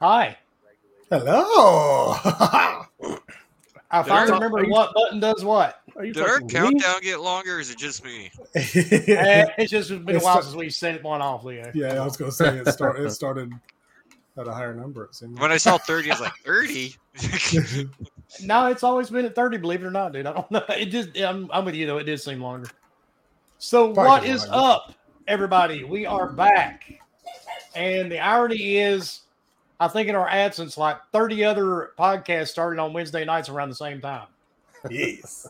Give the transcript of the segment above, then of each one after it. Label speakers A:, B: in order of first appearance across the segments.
A: Hi.
B: Hello.
A: I finally remember what button does what.
B: Are you
C: Did our
B: fucking
C: countdown get longer? Or is it just me?
B: weak?
A: Eh, it's just been a
B: It's
A: while
B: so-
A: since we set one off, Leo.
B: yeah, I was gonna say it started. It started at a higher number. It seemed.
C: When I saw thirty, I was like thirty.
A: No, it's always been at 30, believe it or not, dude. I don't know. It just, I'm, I'm with you, though. It did seem longer. So,
B: Probably
A: what
B: did
A: is
B: longer.
A: up, everybody? We are back. And the irony is, I think in our absence, like 30 other podcasts started on Wednesday nights around the same time.
B: yes.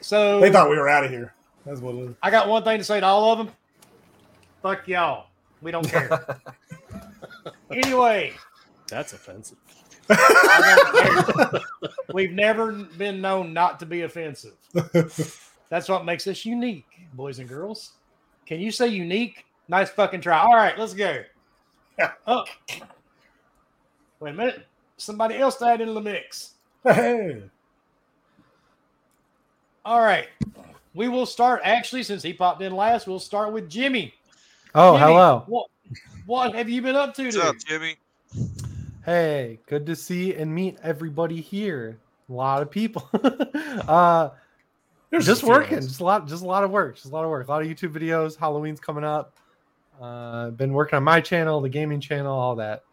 A: So,
B: They thought we were out of here. That's what. It is.
A: I got one thing to say to all of them. Fuck y'all. We don't care. anyway,
D: That's offensive.
A: I don't care. we've never been known not to be offensive. That's what makes us unique, boys and girls. Can you say unique? Nice fucking try. All right, let's go. Oh, wait a minute. Somebody else to add into the mix.
B: Hey.
A: All right. We will start actually since he popped in last. We'll start with Jimmy.
E: Oh,
A: Jimmy,
E: hello.
A: What, what have you been up to?
C: What's
A: dude?
C: up, Jimmy?
E: Hey, good to see and meet everybody here. A lot of people. uh
B: There's
E: just
B: a few of
E: working.
B: us.
E: Just a lot just a lot of work. Just a lot of work. A lot of YouTube videos. Halloween's coming up. Uh been working on my channel, the gaming channel, all that.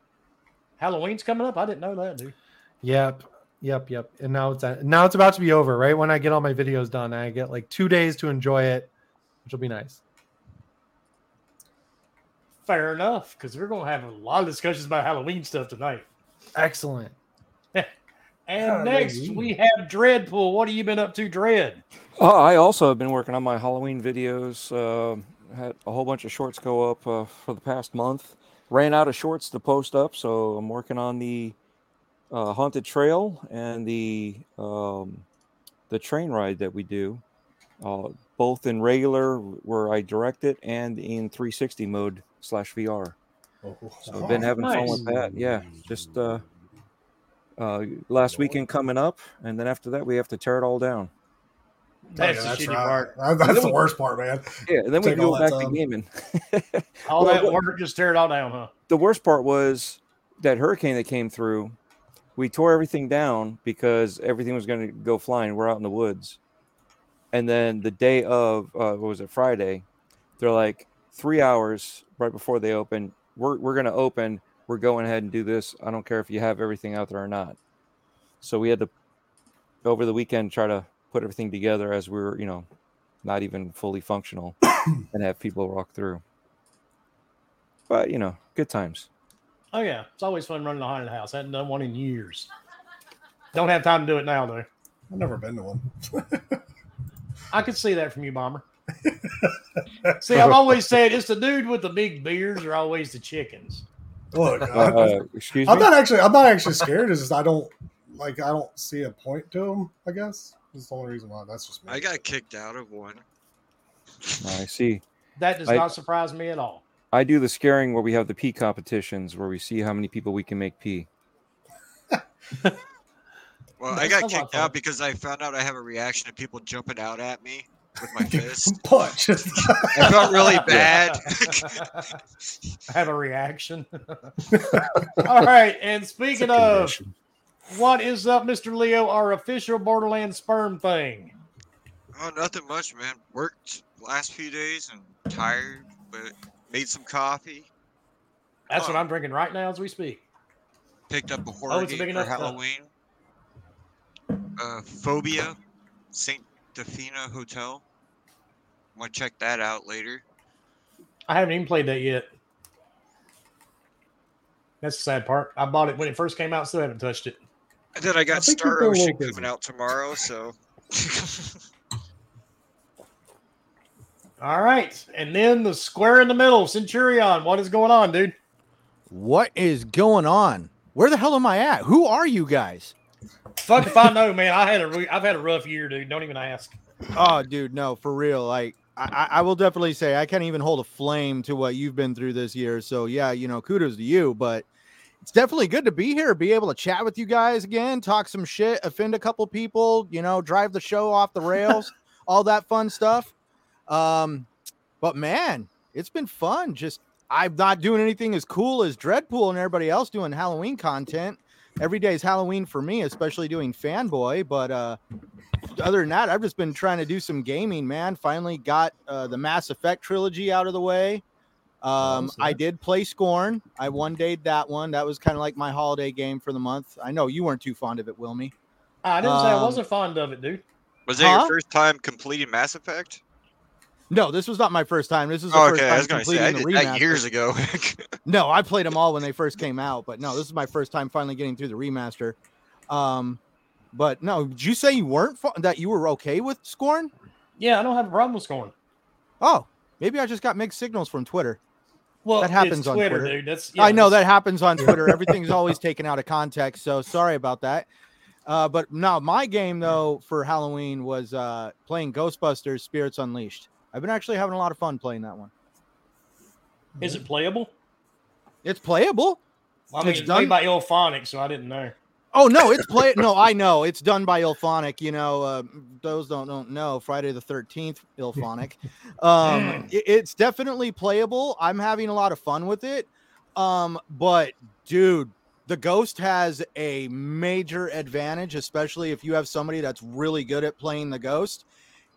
A: Halloween's coming up. I didn't know that, dude.
E: Yep. Yep, yep. And now it's now it's about to be over, right? When I get all my videos done, I get like 2 days to enjoy it, which will be nice.
A: Fair enough, because we're gonna have a lot of discussions about Halloween stuff tonight.
E: Excellent.
A: And next we have Dreadpool. What have you been up to, Dread?
F: Uh, I also have been working on my Halloween videos. Uh, had a whole bunch of shorts go up uh, for the past month. Ran out of shorts to post up, so I'm working on the uh, haunted trail and the um, the train ride that we do, uh, both in regular where I direct it and in 360 mode slash VR.
B: Oh,
F: So I've been having fun with that. Yeah, just uh, uh, last weekend coming up, and then after that we have to tear it all down.
A: That's
B: Yeah,
A: the shitty
B: right.
A: part.
B: That- That's the worst part, man.
F: Yeah, and then we
B: Take all
F: go
B: that
F: back to
B: time.
F: gaming.
A: All
F: Well,
A: that
F: what-
A: work just tear it all down, huh?
F: the worst part was that hurricane that came through. We tore everything down because everything was going to go flying. We're out in the woods, and then the day of uh, what was it Friday? They're like three hours right before they open. We're we're going to open. We're going ahead and do this. I don't care if you have everything out there or not. So we had to over the weekend try to put everything together as we were, you know, not even fully functional, and have people walk through. But you know, good times.
A: Oh yeah, it's always fun running a haunted house. hadn't done one in years. Don't have time to do it now, though.
B: I've never been to one.
A: I could see that from you, Bomber. see, I've always said it's the dude with the big beards are always the chickens.
B: Look,
F: Uh,
B: I,
F: uh, excuse me.
B: I'm not actually. I'm not actually scared. It's just I don't like. I don't see a point to them. I guess that's the only reason why. That's just me.
C: I got kicked out of one.
F: I see.
A: That does
F: I-
A: not surprise me at all.
F: I do the scaring where we have the pee competitions where we see how many people we can make pee.
C: Well,
A: That sounds
C: I got
A: like
C: kicked
A: fun.
C: out because I found out I have a reaction to people jumping out at me with my fist.
B: punch.
C: I felt really bad.
A: I have a reaction. All right. And speaking of what is up, Mr. Leo, our official Borderlands sperm thing.
C: Oh, nothing much, man. Worked last few days and tired, but made some coffee.
A: That's what
C: Oh.
A: I'm drinking right now as we speak.
C: Picked up a horror
A: Oh, it's a big
C: game for
A: enough cup.
C: Halloween. Uh, Phobia, Saint Defina Hotel. Want to check that out later?
A: I haven't even played that yet. That's the sad part. I bought it when it first came out, still haven't touched it.
C: And then I got
B: think you're
C: Star
B: doing a
C: Ocean
B: little busy.
C: coming out tomorrow, so
A: All right. And then the square in the middle, Centurion. What is going on, dude?
G: What is going on? Where the hell am I at? Who are you guys?
A: Fuck if I know, man. I had a re- I've had a rough year, dude. Don't even ask.
G: Oh, dude, no, for real. Like, I, I I will definitely say I can't even hold a flame to what you've been through this year. So, yeah, you know, kudos to you. But it's definitely good to be here, be able to chat with you guys again, talk some shit, offend a couple people, you know, drive the show off the rails, all that fun stuff. Um, but man, it's been fun just I'm not doing anything as cool as Dreadpool and everybody else doing Halloween content. Every day is Halloween for me, especially doing fanboy. But uh, other than that, I've just been trying to do some gaming, man. Finally got uh, the Mass Effect trilogy out of the way. Um, I did play Scorn. I one dayed that one. That was kind of like my holiday game for the month. I know you weren't too fond of it, Wilmy.
A: Ah, I didn't say I
G: Um,
A: wasn't fond of it, dude.
C: Was that
G: Huh?
C: your first time completing Mass Effect?
G: No, this was not my first time. This was the
C: Oh,
G: first
C: okay,
G: time
C: I was gonna say I
G: completing
C: did
G: the
C: that
G: remaster.
C: years ago.
G: No, I played them all when they first came out, but no, this is my first time finally getting through the remaster. Um, but no, did you say you weren't fa- that you were okay with Scorn?
A: Yeah, I don't have a problem with scoring.
G: Oh, maybe I just got mixed signals from Twitter.
A: Well,
G: That
A: it's
G: happens on
A: Twitter,
G: Twitter.
A: dude. That's yeah,
G: I know
A: that's-
G: that happens on Twitter. Everything's always taken out of context, so sorry about that. Uh, but no, my game though for Halloween was uh, playing Ghostbusters: Spirits Unleashed. I've been actually having a lot of fun playing that one.
A: Is it playable?
G: It's playable.
A: Well, I mean,
G: It's
A: it's done
G: done-
A: by Ilphonic, so I didn't know.
G: Oh no, it's play. no, I know it's done by Ilphonic. You know, uh, those don't don't know Friday the Thirteenth Ilphonic. Um, it- it's definitely playable. I'm having a lot of fun with it. Um, but dude, the ghost has a major advantage, especially if you have somebody that's really good at playing the ghost.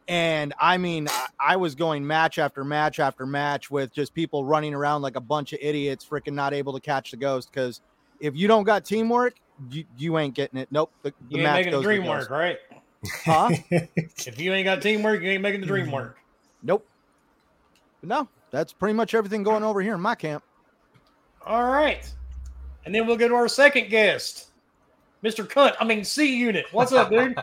G: And I mean, I, I was going match after match after match with just people running around like a bunch of idiots, freaking not able to catch the ghost because if you don't got teamwork, you, you ain't getting it. Nope. The, the
A: You ain't
G: match
A: making the
G: goes to
A: dream
G: ghost.
A: work, right?
G: Huh?
A: If you ain't got teamwork, you ain't making the
G: Mm-hmm.
A: dream work.
G: nope. No, that's pretty much everything going over here in my camp.
A: All right. And then we'll go to our second guest, Mr. Cunt. I mean, C Unit. What's up, dude?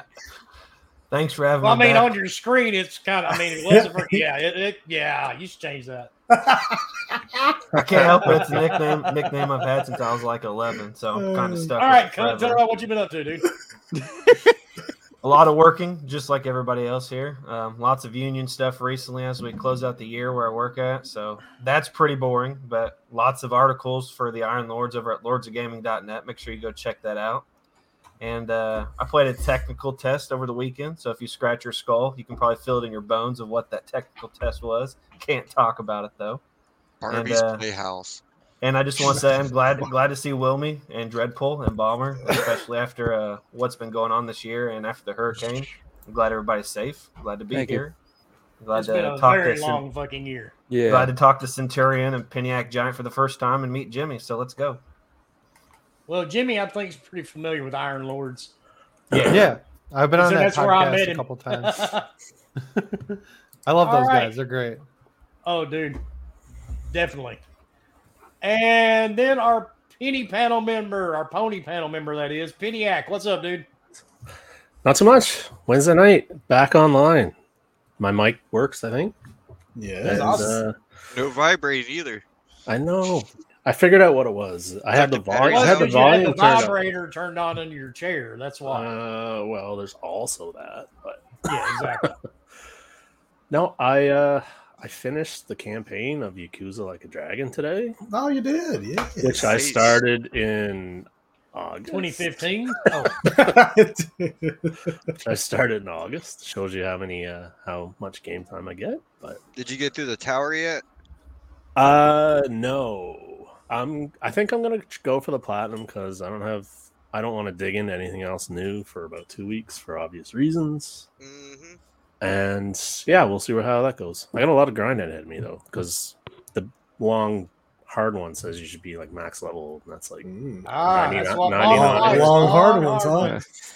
D: Thanks for having
A: Well, I
D: me.
A: mean,
D: back.
A: on your screen, it's kind of, I mean, it wasn't for, yeah, it, it, yeah, you should change that.
D: I can't help it. It's a nickname nickname I've had since I was like 11, so I'm kind of
A: Mm.
D: stuck.
A: All
D: with
A: right,
D: it
A: Cunt, tell
D: forever.
A: her about what you've been up to, dude.
D: A lot of working, just like everybody else here. Um, lots of union stuff recently as we close out the year where I work at, so that's pretty boring. But lots of articles for the Iron Lords over at lordsofgaming.net. Make sure you go check that out. And uh, I played a technical test over the weekend, so if you scratch your skull, you can probably feel it in your bones of what that technical test was. Can't talk about it though.
C: Barbie's
D: uh,
C: Playhouse.
D: And I just want to say I'm glad glad to see Wilmy and Dreadpool and Bomber, especially after uh, what's been going on this year and after the hurricane. I'm glad everybody's safe. Glad to be
F: Thank you.
D: here. Glad
A: It's
D: to
A: been a
D: talk to
A: very
D: Cen-
A: long fucking year.
F: Yeah.
D: glad to talk to Centurion and Piniac Giant for the first time and meet Jimmy. So let's go.
A: Well, Jimmy, I think, is pretty familiar with Iron Lords.
D: Yeah.
E: Yeah, I've been
A: So
E: on that
A: that's where I met
E: podcast a
A: him.
E: couple times. I love
A: All
E: those
A: right.
E: guys; they're great.
A: oh, dude. Definitely. And then our penny panel member, our pony panel member, that is, Peniac. What's up, dude?
H: Not so much. Wednesday night, back online. My mic works, I think.
B: yeah.
H: And,
B: awesome.
H: uh,
C: No vibrating either.
H: I know. I figured out what it was. I had the
C: Well,
H: volume. I had the
A: because you had
H: volume
A: the
H: turned up.
A: vibrator turned on in your chair. That's why.
H: Uh, well, there's also that, but
A: yeah, exactly.
H: no, I uh, I finished the campaign of Yakuza Like a Dragon today,
B: No, Oh, you did. Yeah.
H: which I
C: Nice.
H: started in August.
A: 2015. Oh,
H: I started in August. Shows you how many uh, how much game time I get, but.
C: Did you get through the tower yet?
H: Uh, no. I'm. I think I'm gonna ch- go for the platinum because I don't have. I don't want to dig into anything else new for about two weeks for obvious reasons.
C: Mm-hmm.
H: And yeah, we'll see where, how that goes. I got a lot of grind ahead of me though, because the long, hard one says you should be like max level, and that's like
B: Mm.
A: ah,
H: 99
A: that's what
H: Long,
A: long,
H: hard-
B: Oh, long, hard
A: oh,
B: ones,
F: hard
B: huh?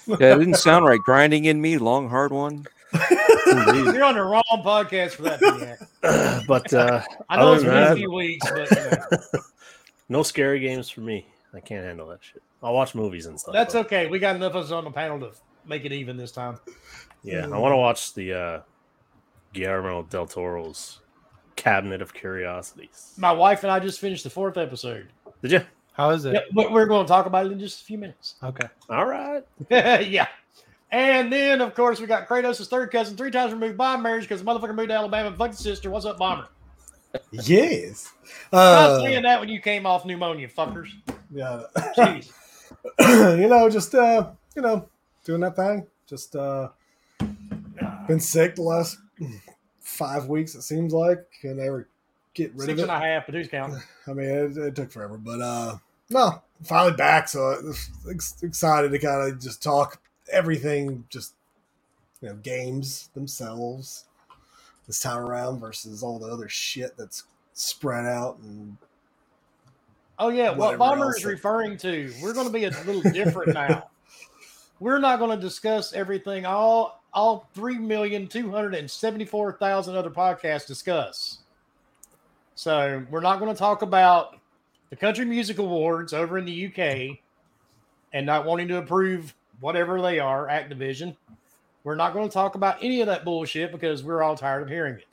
F: ones. yeah, it didn't sound right. Grinding in me, long hard one.
A: oh.
H: indeed.
A: You're on the wrong podcast for that. Peniac.
H: but uh,
A: I know
H: Other
A: it's
H: than
A: been a
H: that-
A: few weeks, but you know,
H: no scary games for me. I can't handle that shit. I'll watch movies and stuff.
A: that's
H: but-
A: okay. We got enough of us on the panel to make it even this time.
H: Yeah,
B: Mm.
H: I want to watch the uh, Guillermo del Toro's Cabinet of Curiosities.
A: My wife and I just finished the fourth episode.
H: Did you?
E: How is it?
A: Yeah, but we're going to talk about it in just a few minutes.
E: Okay.
H: All right.
A: yeah. And then, of course, we got Kratos' third cousin, three times removed by marriage because motherfucker moved to Alabama and fucked his sister. What's up, Bomber?
B: Yes.
A: Stop
B: Uh,
A: saying that when you came off pneumonia, fuckers.
B: yeah.
A: Jeez.
B: you know, just uh, you know, doing that thing. Just uh, been sick the last five weeks. It seems like, and every get rid
A: Six and
B: of it.
A: a half, but who's counting?
B: I mean, it, it took forever, but uh, no, finally back. So ex- excited to kind of just talk everything, just you know, games themselves this time around versus all the other shit that's spread out and
A: Oh yeah, what
B: Whatever
A: Bomber
B: else
A: is
B: that-
A: referring to, we're going to be a little different now. We're not going to discuss everything all all three million two hundred and seventy four thousand other podcasts discuss. So we're not going to talk about the Country Music Awards over in the UK and not wanting to approve whatever they are, Activision. We're not going to talk about any of that bullshit because we're all tired of hearing it.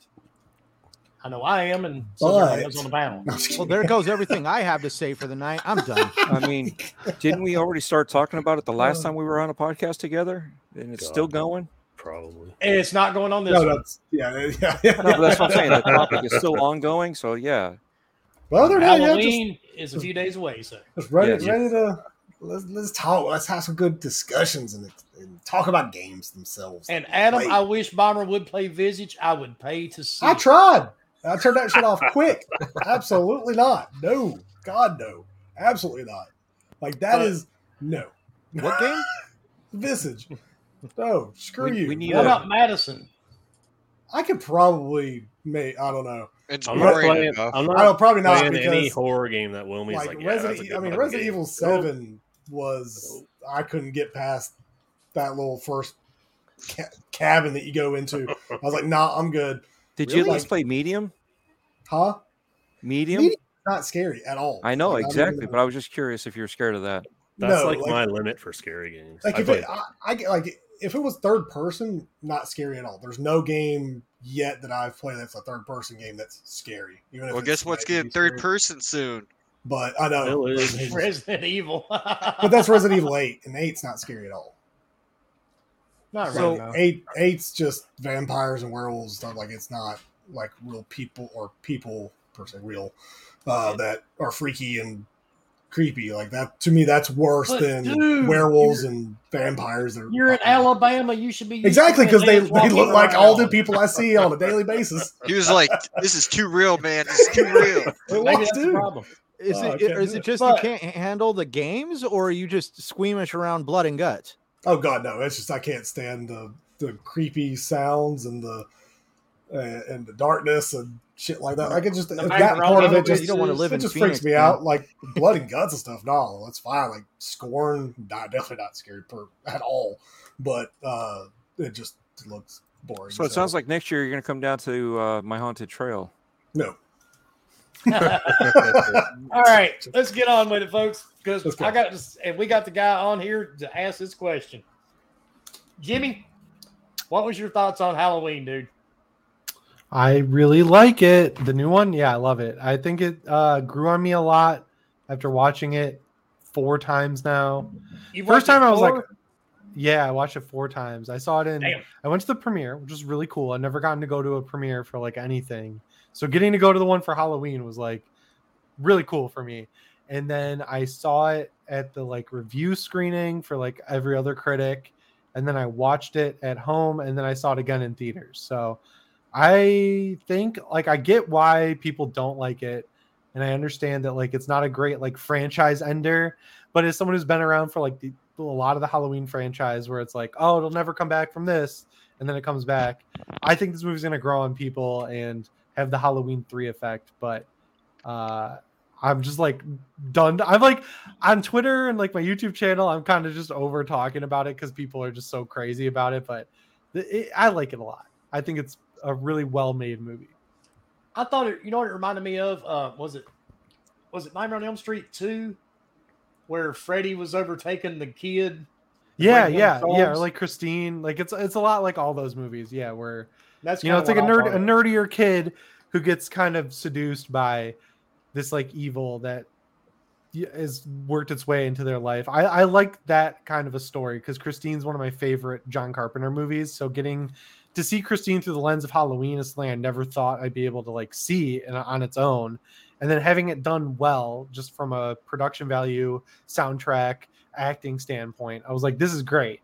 A: I know I am, and so is everybody
B: But-
A: else on the panel.
G: Well, there goes everything I have to say for the night. I'm done.
F: I mean, didn't we already start talking about it the
B: Oh.
F: last time we were on a podcast together? And it's still
H: God.
F: going.
H: probably.
A: And it's not going on this
B: no,
A: one.
B: that's yeah, yeah, yeah.
F: No, but that's what I'm saying. The topic is still ongoing. So yeah,
B: Well, they're not yet. Just,
A: Halloween is a few days away, so
B: just ready,
F: Yeah.
B: ready to let's, let's talk. Let's have some good discussions and, and talk about games themselves.
A: and Adam,
B: Wait.
A: I wish Bomber would play Visage. I would pay to see.
B: I tried. I turned that shit off quick. Absolutely not. No. God no. Absolutely not. Like that
A: Uh,
B: is no.
F: what game?
B: Visage. No, screw
F: We-
B: you.
F: we need
A: What
F: a-
A: about Madison?
B: I could probably make I don't know.
C: It's
H: I'm not
C: boring
H: playing.
C: enough.
H: I'm
B: I
H: not
B: don't probably not
H: playing any
B: because
H: horror game that Wilmy's
B: like,
H: like. yeah, that's a
B: Resident E,
H: good
B: I mean
H: fucking
B: Resident
H: game.
B: Evil seven was I couldn't get past that little first ca- cabin that you go into. I was like, nah, I'm good.
F: Did you
B: Really?
F: at least play Medium?
B: Huh?
F: Medium?
B: Medium? Not scary at all.
F: I know
B: Like, don't
F: exactly,
B: even-
F: but I was just curious if you were scared of that.
H: That's
B: No,
H: like, my limit for scary games.
B: like
H: I
B: if
H: play
B: it, uh, I, I get- like if it was third person, not scary at all. There's no game yet that I've played that's a third person game that's scary. Even if
C: Well,
B: it's
C: guess what's
B: slightly
C: getting third
B: scary.
C: person soon?
B: But I know,
H: Village.
A: Resident Evil.
B: but that's Resident Evil Eight, and Eight's not scary at all.
A: not
B: So
A: right
G: Oh.
A: now.
B: Eight, Eight's just vampires and werewolves and stuff. Like it's not like real people or people per se real uh, that are freaky and creepy like that. To me, that's worse
A: But,
B: than
A: dude,
B: werewolves and vampires. That are
A: You're in
B: fucking-
A: Alabama. You should be
B: Exactly, because they,
A: Walking
B: they look like all the
A: around.
B: people I see on a daily basis.
C: He was like, "This is too real, man. This is too real."
A: Maybe that's the
B: Dude.
A: problem.
G: Is
B: Oh, I
G: it
B: can't
G: is
B: do
G: it just
A: But-
G: you can't h- handle the games, or are you just squeamish around blood and guts?
B: Oh god, no! It's just I can't stand the the creepy sounds and the uh, and the darkness and shit like that. Like it just
A: The
B: that part of
A: background
B: it
A: noise,
B: just
A: you
G: don't wanna
B: it
G: live in
B: just
G: Phoenix,
B: freaks me
G: man.
B: out. Like blood and guts and stuff. No, that's fine. Like scorn, not definitely not scary per at all. But uh it just looks boring.
F: So it sounds like next year you're going to come down to uh, my haunted trail.
B: no.
A: All right, let's get on with it, folks. Because
B: Let's go.
A: I got this, and we got the guy on here to ask this question. Jimmy, what was your thoughts on Halloween, dude?
E: I really like it. The new one, yeah, I love it. I think it uh, grew on me a lot after watching it four times now.
A: You watched
E: First time
A: it
E: I was like,
A: before?
E: yeah, I watched it four times. I saw it in.
A: Damn.
E: I went to the premiere, which was really cool. I never gotten to go to a premiere for like anything, so getting to go to the one for Halloween was like really cool for me. And then I saw it at the like review screening for like every other critic, and then I watched it at home, and then I saw it again in theaters. So I think like I get why people don't like it, and I understand that like it's not a great like franchise ender. But as someone who's been around for like the, a lot of the Halloween franchise, where it's like, oh, it'll never come back from this, and then it comes back, I think this movie's gonna grow on people and have the Halloween three effect. But uh I'm just like done. I'm like on Twitter and like my YouTube channel. I'm kind of just over talking about it because people are just so crazy about it. But th- it, I like it a lot. I think it's a really well made movie.
A: I thought it. You know what it reminded me of? Uh, was it was it Nightmare on Elm Street two, where Freddy was overtaking the kid?
E: Yeah,
A: Franklin
E: yeah, yeah. Or
A: Solves.
E: like Christine. Like it's it's a lot like all those movies. Yeah, where
A: That's
E: you know it's
A: kinda
E: like a
A: what I
E: nerd
A: thought
E: a
A: of.
E: nerdier kid who gets kind of seduced by this like evil that y- has worked its way into their life. I, I like that kind of a story because Christine's one of my favorite John Carpenter movies. So getting to see Christine through the lens of Halloween is something I never thought I'd be able to like see in, on its own. And then having it done well, just from a production value, soundtrack, acting standpoint, I was like, this is great.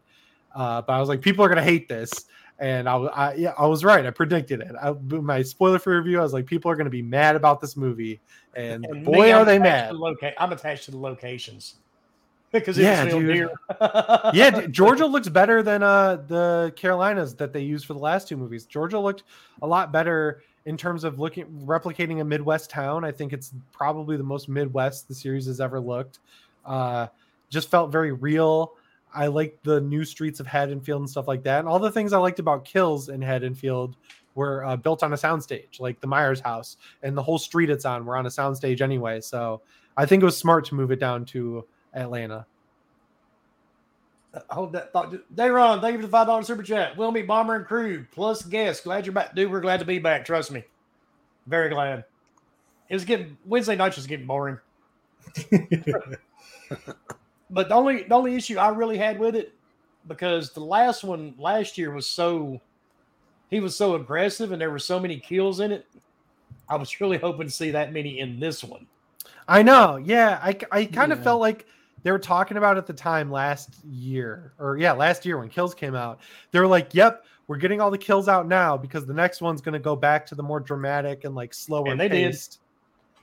E: Uh, but I was like, people are gonna hate this, and I, w- I- yeah, I was right. I predicted it. I, my spoiler free review, I was like, people are going to be mad about this movie, and,
A: And
E: boy,
A: me,
E: are
A: I'm
E: they
A: attached
E: mad.
A: to the loca- I'm attached to the locations because it
E: Yeah,
A: was filmed
E: dude.
A: here.
E: yeah, dude, Georgia looks better than uh the Carolinas that they used for the last two movies. Georgia looked a lot better in terms of looking replicating a Midwest town. I think it's probably the most Midwest the series has ever looked. Uh, just felt very real. I liked the new streets of Haddonfield and stuff like that, and all the things I liked about Kills in Haddonfield were uh, built on a soundstage, like the Myers house and the whole street it's on. We're on a soundstage anyway, so I think it was smart to move it down to Atlanta.
A: Hold that thought. Dayron, thank you for the five dollar super chat. Wilmy Bomber and crew plus guest. Glad you're back, dude. We're glad to be back. Trust me, very glad. It was getting Wednesday nights was getting boring. but the only the only issue I really had with it because the last one last year was so he was so aggressive and there were so many kills in it. I was really hoping to see that many in this one.
E: I know. Yeah, I, I kind of
A: Yeah.
E: felt like they were talking about at the time last year, or yeah, last year when Kills came out. They were like, "Yep, we're getting all the kills out now because the next one's going to go back to the more dramatic and like slower."
A: And they did.
E: paced.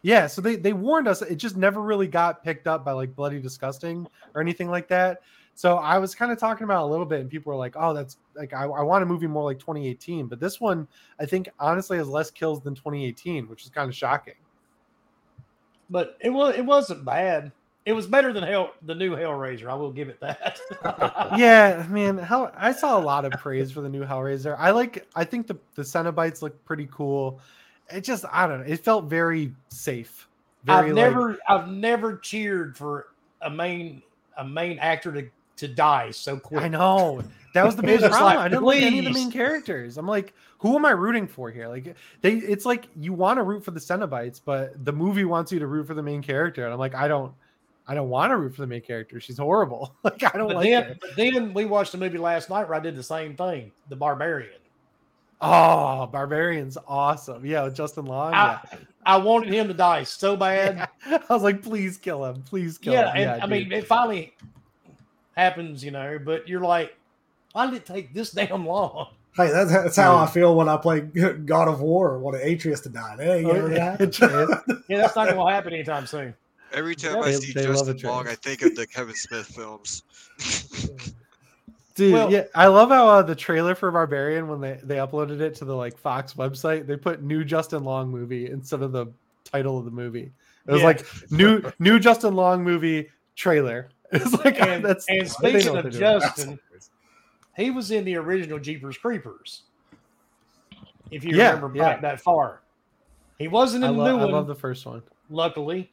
E: Yeah, so they they warned us. It just never really got picked up by like bloody disgusting or anything like that. So I was kind of talking about it a little bit, and people were like, "Oh, that's like I, I want a movie more like 2018," but this one I think honestly has less kills than 2018, which is kind of shocking.
A: but it was it wasn't bad. It was better than Hell, the new Hellraiser. I will give it that.
E: yeah, man. Hell, I saw a lot of praise for the new Hellraiser. I like. I think the the Cenobites look pretty cool. It just, I don't know. It felt very safe. Very
A: I've
E: like-
A: never I've never cheered for a main a main actor to, to die so quick.
E: I know that was the
A: It
E: biggest
A: was
E: problem.
A: like,
E: I didn't like any of the
A: please.
E: main characters. I'm like, who am I rooting for here? Like, they. It's like you want to root for the Cenobites, but the movie wants you to root for the main character, and I'm like, I don't. I don't want to root for the main character. She's horrible. Like I don't
A: But
E: like her.
A: then, but then we watched a movie last night where I did the same thing, The Barbarian.
E: Oh, Barbarian's awesome. Yeah, with Justin Long. Oh, yeah.
A: I, I wanted him to die so bad.
E: Yeah. I was like, please kill him. Please kill
A: yeah,
E: him.
A: and I mean,
E: dude.
A: it finally happens, you know. But you're like, why did it take this damn long?
B: Hey, that's, that's how I feel when I play God of War or want Atreus to die. That ain't
E: Oh,
B: gonna
E: yeah.
B: happen.
A: Yeah, that's not going to happen anytime soon.
C: Every time I
E: They-
C: see
E: they love
C: Justin
E: the
C: Long, I
E: trailers.
C: think of the Kevin Smith films.
E: Dude,
A: Well-
E: yeah, I love how uh, the trailer for Barbarian when they, they uploaded it to the like Fox website, they put new Justin Long movie instead of the title of the movie. It was
A: Yeah.
E: like new new Justin Long movie trailer. It's like
A: and,
E: that's
A: and
E: they know
A: speaking
E: what
A: of
E: they're doing.
A: Justin, he was in the original Jeepers Creepers. If you
E: Yeah,
A: remember
E: yeah.
A: back that far, he wasn't
E: I,
A: in the
E: lo-
A: new
E: I
A: one.
E: love the first one.
A: luckily,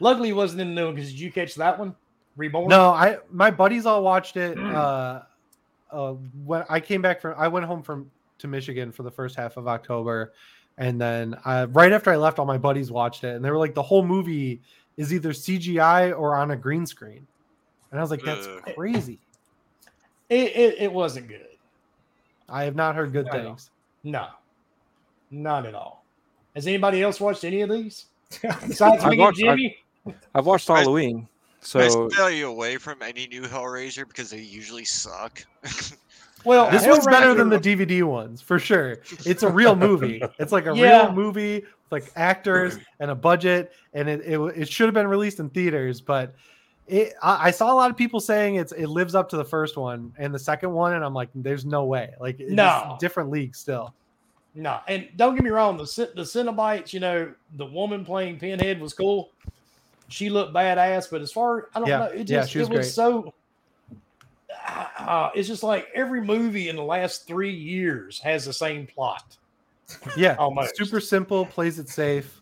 A: luckily, he wasn't in the new one because did you catch that one? Reborn.
E: No, I my buddies all watched it. Uh, uh, when I came back from, I went home from to Michigan for the first half of October, and then uh, right after I left, all my buddies watched it, and they were like, "The whole movie is either CGI or on a green screen," and I was like, "That's
C: Ugh.
E: crazy."
A: it, it, it wasn't good.
E: I have not heard good
A: Not at all.
E: things.
A: No, not at all. Has anybody else watched any of these besides
B: Besides,
F: I
A: me and
F: watched- I-
A: Jimmy?
F: I've watched
C: I- I
F: Halloween, so
C: stay you away from any new Hellraiser because they usually suck.
A: well,
E: This
C: I
E: one's better
A: Hellraiser-
E: than the DVD ones for sure. It's a real movie. It's like a
A: Yeah.
E: real movie with like actors and a budget, and it it, it should have been released in theaters, but it I, I saw a lot of people saying it's it lives up to the first one and the second one, and I'm like, there's no way. Like it's
A: No.
E: different league still.
A: No, and don't get me wrong, the Cin- the Cenobites, you know, the woman playing Pinhead was cool. She looked badass, but as far I don't
E: Yeah,
A: know, it just
E: yeah, she was
A: it was
E: great.
A: so. Uh, it's just like every movie in the last three years has the same plot.
E: Yeah,
A: Almost.
E: super simple, plays it safe.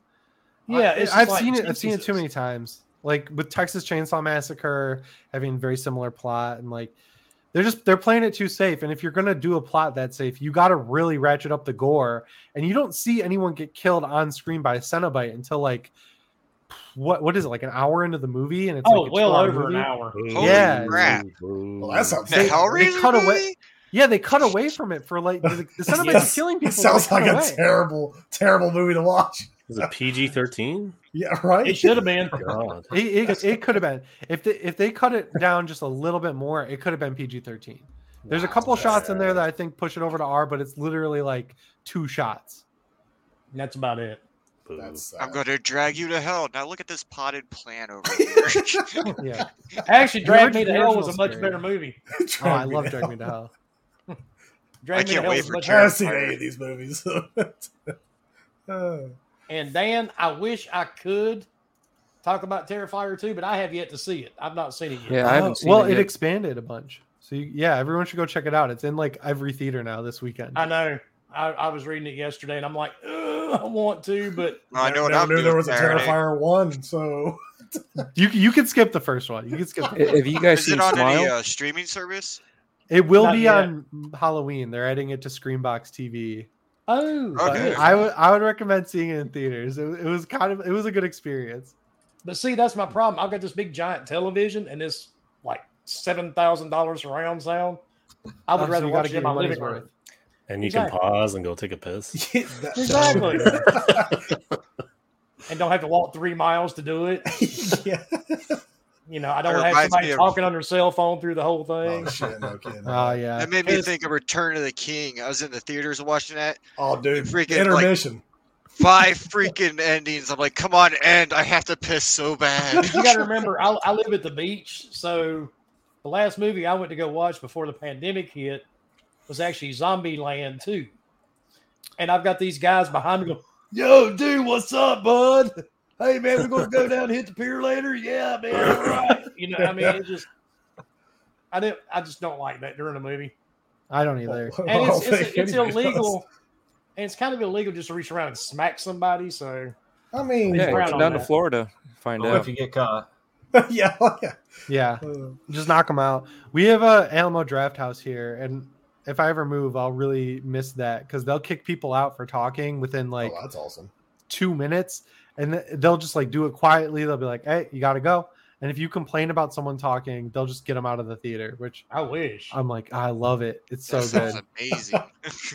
A: Yeah,
E: I,
A: it's just
E: I've
A: like
E: seen it. I've seen it too
A: Jesus.
E: many times. Like with Texas Chainsaw Massacre having very similar plot, and like they're just they're playing it too safe. And if you're gonna do a plot that safe, you got to really ratchet up the gore. And you don't see anyone get killed on screen by a Cenobite until like what what is it like an hour into the movie, and it's
A: Oh,
E: like a
A: well
E: 12
A: over an
E: movie?
A: hour.
C: Holy
E: Yeah.
C: crap.
B: well, that sounds.
C: The
E: They-
C: Hellraiser
E: cut away-
C: movie?
E: Yeah, they cut away from it for like the, the Cenobites
B: Yes.
E: are killing people.
B: It
E: so they
B: sounds
E: cut
B: like a
E: away.
B: terrible, terrible movie to watch.
H: Is it PG thirteen?
B: Yeah, right.
A: It should have been.
H: God.
E: It, it, it could have been if they if they cut it down just a little bit more, it could have been PG thirteen. There's a couple shots in there that I think push it over to R, but it's literally like two shots.
A: That's about it.
H: Boo.
B: That's sad.
C: I'm going to drag you to hell. Now look at this potted plant over here.
E: Yeah.
A: Actually,
E: The
A: Drag Me to
E: original
A: Hell was a much
E: scary.
A: better movie.
E: Oh, I
B: Me
E: love
B: to
E: Drag Me to Hell.
C: I
A: Drag Me to
C: can't
A: Hell
C: wait
A: was
C: for
A: much
B: I haven't
A: better.
B: seen any of these movies. Uh,
A: And Dan, I wish I could talk about Terrifier 2, but I have yet to see it. I've not seen it yet.
F: Yeah, I haven't
E: Oh,
F: seen
E: well,
F: it.
E: it,
F: yet.
E: expanded a bunch. So you, yeah, everyone should go check it out. It's in like every theater now this weekend.
A: I know. I, I was reading it yesterday, and I'm like, Ugh, I want to, but
C: Well, I know what
B: never
C: I'm
B: knew
C: doing
B: there was a
C: Saturday.
B: Terrifier one, so
E: You you can skip the first one. You can skip.
F: I- Have you guys
C: Is
F: seen
C: it on
F: Smile?
C: any uh, streaming service?
E: It will
A: Not
E: be
A: yet.
E: on Halloween. They're adding it to Screenbox TV.
A: oh,
E: But
C: Okay.
E: I would I would recommend seeing it in theaters. It, it was kind of it was a good experience.
A: But see, that's my problem. I've got this big giant television and this like seven thousand dollars surround sound. I would
E: Oh, so
A: rather
E: you gotta
A: watch it
E: get
A: in my
E: your money's
A: living room.
E: worth.
H: And you
A: Exactly.
H: can pause and go take a piss.
B: That-
A: Exactly.
B: that
A: and don't have to walk three miles to do it.
B: would- yeah.
A: You know, I
C: That
A: don't have
C: reminds
A: somebody
C: me of-
A: talking on their cell phone through the whole thing.
B: Oh shit! No kidding.
E: Oh yeah.
F: Uh,
C: That made me
A: It's-
C: think of Return of the King. I was in the theaters watching that.
B: Oh, dude,
C: Freaking,
B: intermission.
C: Five freaking endings. I'm like, come on, end. I have to piss so bad.
A: you got to remember, I, I live at the beach, so the last movie I went to go watch before the pandemic hit was actually Zombie Land 2. And I've got these guys behind me going, Yo, dude, what's up, bud? Hey, man, we're going to go down and hit the pier later. Yeah, man, all right. You know, I mean, it just, I didn't, I just don't like that during a movie.
E: I don't either.
B: I
A: And
B: don't
A: it's, it's,
B: think
A: it's
B: anybody does.
A: illegal. And it's kind of illegal just to reach around and smack somebody. So,
B: I mean,
A: He's
F: Yeah,
A: brown
F: come
A: on
F: down to
A: that.
F: Florida, find
D: Only Oh, if
F: out.
D: you get caught.
B: yeah, oh, yeah.
E: Yeah.
B: Uh,
E: Just knock them out. We have a Alamo Draft House here, and if I ever move, I'll really miss that because they'll kick people out for talking within like
B: oh, that's awesome.
E: two minutes, and th- they'll just like do it quietly. They'll be like, "Hey, you gotta go." And if you complain about someone talking, they'll just get them out of the theater. Which
A: I wish.
E: I'm like, I love it. It's so
C: that
E: good.
C: sounds amazing.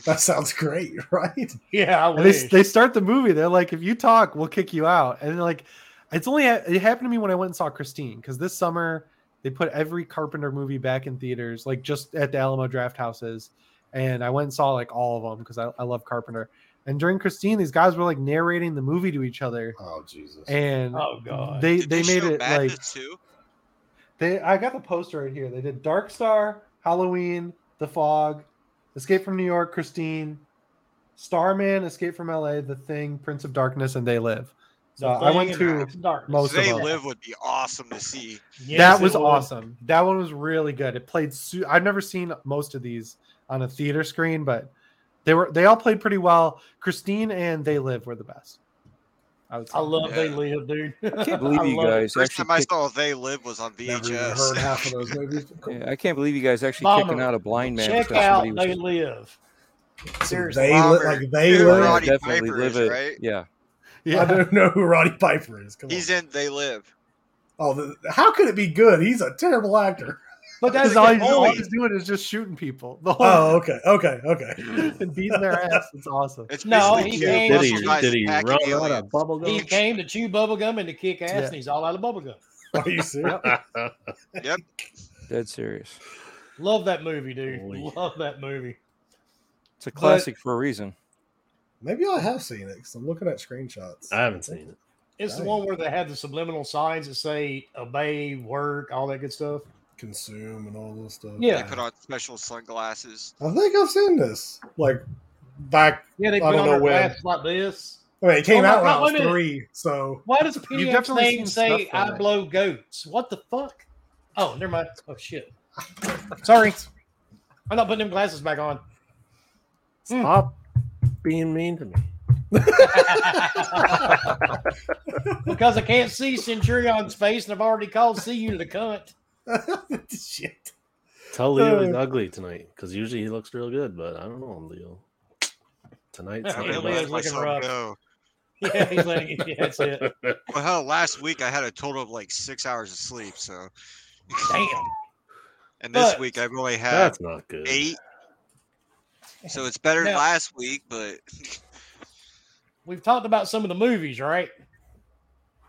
B: That sounds great, right?
A: Yeah, I
E: And they,
A: wish.
E: they start the movie. They're like, if you talk, we'll kick you out. And like, it's only it happened to me when I went and saw Christine because this summer they put every Carpenter movie back in theaters, like just at the Alamo Draft Houses. And I went and saw like all of them because I, I love Carpenter. And during Christine, these guys were like narrating the movie to each other,
B: Oh Jesus!
E: and
A: oh, God.
E: they
C: Did
E: they made
C: show
E: it
C: Madness
E: like
C: too?
E: they. I got the poster right here. They did Dark Star, Halloween, The Fog, Escape from New York, Christine, Starman, Escape from LA, The Thing, Prince of Darkness, and They Live. So I went to most of
C: They
E: them.
C: Live would be awesome to see.
A: Yes,
E: that
A: it
E: was awesome. That one was really good. It played. Su- I've never seen most of these on a theater screen, but they were they all played pretty well. Christine and They Live were the best. I would say.
A: I love
C: Yeah.
A: They Live, dude.
F: I can't believe you
A: love it.
F: guys
C: First time
F: actually.
C: I
F: kick-
C: saw They Live was on
B: Never even heard
C: VHS.
B: half of those movies.
F: yeah, I can't believe you guys actually kicking
A: Bomber.
F: out a blind man.
A: Check
F: because somebody
A: out
F: was-
A: They Live. Seriously.
B: They
C: Robert,
B: look like they
C: dude,
F: Yeah,
B: live.
C: Roddy
F: definitely
C: Piper
F: live
C: is,
F: it.
C: right?
F: Yeah,
E: Yeah.
B: I don't know who Roddy Piper is. Come
C: He's
B: on.
C: in They Live.
B: oh, the, how could it be good? He's a terrible actor.
A: But that's
E: Because all,
A: the
E: he's, all
A: only.
E: he's doing is just shooting people. The whole
B: Oh, okay, okay, okay.
E: and beating their ass. It's awesome.
C: It's
A: No,
C: basically
A: he
C: two
A: came-
C: muscle
A: Did he-
C: guys
H: did he
C: attacking
H: run out
C: aliens.
H: of bubble
A: He
H: gum?
A: came to chew bubblegum and to kick ass,
E: Yeah.
A: and he's all out of bubblegum.
B: Are you serious?
F: dead serious.
A: Love that movie, dude.
H: Holy-
A: Love that movie.
F: It's a
A: But-
F: classic for a reason.
B: Maybe I have seen it because I'm looking at screenshots.
H: I haven't seen it.
A: It's the
B: Right.
A: one where they have the subliminal signs that say obey, work, all that good stuff.
B: Consume and all this stuff.
A: Yeah.
C: They put on special sunglasses.
B: I think I've seen this. Like back.
A: Yeah, they
B: I
A: put
B: don't
A: on
B: know
A: their
B: when.
A: glasses like this.
B: I mean, it came
A: Oh my
B: out when
A: God,
B: I was
A: wait a minute.
B: three. So
A: Why does PDX
E: definitely
A: name
E: seen
A: say
E: stuff from
A: I
E: it.
A: blow goats? What the fuck? Oh, never mind. Oh shit. Sorry. I'm not putting them glasses back on.
E: Hmm.
H: Stop being mean to me.
A: because I can't see Centurion's face and I've already called see you to the cunt.
B: shit.
H: Tell Leo he's
B: Uh.
H: ugly tonight because usually he looks real good, but I don't know him, Leo. Tonight,
A: Yeah,
C: I'm
H: something
C: gonna
A: Leo's
H: about-
A: looking
C: let myself
A: rough.
C: know.
A: Yeah, he's letting yeah, that's it.
C: Well, hell, last week I had a total of like six hours of sleep. So,
A: Damn.
C: and this
A: But-
C: week I've only had
H: that's not good.
C: eight. So it's better than
A: Now-
C: last week, but
A: We've talked about some of the movies, right?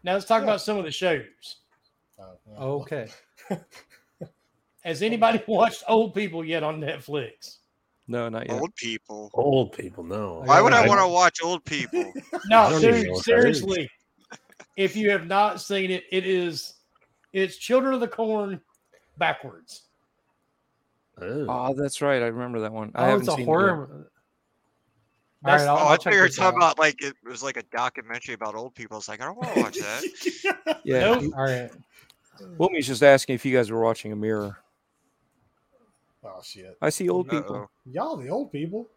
A: Now let's talk
B: Yeah.
A: about some of the shows.
B: Oh, well.
E: Okay.
A: Has anybody watched Old People yet on Netflix?
F: No, not yet.
C: Old people.
H: Old people, no.
C: Why would I
H: I-
C: want to watch old people?
H: I
A: No,
H: don't even
A: dude,
H: know what that
A: seriously. If you have not seen it, it is it's Children of the Corn backwards.
H: Ew.
E: uh,
F: Oh, that's right. I remember that one. I
E: Oh, it's
F: haven't
E: a
F: seen it
E: horror.
F: yet.
E: mo- All
A: That's-
E: right,
C: Oh,
E: I'll,
C: I
E: I'll check
C: thought you were
E: this
C: talking
E: out.
C: about like it was like a documentary about old people. I was like, I don't want to watch that.
F: Yeah.
A: Nope.
E: All right,
F: Wilmy's just asking if you guys were watching a mirror.
B: Oh shit!
F: I see old people.
C: Uh-oh.
B: Y'all the old people.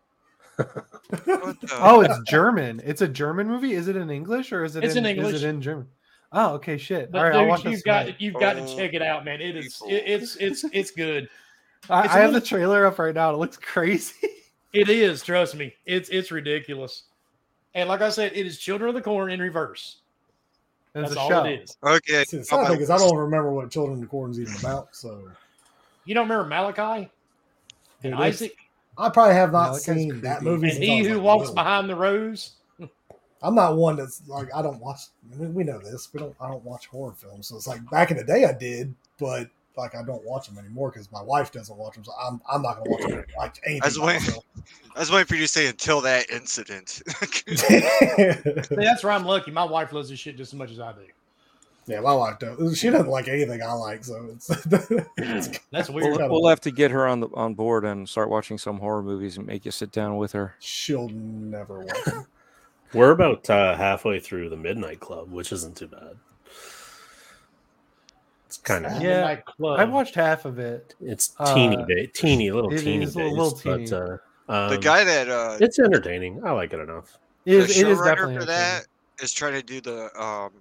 C: What the-
E: Oh, it's German. It's a German movie. Is it in English or is it?
A: It's
E: in,
A: in English.
E: Is it in German? Oh, okay. Shit. All
A: But
E: right, I'll watch
A: dude,
E: this.
A: you've got
E: tonight.
A: you've got
C: Oh,
A: to check it out, man. It is
C: people.
A: it, it's it's it's good.
E: I,
A: it's
E: I
A: a
E: have the
A: little-
E: trailer up right now. It looks crazy.
A: It is, trust me. It's it's ridiculous. And like I said, it is Children of the Corn in reverse.
E: It's
A: That's
E: a
A: all
E: show.
A: it is.
C: Okay.
B: See, the sad thing is I don't remember what Children of Corn's even about. So
A: You don't remember Malachi and
B: Dude, it's-
A: Isaac
B: I probably have
E: No,
B: not
E: that guy's
B: seen that
E: creepy.
B: movie.
A: and
B: since I
A: he
B: was,
A: who
B: like,
A: walks
B: little.
A: behind the rose?
B: I'm not one that's like I don't watch. We we know this. We don't. I don't watch horror films. So it's like back in the day I did, but like I don't watch them anymore because my wife doesn't watch them. So I'm I'm not gonna watch them, like anything.
C: That's
B: by
C: why-
B: myself.
C: I was waiting for you to say until that incident.
A: See, that's where I'm lucky. My wife loves this shit just as much as I do.
B: yeah, my wife does. She doesn't like anything I like. So it's, it's
A: That's
B: Well,
A: weird.
B: Kinda
F: We'll, we'll
B: weird.
F: have to get her on the on board and start watching some horror movies and make you sit down with her.
B: she'll never watch. Them.
H: We're about uh, halfway through the Midnight Club, which isn't too bad. It's kind of
B: Yeah.
E: Yeah,
A: club.
E: I watched half of it.
H: it's teeny
E: Uh,
H: bit, teeny little
E: it
H: teeny
E: is
H: bit,
E: a little teeny.
H: but uh, um,
C: the guy that uh,
H: it's entertaining. I like it enough.
E: It is,
C: the
E: it is
C: showrunner
E: definitely
C: for
E: a
C: that is trying to do the um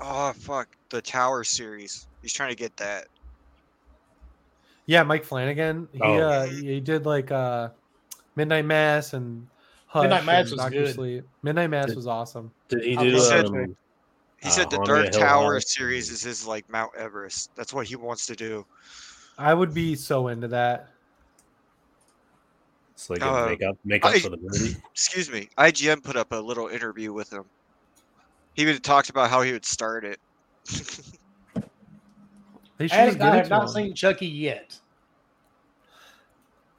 C: oh fuck the tower series he's trying to get that
E: thing. Yeah, Mike Flanagan. He
H: Oh.
E: uh, he did like uh, Midnight Mass and Hush
A: Midnight
E: and
A: Mass was
E: Doctor
A: good.
E: Sleep. Midnight Mass
H: Did-
E: was awesome.
H: Did he
A: I
H: do?
C: said-
H: um,
C: he
H: Uh,
C: said the
H: Haunted
C: dark
H: Hill
C: tower
H: House.
C: series is his like mount everest that's what he wants to do
E: I would be so into that.
H: so they
C: uh,
H: can make up, make up
C: I-
H: for the movie.
C: excuse me igm put up a little interview with him he even talked about how he would start it
E: They should just
A: Addict,
E: give
A: I
E: it
A: have
E: to
A: not
E: him.
A: seen Chucky yet.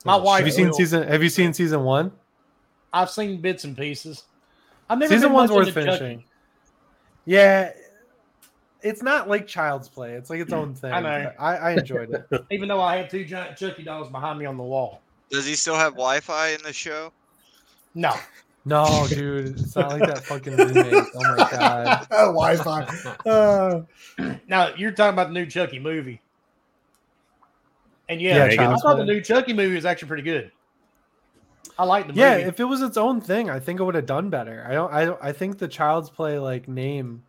A: My wife.
E: Have you seen
A: will-
E: season? Have you seen season one?
A: I've seen bits and pieces. I've never
E: Season
A: been
E: one's
A: much
E: worth
A: into Chucky.
E: finishing. Yeah, it's not like Child's Play. It's like its own thing.
A: I know.
E: but I, I enjoyed it.
A: even though I had two giant Chucky dolls behind me on the wall.
C: does he still have wi-fi in the show
A: No,
E: No, dude, it's not like that fucking remake. Oh my god.
B: Wi-Fi. Uh,
A: now you're talking about the new Chucky movie, and
E: Yeah,
A: yeah, I
E: Child's
A: thought the
E: Play.
A: new Chucky movie was actually pretty good. I like the movie.
E: Yeah, if it was its own thing, I think it would have done better. I don't. I don't. I think the Child's Play like name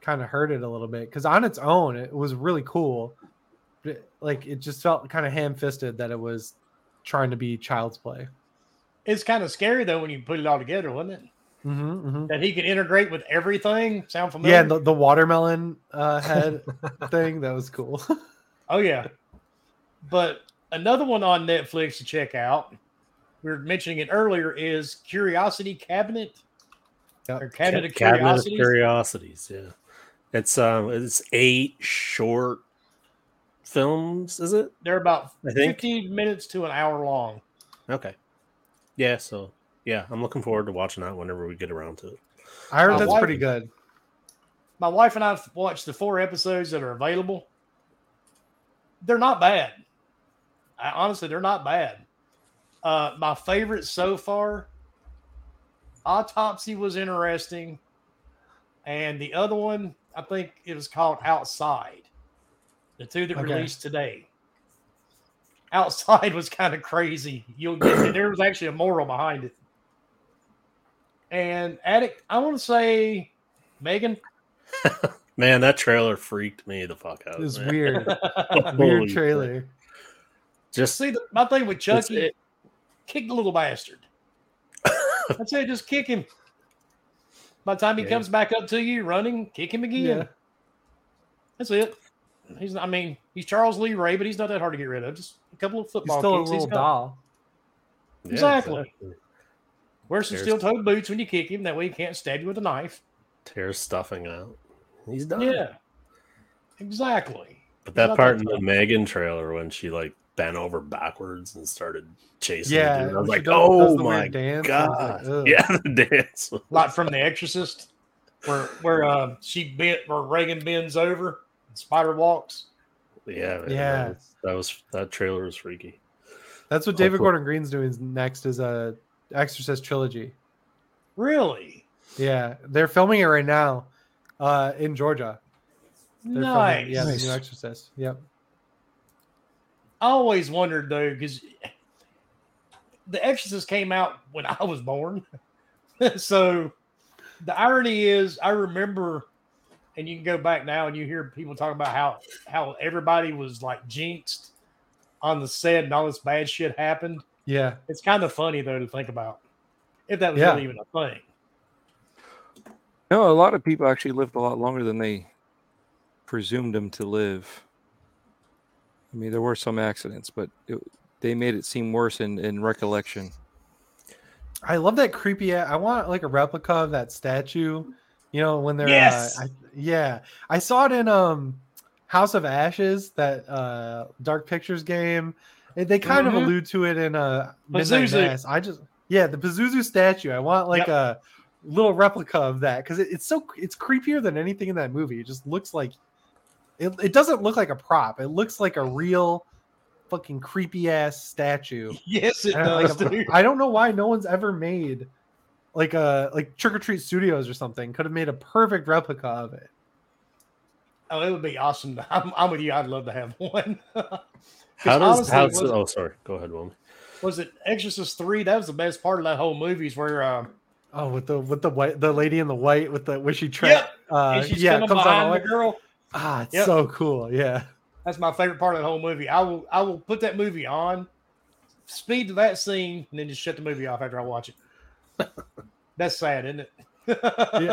E: kind of hurt it a little bit because on its own it was really cool. But it- like it just felt kind of ham fisted that it was trying to be Child's Play.
A: it's kind of scary though when you put it all together, wasn't it?
E: Mm-hmm, mm-hmm.
A: That he could integrate with everything. Sound familiar?
E: Yeah, and the, the watermelon uh, head thing that was cool.
A: Oh yeah. But another one on Netflix to check out. We were mentioning it earlier is Curiosity Cabinet
E: Yep.
A: or Cabinet of
H: Ca- Cabinet of
A: Curiosities.
H: Curiosities. Yeah, it's um, it's eight short films. Is it?
A: They're about
H: I think.
A: 15 minutes to an hour long.
H: Okay. Yeah. So yeah, I'm looking forward to watching that whenever we get around to it.
E: I heard
A: My
E: that's
A: wife-
E: pretty good.
A: My wife and I have watched the four episodes that are available. They're not bad. I, honestly, they're not bad. Uh, my favorite so far, Autopsy was interesting. And the other one, I think it was called Outside. The two that
E: Okay.
A: released today. Outside was kind of crazy. You'll get there was actually a moral behind it. And addict, I want to say, Megan,
H: Man, that trailer freaked me the fuck out.
E: It was
H: Oh, man.
E: weird,
H: Holy
E: weird
H: shit.
E: trailer.
H: Just
A: See, the, my thing with
H: That's
A: Chucky,
H: it.
A: kick the little bastard. I'd say just kick him. By the time he
H: Yeah.
A: comes back up to you running, kick him again.
E: Yeah.
A: That's it. He's, I mean, he's Charles Lee Ray, but he's not that hard to get rid of. Just a couple of
E: He's
A: football
E: still a
A: kicks.
E: little
A: he's gone.
E: doll.
H: yeah,
A: exactly.
H: exactly.
A: Wear some steel
H: There's-
A: toed boots when you kick him. That way he can't stab you with a knife.
H: tear stuffing out. He's done.
A: Yeah. Exactly.
H: But that
E: Not
H: part
E: that
H: in the Megan trailer when she like bent over backwards and started chasing, the
E: Yeah,
H: dude, I was
E: when she
H: like,
E: does- does
H: oh
E: the weird
H: my
E: dance, I
H: god,
E: was like, ugh.
H: yeah, the dance. was-
A: Like from The Exorcist, where where uh, she bent where Reagan bends over, and Spider walks.
H: Yeah, man,
E: Yeah.
H: That was, that was that trailer was freaky.
E: That's what David
H: Hopefully.
E: Gordon Green's doing next is a Exorcist trilogy.
A: Really
E: Yeah, they're filming it right now uh, in Georgia. They're filming-
A: nice.
E: yeah, the
B: Nice.
E: new Exorcist. Yep.
A: I always wondered though, because The Exorcist came out when I was born. so the irony is, I remember, and you can go back now and you hear people talking about how how everybody was like jinxed on the set and all this bad shit happened.
E: Yeah.
A: It's kind of funny though to think about if that was
E: Yeah.
A: really even a thing.
F: No, a lot of people actually lived a lot longer than they presumed them to live. I mean, there were some accidents, but it, they made it seem worse in, in recollection.
E: I love that creepy. I want like a replica of that statue. You know when they're
A: Yes!
E: uh, I, yeah. I saw it in um House of Ashes that uh Dark Pictures game. And They kind
A: Mhm.
E: of allude to it in uh, Midnight
A: Pazuzu.
E: Mass. I just yeah the Pazuzu statue. I want like
A: Yep.
E: a little replica of that because it, it's so it's creepier than anything in that movie. It just looks like it. It doesn't look like a prop. It looks like a real fucking creepy ass statue.
A: Yes, it
E: I don't,
A: does.
E: like,
A: dude.
E: I don't know why no one's ever made like a like Trick or Treat Studios or something could have made a perfect replica of it.
A: Oh, it would be awesome. to- I'm, I'm with you. I'd love to have one.
H: How does
A: honestly, it
H: how?
A: wasn't-
H: Oh, sorry. Go ahead, Wilmy.
A: was it Exorcist Three? That was the best part of that whole movie. Is where um,
E: Oh, with the with the white the lady in the white with the where she tra-
A: Yep.
E: uh
A: and she's
E: yeah
A: coming
E: comes out all
A: behind the
E: like
A: girl.
E: ah it's
A: Yep.
E: so cool yeah
A: That's my favorite part of the whole movie. I will I will put that movie on, speed to that scene, and then just shut the movie off after I watch it. That's sad, isn't it?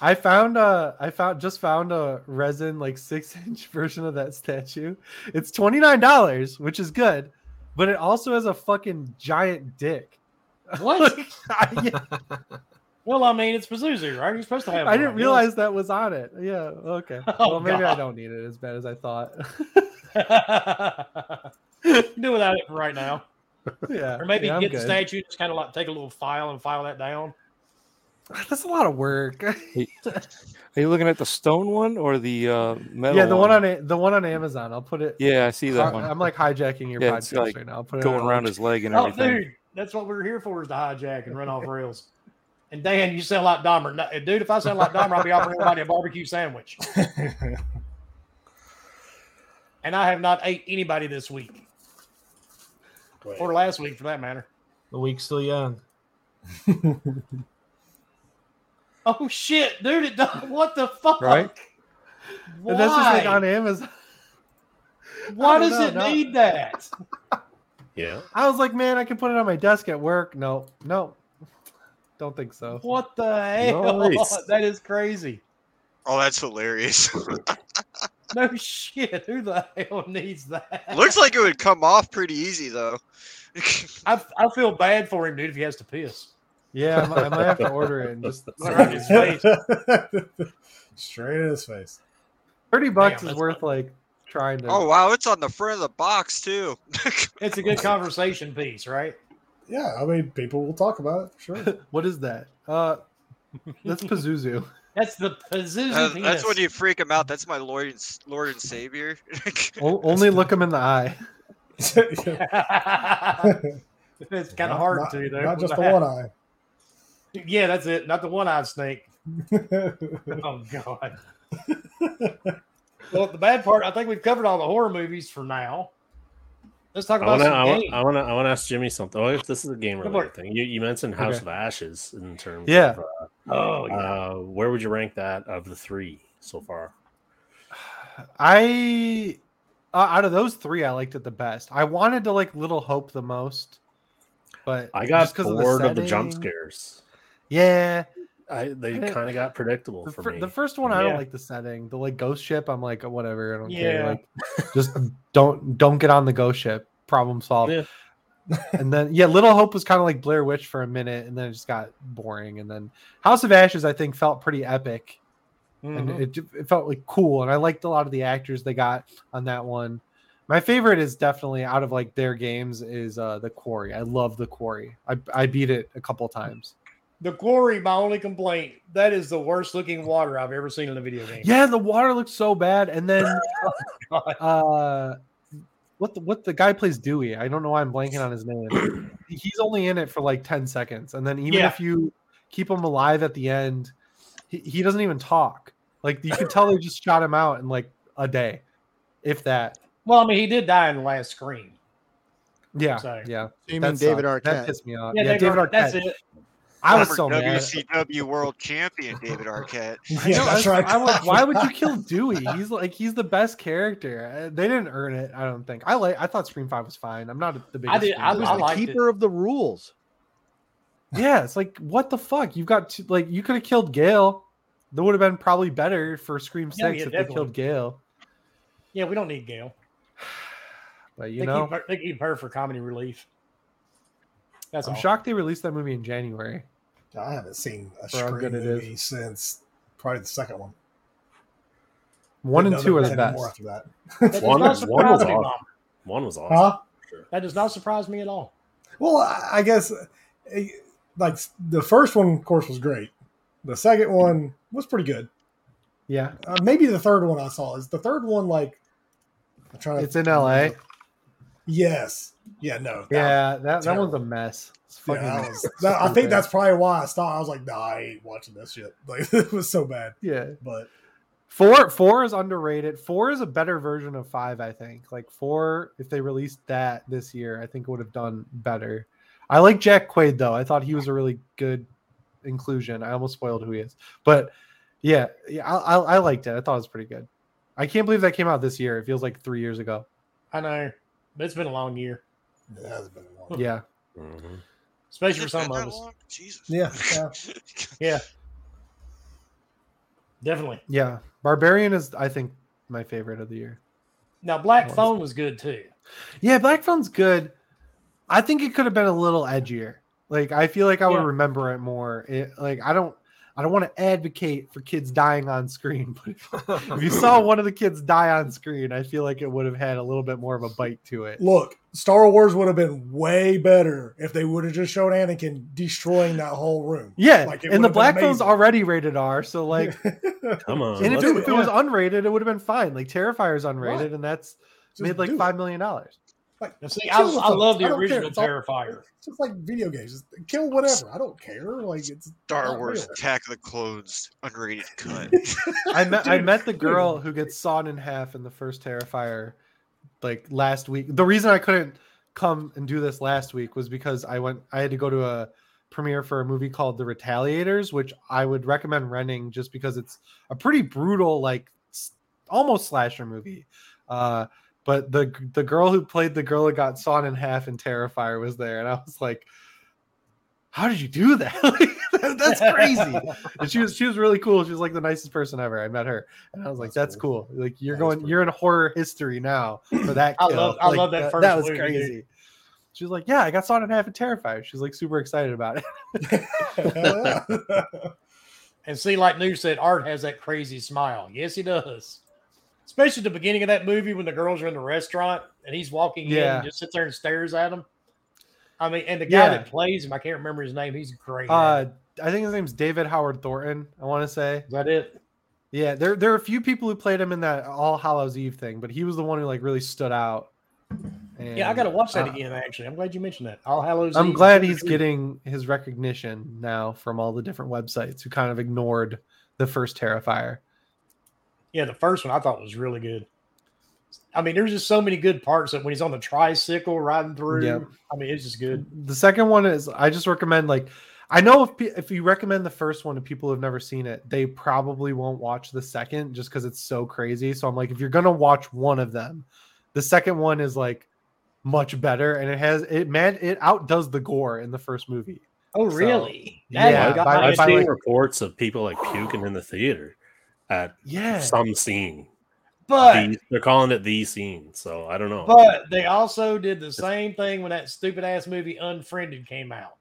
E: I found uh I found just found a resin like six inch version of that statue. It's twenty nine dollars, which is good, but it also has a fucking giant dick.
A: What?
E: I, yeah,
A: well, I mean, it's Pazuzu, right? You're supposed to have.
E: I didn't
A: one.
E: realize that was on it. Yeah. Okay.
A: Oh,
E: well, maybe I
A: God.
E: don't need it as bad as I thought.
A: You can Do without it for right now,
E: yeah.
A: or maybe
E: yeah, I'm
A: get the
E: good.
A: statue. Just kind of like take a little file and file that down.
E: That's a lot of work.
F: Are you looking at the stone one or the uh, metal?
E: yeah, the one on A- the one on Amazon. I'll put it.
F: Yeah, I see that
E: I-
F: one
E: I'm like hijacking your
F: Yeah, it's
E: podcast
F: like
E: right now. I'll put it
F: going
E: on-
F: around his leg and
A: Oh,
F: everything.
A: dude, that's what we're here for—is to hijack and run off rails. And Dan, you sound like Dahmer, No, dude. If I sound like Dahmer, I'll be offering everybody a barbecue sandwich. And I have not ate anybody this week or last week, for that matter.
D: The week's still young.
A: Oh shit, dude! It don't, what the fuck?
E: Right?
A: Why?
E: And that's just like on Amazon.
A: Why
E: I don't
A: does
E: know,
A: it
E: no.
A: need that?
H: Yeah,
E: I was like, man, I can put it on my desk at work. No, no, don't think so.
A: What the hell?
H: Nice.
A: That is crazy.
C: Oh, that's hilarious.
A: No shit. Who the hell needs that?
C: Looks like it would come off pretty easy though.
A: I, I feel bad for him, dude, if he has to piss.
E: Yeah, I might, I might have to order it. And just
A: Right in his face.
B: Straight in his face.
E: thirty bucks is
A: that's
E: worth like trying to.
C: oh wow, it's on the front of the box too.
A: It's a good conversation piece, right?
B: Yeah, I mean, people will talk about it, sure.
E: what is that? Uh, that's Pazuzu.
A: That's the Pazuzu
C: Uh,
A: penis.
C: that's when you freak him out. That's my Lord and, s- Lord and Savior.
E: O- only look him in the eye.
B: it's
A: it's kind of hard
B: not,
A: to though.
B: Not just the one eye.
A: Yeah, that's it. Not the one-eyed snake. Oh god. well, the bad part. I think we've covered all the horror movies for now. Let's talk
H: I
A: about
H: want to.
A: some
H: I want.
A: games.
H: I want to. I want to ask Jimmy something. Oh, if this is a game
A: Go for
H: related thing, you, you mentioned House
E: Okay.
H: of Ashes in terms.
E: Yeah.
H: Of, uh,
A: oh yeah.
H: uh, where would you rank that of the three so far?
E: I uh, out of those three, I liked it the best. I wanted to like Little Hope the most, but
H: I got
E: just 'cause
H: bored of the jump
E: setting-
H: scares.
E: Yeah,
H: I they
E: I didn't-
H: kind of got predictable
E: the,
H: for
E: fir-
H: me.
E: the first one I don't
H: Yeah.
E: like the setting. The like ghost ship, I'm like "Oh, whatever. I don't care.
A: Yeah.
E: Like, just don't don't get on the ghost ship. Problem solved.
H: Yeah.
E: and then yeah, Little Hope was kind of like Blair Witch for a minute, and then it just got boring. And then House of Ashes, I think, felt pretty epic
A: Mhm.
E: and
H: Mm-hmm.
E: it, ju- it felt like cool and i liked a lot of the actors they got on that one my favorite is definitely out of like their games is uh the quarry i love the quarry i, I beat it a couple times
A: The quarry, my only complaint, that is the worst looking water I've ever seen in a video game.
E: yeah the water looks so bad and then
A: Oh God.
E: uh what the, what the guy plays dewey i don't know why i'm blanking on his name he's only in it for like 10 seconds and then even
A: Yeah.
E: if you keep him alive at the end he, he doesn't even talk like you can tell they just shot him out in like a day if that
A: Well, I mean, he did die in the last screen.
E: yeah
A: Sorry.
E: yeah
G: You mean
E: That
G: David
E: sucked. That
G: Arquette?
E: pissed me off.
A: Yeah,
E: Yeah,
A: David
E: David
A: Ar-
E: Arquette.
A: that's it.
E: I was so
C: Former
E: mad.
C: WCW World Champion David Arquette.
B: Yeah,
E: No,
B: that's
E: I-
B: right.
E: I was- why would you kill Dewey? He's like he's the best character. Uh, They didn't earn it. I don't think. I like. I thought Scream Five was fine. I'm not the biggest.
A: I did.
E: Scream
A: I,
G: He was
A: I
G: the
A: liked it.
G: keeper of the rules.
E: yeah, it's like what the fuck? You've got two, like you could have killed Gail. That would have been probably better for Scream Six
A: Yeah, yeah,
E: if
A: definitely.
E: they killed Gail.
A: Yeah, we don't need Gail.
E: But you
A: They,
E: know,
A: keep her, they keep her for comedy relief. That's
E: I'm
A: all.
E: shocked they released that movie in January.
B: I haven't seen a
E: For how
B: Scream
E: good it is.
B: movie since probably the second one.
E: One
B: Didn't
E: and
B: know
E: two
B: there
E: are
B: was
E: the
B: any more
E: best.
B: after that.
A: That does
H: One-
A: not
H: one
A: surprise
H: was
A: me,
H: awesome.
A: Mom.
H: One was awesome.
B: Huh?
A: That does not surprise me at all.
B: Well, I I guess eh, like the first one, of course, was great. The second one was pretty good.
E: Yeah,
B: Uh, maybe the third one I saw is the third one. Like I'm trying to.
E: it's in L.A.
B: Yes. Yeah. No. that-
E: Yeah, that, that
B: terrible.
E: one's a mess. It's
B: yeah,
E: fucking.
B: that was- that- I think that's probably why I stopped. I was like, nah, I ain't watching this shit. Like it was so bad.
E: yeah.
B: But
E: Four four is underrated. Four is a better version of five, I think. Like four, if they released that this year, I think it would have done better. I like Jack Quaid though. I thought he was a really good inclusion. I almost spoiled who he is, but yeah, yeah, I, I, I liked it. I thought it was pretty good. I can't believe that came out this year. It feels like three years ago.
A: I know, but it's been a long year,
B: it has been a long.
E: Yeah,
H: Mhm.
A: especially for
C: Is that
A: some of
C: that
A: us.
C: long? Jesus.
B: Yeah, yeah.
A: Definitely.
E: yeah. Barbarian is, I think, my favorite of the year.
A: Now, Black
E: Well,
A: Phone was good too.
E: Yeah, Black Phone's good. I think it could have been a little edgier. Like I feel like I would
A: Yeah.
E: remember it more. It, like I don't I don't want to advocate for kids dying on screen, but
D: Oh,
E: if- if you saw one of the kids die on screen, I feel like it would have had a little bit more of a bite to it.
B: Look, Star Wars would have been way better if they would have just shown Anakin destroying that whole room.
E: Yeah,
B: Like, it would
E: and the
B: have been
E: Black Phone's
B: amazing.
E: already rated R, so like
H: Come on.
E: and if,
H: let's-
E: it,
B: do
E: if it was unrated, it would have been fine. Like Terrifier's unrated
B: Right.
E: and that's
B: Just
E: made like
B: do it.
E: five million dollars.
B: Like,
A: Now, see,
B: kill
A: I,
B: the
A: I
B: thugs.
A: love the
B: don't care.
A: original
B: It's all-
A: Terrifier.
B: It's just like video games. Just kill whatever. I don't care. Like it's
C: Star
B: not
C: Wars
B: real.
C: Attack of the Clones unrated cut.
E: I met I
B: Dude,
E: met the girl who gets sawed in half in the first Terrifier, like last week. The reason I couldn't come and do this last week was because I went I had to go to a premiere for a movie called The Retaliators, which I would recommend renting just because it's a pretty brutal, like s- almost slasher movie. Uh, but the the girl who played the girl that got sawed in half in Terrifier was there, and I was like, "How did you do that? Like, That's crazy." and she was she was really cool. She was like the nicest person ever. I met her, and I was like,
B: That's
E: "That's cool. Like you're
B: That is
E: going,
B: pretty
E: you're in horror history now for that."
A: I
E: kill.
A: love- I
E: Like,
A: love that
E: That,
A: first
E: that was
A: movie, dude.
E: crazy. She was like, "Yeah, I got sawed in half in Terrifier." She's like super excited about it.
B: Hell yeah.
A: And see, like New said, Art has that crazy smile. Yes, he does. Especially at the beginning of that movie when the girls are in the restaurant and he's walking in
E: Yeah.
A: and just sits there and stares at him. I mean, and the guy
E: Yeah.
A: that plays him, I can't remember his name. He's great. at it.
E: Uh, I think his name's David Howard Thornton. I want to say,
A: Is that it?
E: yeah, there there are a few people who played him in that All Hallows Eve thing, but he was the one who like really stood out.
A: Yeah, I
E: And,
A: got to watch that
E: uh,
A: again, actually. I'm glad you mentioned that. All Hallows
E: I'm
A: Eve.
E: glad he's getting his recognition now from all the different websites who kind of ignored the first Terrifier.
A: Yeah, the first one I thought was really good. I mean, there's just so many good parts that when he's on the tricycle riding through,
E: Yep.
A: I mean, it's just good.
E: The second one is I just recommend like I know if pe- if you recommend the first one to people who've never seen it, they probably won't watch the second just because it's so crazy. So I'm like, if you're gonna watch one of them, the second one is like much better, and it has it man it outdoes the gore in the first movie.
A: Oh,
E: So-
A: really?
E: Yeah,
A: you got
E: by-
A: my
H: I've
E: by,
H: seen
A: attention.
E: like-
H: reports of people like puking in the theater at
E: Yeah,
H: some scene.
A: but
H: The- they're calling it the scene, so I don't know.
A: But they also did the same thing when that stupid ass movie Unfriended came out.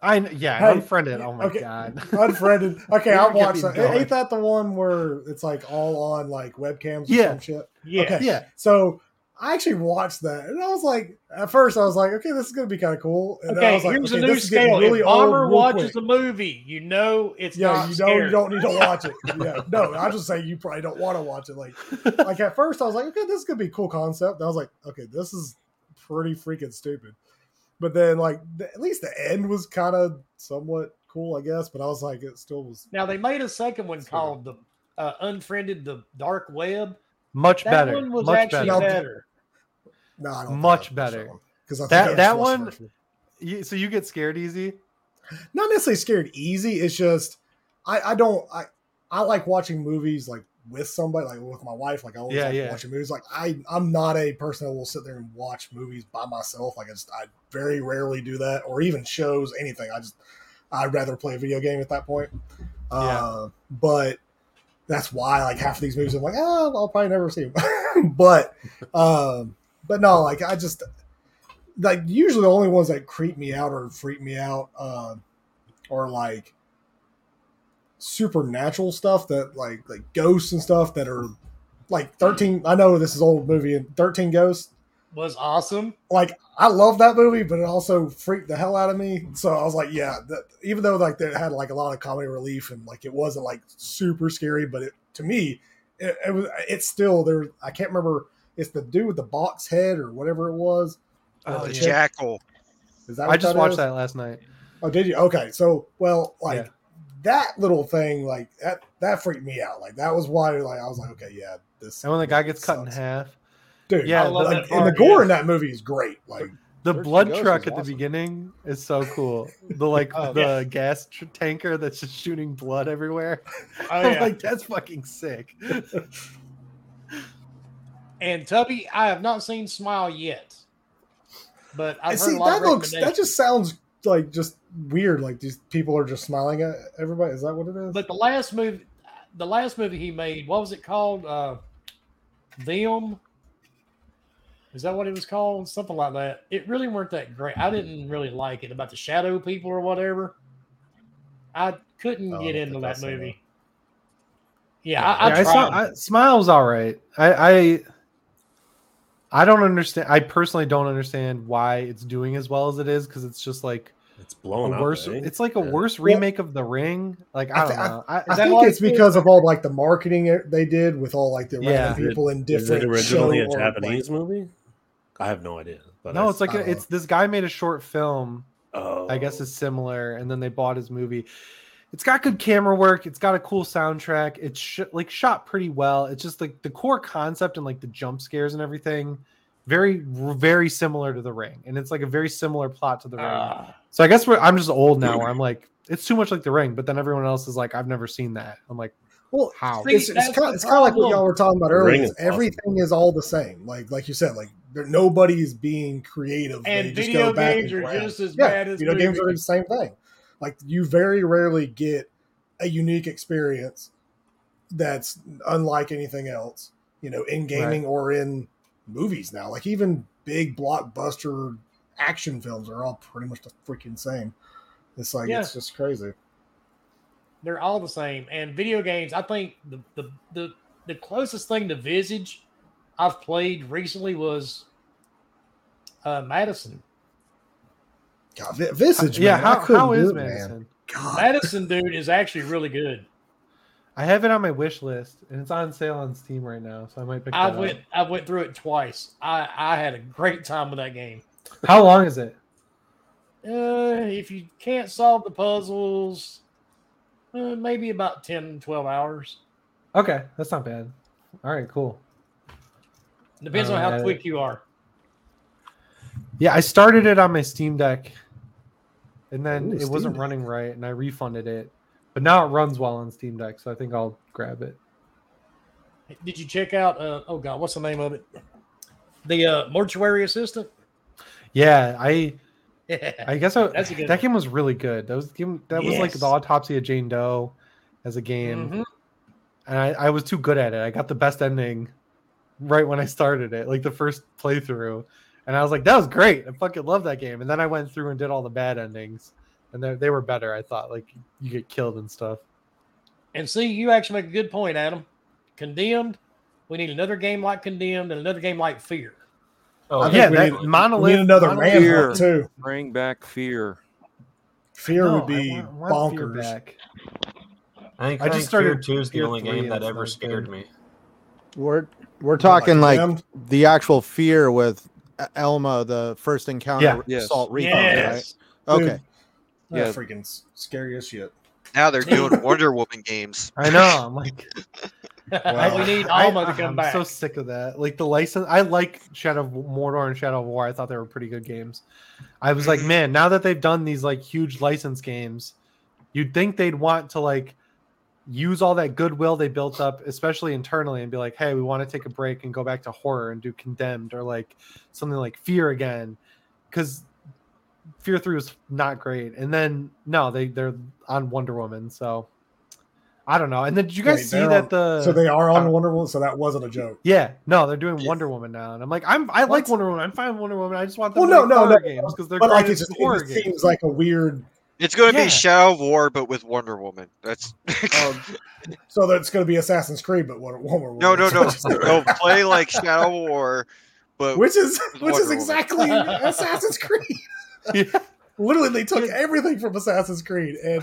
E: I kn- yeah,
B: Hey,
E: unfriended. Oh my
B: okay.
E: god.
B: Unfriended. Okay, I'll
E: You're
B: watch that.
E: getting going.
B: Ain't that the one where it's like all on like webcams or
E: Yeah.
B: some shit?
A: Yeah.
B: Okay.
E: Yeah.
B: So I actually watched that, and I was like, at first I was like, okay, this is gonna be kind of cool. And I
A: Okay,
B: was like,
A: here's
B: okay,
A: a new
B: this is getting
A: scale. if
B: old
A: Bomber
B: real
A: watches
B: quick.
A: a movie, you know it's
B: yeah,
A: not
B: you know
A: scary.
B: you don't need to watch it. Yeah, no, I just say you probably don't want to watch it. Like, like at first I was like, okay, this could be a cool concept. I was like, okay, this is pretty freaking stupid. But then, like, the, at least the end was kind of somewhat cool, I guess. But I was like, it still was
A: Now they made a second one
B: Sure.
A: called the uh, Unfriended the Dark Web.
E: Much
A: That
E: better.
A: one was
E: much
A: actually
E: better.
B: Now,
A: better.
B: no, I don't think
E: Much
B: I watched
E: better.
B: that one, 'cause I think
E: That-
B: I just
E: that
B: watched the
E: one-
B: first
E: You- so you get scared easy.
B: not necessarily scared easy. It's just I, I don't I I like watching movies like with somebody like with my wife. Like I always
E: Yeah,
B: like
E: yeah.
B: watching movies. Like I I'm not a person that will sit there and watch movies by myself. Like I just I very rarely do that or even shows anything. I just I'd rather play a video game at that point. Uh, but that's why like half of these movies I'm like ah I'll probably never see them. but um but no like I just like usually the only ones that creep me out or freak me out um or like supernatural stuff that like like ghosts and stuff that are like 13 i know this is an old movie and 13 ghosts
A: Was awesome.
B: like i love that movie but it also freaked the hell out of me so i was like yeah that, even though like they had like a lot of comedy relief and like it wasn't like super scary but it to me it, it was it's still there i can't remember it's the dude with the box head or whatever it was
E: Oh,
C: the
E: yeah.
C: jackal.
B: is that
E: I
B: what
E: just watched
B: is?
E: that last night.
B: Oh, did you? Okay, so well, like
E: Yeah.
B: that little thing, like that that freaked me out. Like that was why, like I was like, okay, yeah, this.
E: And when the guy gets cut in
B: sucks.
E: half,
B: dude,
E: yeah,
B: yeah,
E: I love
B: like,
A: that
B: and the
A: part,
B: gore
A: yeah.
B: in that movie is great. Like,
E: the
G: Search for
E: blood
G: ghosts
E: truck
G: is
E: at the
G: awesome.
E: beginning is so cool. The like
A: Oh,
E: the gas tr- tanker that's just shooting blood everywhere.
A: Oh,
E: I'm
A: yeah.
E: like, that's fucking sick.
A: and Tubby, I have not seen Smile yet, but I've
B: and
A: heard
B: see,
A: a lot
B: that
A: of
B: looks that
A: recommendations.
B: just sounds like just weird. Like these people are just smiling at everybody. Is that what it is?
A: But the last movie, the last movie he made, what was it called? Uh, Them. Is that what it was called? Something like that. It really weren't that great. I didn't really like it about the shadow people or whatever. I couldn't
B: Oh, I
A: get
B: don't
A: into
B: think I
A: that
B: saw
A: movie. Yeah, I, I
E: Yeah,
A: tried.
E: saw I, Smile's all right. I, I I don't understand. I personally don't understand why it's doing as well as it is because it's just like
H: It's
E: a
H: blowing up.
E: worse.
H: eh?
E: It's like a
H: Yeah.
E: worse remake of The Ring. Like I
B: I
E: don't
B: thi- I-
E: know. I,
B: I
A: that
B: think
A: why
B: it's
A: it's-
B: because of all like the marketing it- they did with all like the
E: Yeah.
B: random people in
H: Is it
B: different
H: originally
B: show
H: a
B: or, like-
H: Japanese movie? I have no idea. But
E: no, it's like
B: I don't
E: a,
B: know.
E: it's this guy made a short film.
H: oh,
E: I guess is similar, and then they bought his movie. It's got good camera work. It's got a cool soundtrack. It's sh- like shot pretty well. It's just like the core concept and like the jump scares and everything, very very similar to The Ring, and it's like a very similar plot to The Ring.
A: Ah.
E: So I guess we're, I'm just old now. Where I'm like, it's too much like The Ring, but then everyone else is like, I've never seen that. I'm like,
B: Well,
E: how?
A: See,
B: it's, it's
A: that's
B: kind
A: the
B: of, it's kind of like what
A: problem.
B: y'all were talking about
H: The ring
B: earlier. is
H: is awesome.
B: Everything is all the same. Like like you said, like there, nobody's being creative. They
A: and
B: just
A: video
B: go back
A: games
B: and
A: are
B: grind.
A: just as
B: yeah,
A: bad as
B: video games are the
A: movies.
B: same thing. Like you very rarely get a unique experience that's unlike anything else. You know, in gaming or in movies now. Like even big blockbuster action films are all pretty much the freaking same. It's like
A: Yeah.
B: it's just crazy.
A: they're all the same. And video games, I think the the the, the closest thing to Visage I've played recently was uh, Madison.
B: God, Vi- Visage,
E: yeah,
B: man, I
E: how,
B: couldn't
E: how
B: do
E: is
B: it, man.
E: Madison?
B: God,
A: Madison, dude, is actually really good.
E: I have it on my wish list, and it's on sale on Steam right now, so I might pick
A: I
E: that
A: went I went through it twice. I I had a great time with that game.
E: up. How long is it?
A: Uh, if you can't solve the puzzles, uh, maybe about 10, 12 hours.
E: Okay, that's not bad. All right, cool.
A: Depends on
E: Oh, yeah.
A: how quick you are.
E: Yeah, I started it on my Steam Deck, and then
B: Ooh,
E: it
B: Steam
E: wasn't
B: Deck.
E: running right, and I refunded it. But now it runs well on Steam Deck, so I think I'll grab it.
A: Did you check out? Uh, oh God, what's the name of it? The uh, mortuary assistant.
E: Yeah, I I guess I,
A: That's a good
E: that
A: one.
E: game was really good. That was game. That was like
A: Yes.
E: the autopsy of Jane Doe as a game,
A: Mhm.
E: and I, I was too good at it. I got the best ending right when I started it, like the first playthrough, and I was like, "That was great! I fucking love that game." And then I went through and did all the bad endings, and they, they were better. I thought like you get killed and stuff.
A: And see, you actually make a good point, Adam. Condemned. We need another game like Condemned and another game like Fear.
B: I
D: Oh,
B: think
E: yeah,
B: we
E: that
B: need-
E: monolith.
B: we need another
E: Monolith-
B: manhunt too.
F: Bring back fear.
B: Fear
E: No,
B: would be
E: I want- I want Fear
B: bonkers.
E: back.
D: I think
E: I
D: I
E: just
D: just
E: started
D: Fear Two is the
E: Fear
D: only
E: 3
D: game
E: and
D: that
E: it's
D: ever
E: not
D: scared
E: good.
D: me.
G: We're we're talking like
B: Damned.
G: the actual fear with E-, Elma, the first encounter
E: Yeah.
G: with
F: Yes.
G: Salt Reef.
A: Yes.
G: Right?
B: Dude,
G: Okay.
B: that's
F: Yeah.
B: freaking s- scary as shit.
C: Now they're doing Wonder Woman games.
E: I know. I'm like,
B: Wow.
A: we need
E: I,
A: Alma to come
E: am
A: back.
E: so sick of that. Like the license, I like Shadow of Mordor and Shadow of War. I thought they were pretty good games. I was like, man, now that they've done these like huge license games, you'd think they'd want to like use all that goodwill they built up, especially internally, and be like, hey, we want to take a break and go back to horror and do Condemned or like something like Fear again, because Fear Three was not great. And then no, they they're on Wonder Woman, so. I don't know. And then did you guys
B: Wait,
E: see
B: they're
E: that
B: on-
E: the
B: so they are on
E: uh,
B: Wonder Woman. So that wasn't a joke.
E: yeah, no, they're doing
B: Yeah.
E: Wonder Woman now, and I'm like, I'm I like Wonder Woman. I'm fine with Wonder Woman. I just want
B: Well,
E: them to
B: no,
E: make
B: no,
E: horror
B: no,
E: games because they're
B: But like,
E: like
B: it's just,
E: horror
B: it just
E: games.
B: seems like a weird.
C: It's going to
E: Yeah.
C: be Shadow of War, but with Wonder Woman. That's
B: Um,
E: Oh.
B: so that's going to be Assassin's Creed, but Wonder Wonder Woman.
C: no, no, no. no, play like Shadow of War, but
B: which is
C: Wonder
B: which is
C: Woman.
B: exactly Assassin's Creed.
E: Yeah.
B: Literally, they took everything from Assassin's Creed and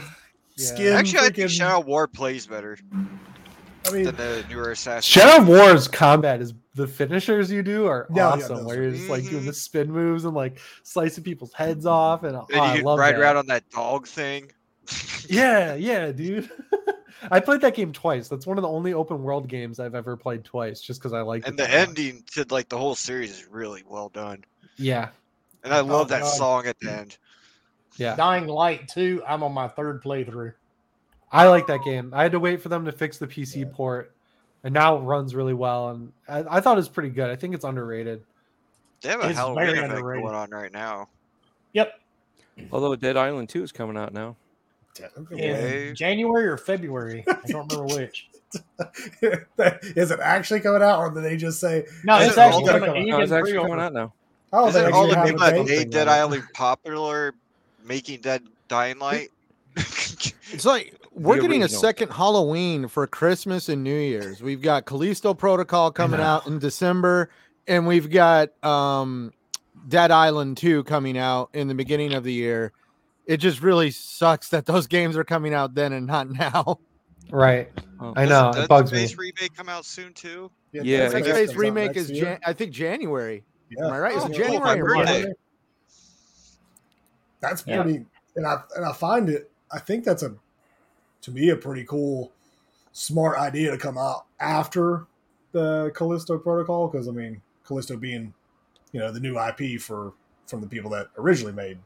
E: Yeah.
B: skin.
C: actually, I think
B: freaking-
C: Shadow of War plays better
B: I mean,
C: than the newer Assassin's.
E: Shadow of War's combat is the finishers you do are
B: Yeah, Mm-hmm. yeah,
E: awesome,
B: those
E: where you're just like doing
C: Mhm.
E: the spin moves and like slicing people's heads
B: Mm-hmm.
E: off, and, oh,
C: And
E: I
C: you
E: love
C: ride
E: that.
C: around on that dog thing.
E: Yeah, yeah, dude. I played that game twice. That's one of the only open world games I've ever played twice, just because I like
C: and the ending to like the whole series is really well done.
E: Yeah,
C: And I
E: Oh,
C: love that
A: God.
C: song at the end.
E: yeah.
A: Dying Light 2, I'm on my third playthrough.
E: I like that game. I had to wait for them to fix the PC port, and now it runs really well. And I, I thought it was pretty good. I think it's underrated.
C: They have a
A: It's
C: Halloween
A: very
C: event
A: underrated.
C: going on right now.
A: Yep.
F: Although Dead Island 2 is coming out now.
C: Yeah.
A: In January or February. I don't remember which.
B: is it actually coming out, or did they just say,
A: No,
C: Is
A: it's
C: it
A: actually
C: all gonna
A: coming
B: come out?
A: you
F: No,
A: can
F: Oh, it's actually
A: pre-order.
F: coming out now.
B: "Oh, they
C: Isn't all
B: actually
C: the
B: have
C: people that
B: a
C: made
B: date?"
C: Dead Island popular making Dead Dying Light?
G: It's like we're
F: The
G: getting a
F: original.
G: second Halloween for Christmas and New Year's. We've got Callisto Protocol coming
E: know.
G: out in December, and we've got um, Dead Island 2 coming out in the beginning of the year. It just really sucks that those games are coming out then and not now.
E: Right.
F: Oh.
E: I know
C: Doesn't
E: it bugs
C: Dead
E: me.
C: Space remake come out soon too?
F: Yeah,
B: Dead
F: it
G: Dead
F: just
G: Space
B: comes out
G: remake
B: next
G: is,
B: year.
G: Jan- I think, January.
B: Yeah.
G: Am I right? Is
C: Oh,
G: it
C: cool, my
G: January or March?
C: birthday.
B: That's
A: Yeah.
B: pretty, and I and I find it. I think that's a, to me, a pretty cool, smart idea to come out after the Callisto Protocol because I mean, Callisto being, you know, the new IP for from the people that originally made.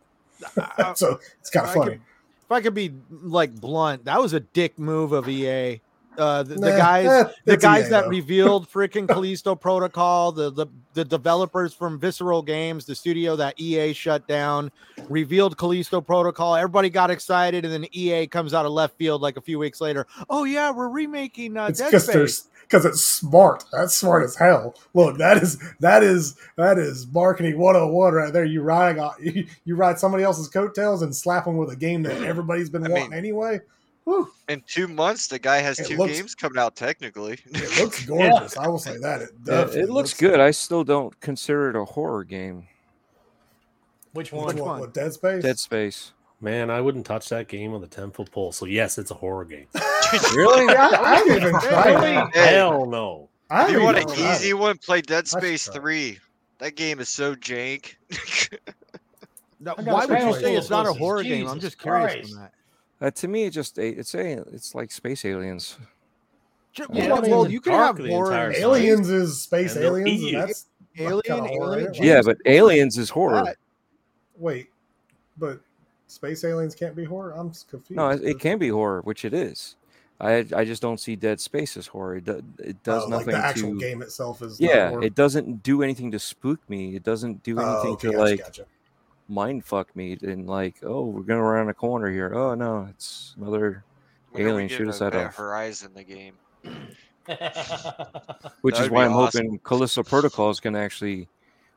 G: I-
B: so it's kind
G: Uh, I
B: of
G: could-
B: funny.
G: if I could be like blunt, that was a dick move of EA. Uh, the, the
B: Nah,
G: guys,
B: eh,
G: the
B: it's
G: guys
B: EA
G: that
B: though.
G: revealed freaking Callisto Protocol, the, the the developers from Visceral Games, the studio that EA shut down, revealed Callisto Protocol. Everybody got excited, and then EA comes out of left field like a few weeks later. Oh yeah, we're remaking uh,
B: it's
G: Dead
B: because
G: Space.
B: there's because it's smart. That's smart as hell. Look, that is that is that is marketing 101 right there. You riding on you, you ride somebody else's coattails and slap them with a game that everybody's been
C: I
B: wanting
C: mean-
B: anyway. Whew,
C: In two months, the guy has
B: It
C: two
B: looks-
C: games coming out technically.
B: it looks gorgeous. I will say that. It,
F: Yeah,
B: definitely
F: it looks good. I still don't consider it a horror game.
A: Which
B: Which
A: one?
B: one?
G: one?
B: What, Dead Space?
F: Dead Space.
H: Man, I wouldn't touch that game with a ten foot pole. So yes, it's a horror game.
F: Really?
B: yeah, I, I haven't even tried it.
C: Hey.
H: Hell no.
B: I
C: If
B: haven't
C: you want
B: even
C: an
B: tried
C: easy
B: it.
C: one? Play Dead
B: should
C: Space
B: try it.
C: Three. That game is so jank.
G: Now,
A: I got
G: Why
A: a
G: would you
B: Space
G: say it's not a
A: Forces.
G: horror game? I'm
A: Jesus
G: just curious
A: Christ.
G: on that.
F: Uh, to me, it just it's a, it's like space aliens.
G: Ju-
A: Yeah,
G: well,
B: I mean,
G: well,
B: the
G: you can
H: dark
G: have
H: the
G: horror
H: entire
G: and
H: time.
B: Aliens is space
H: And they'll
B: aliens,
H: eat
B: and
H: you.
B: that's
G: alien,
B: kinda horror,
G: alien.
B: ain't it?
F: Yeah, but aliens is horror.
B: wait, but space aliens can't be horror. I'm s- confused.
F: No, it, it can be horror, which it is. I I just don't see Dead Space as horror. It, do, it does
B: Oh,
F: nothing
B: Like the actual
F: to
B: game itself is not
F: yeah.
B: horror.
F: It doesn't do anything to spook me. It doesn't do
B: Oh,
F: anything
B: okay,
F: to
B: gotcha,
F: like
B: gotcha.
F: mind fuck me and like oh we're gonna around a corner here. Oh no, it's another
C: When are we
F: Alien,
C: getting
F: shoot us
C: a
F: out
C: Event
F: of-
C: Horizon the game.
F: which is
C: That'd
F: why
C: be
F: I'm
C: awesome.
F: hoping Callisto Protocol is going to actually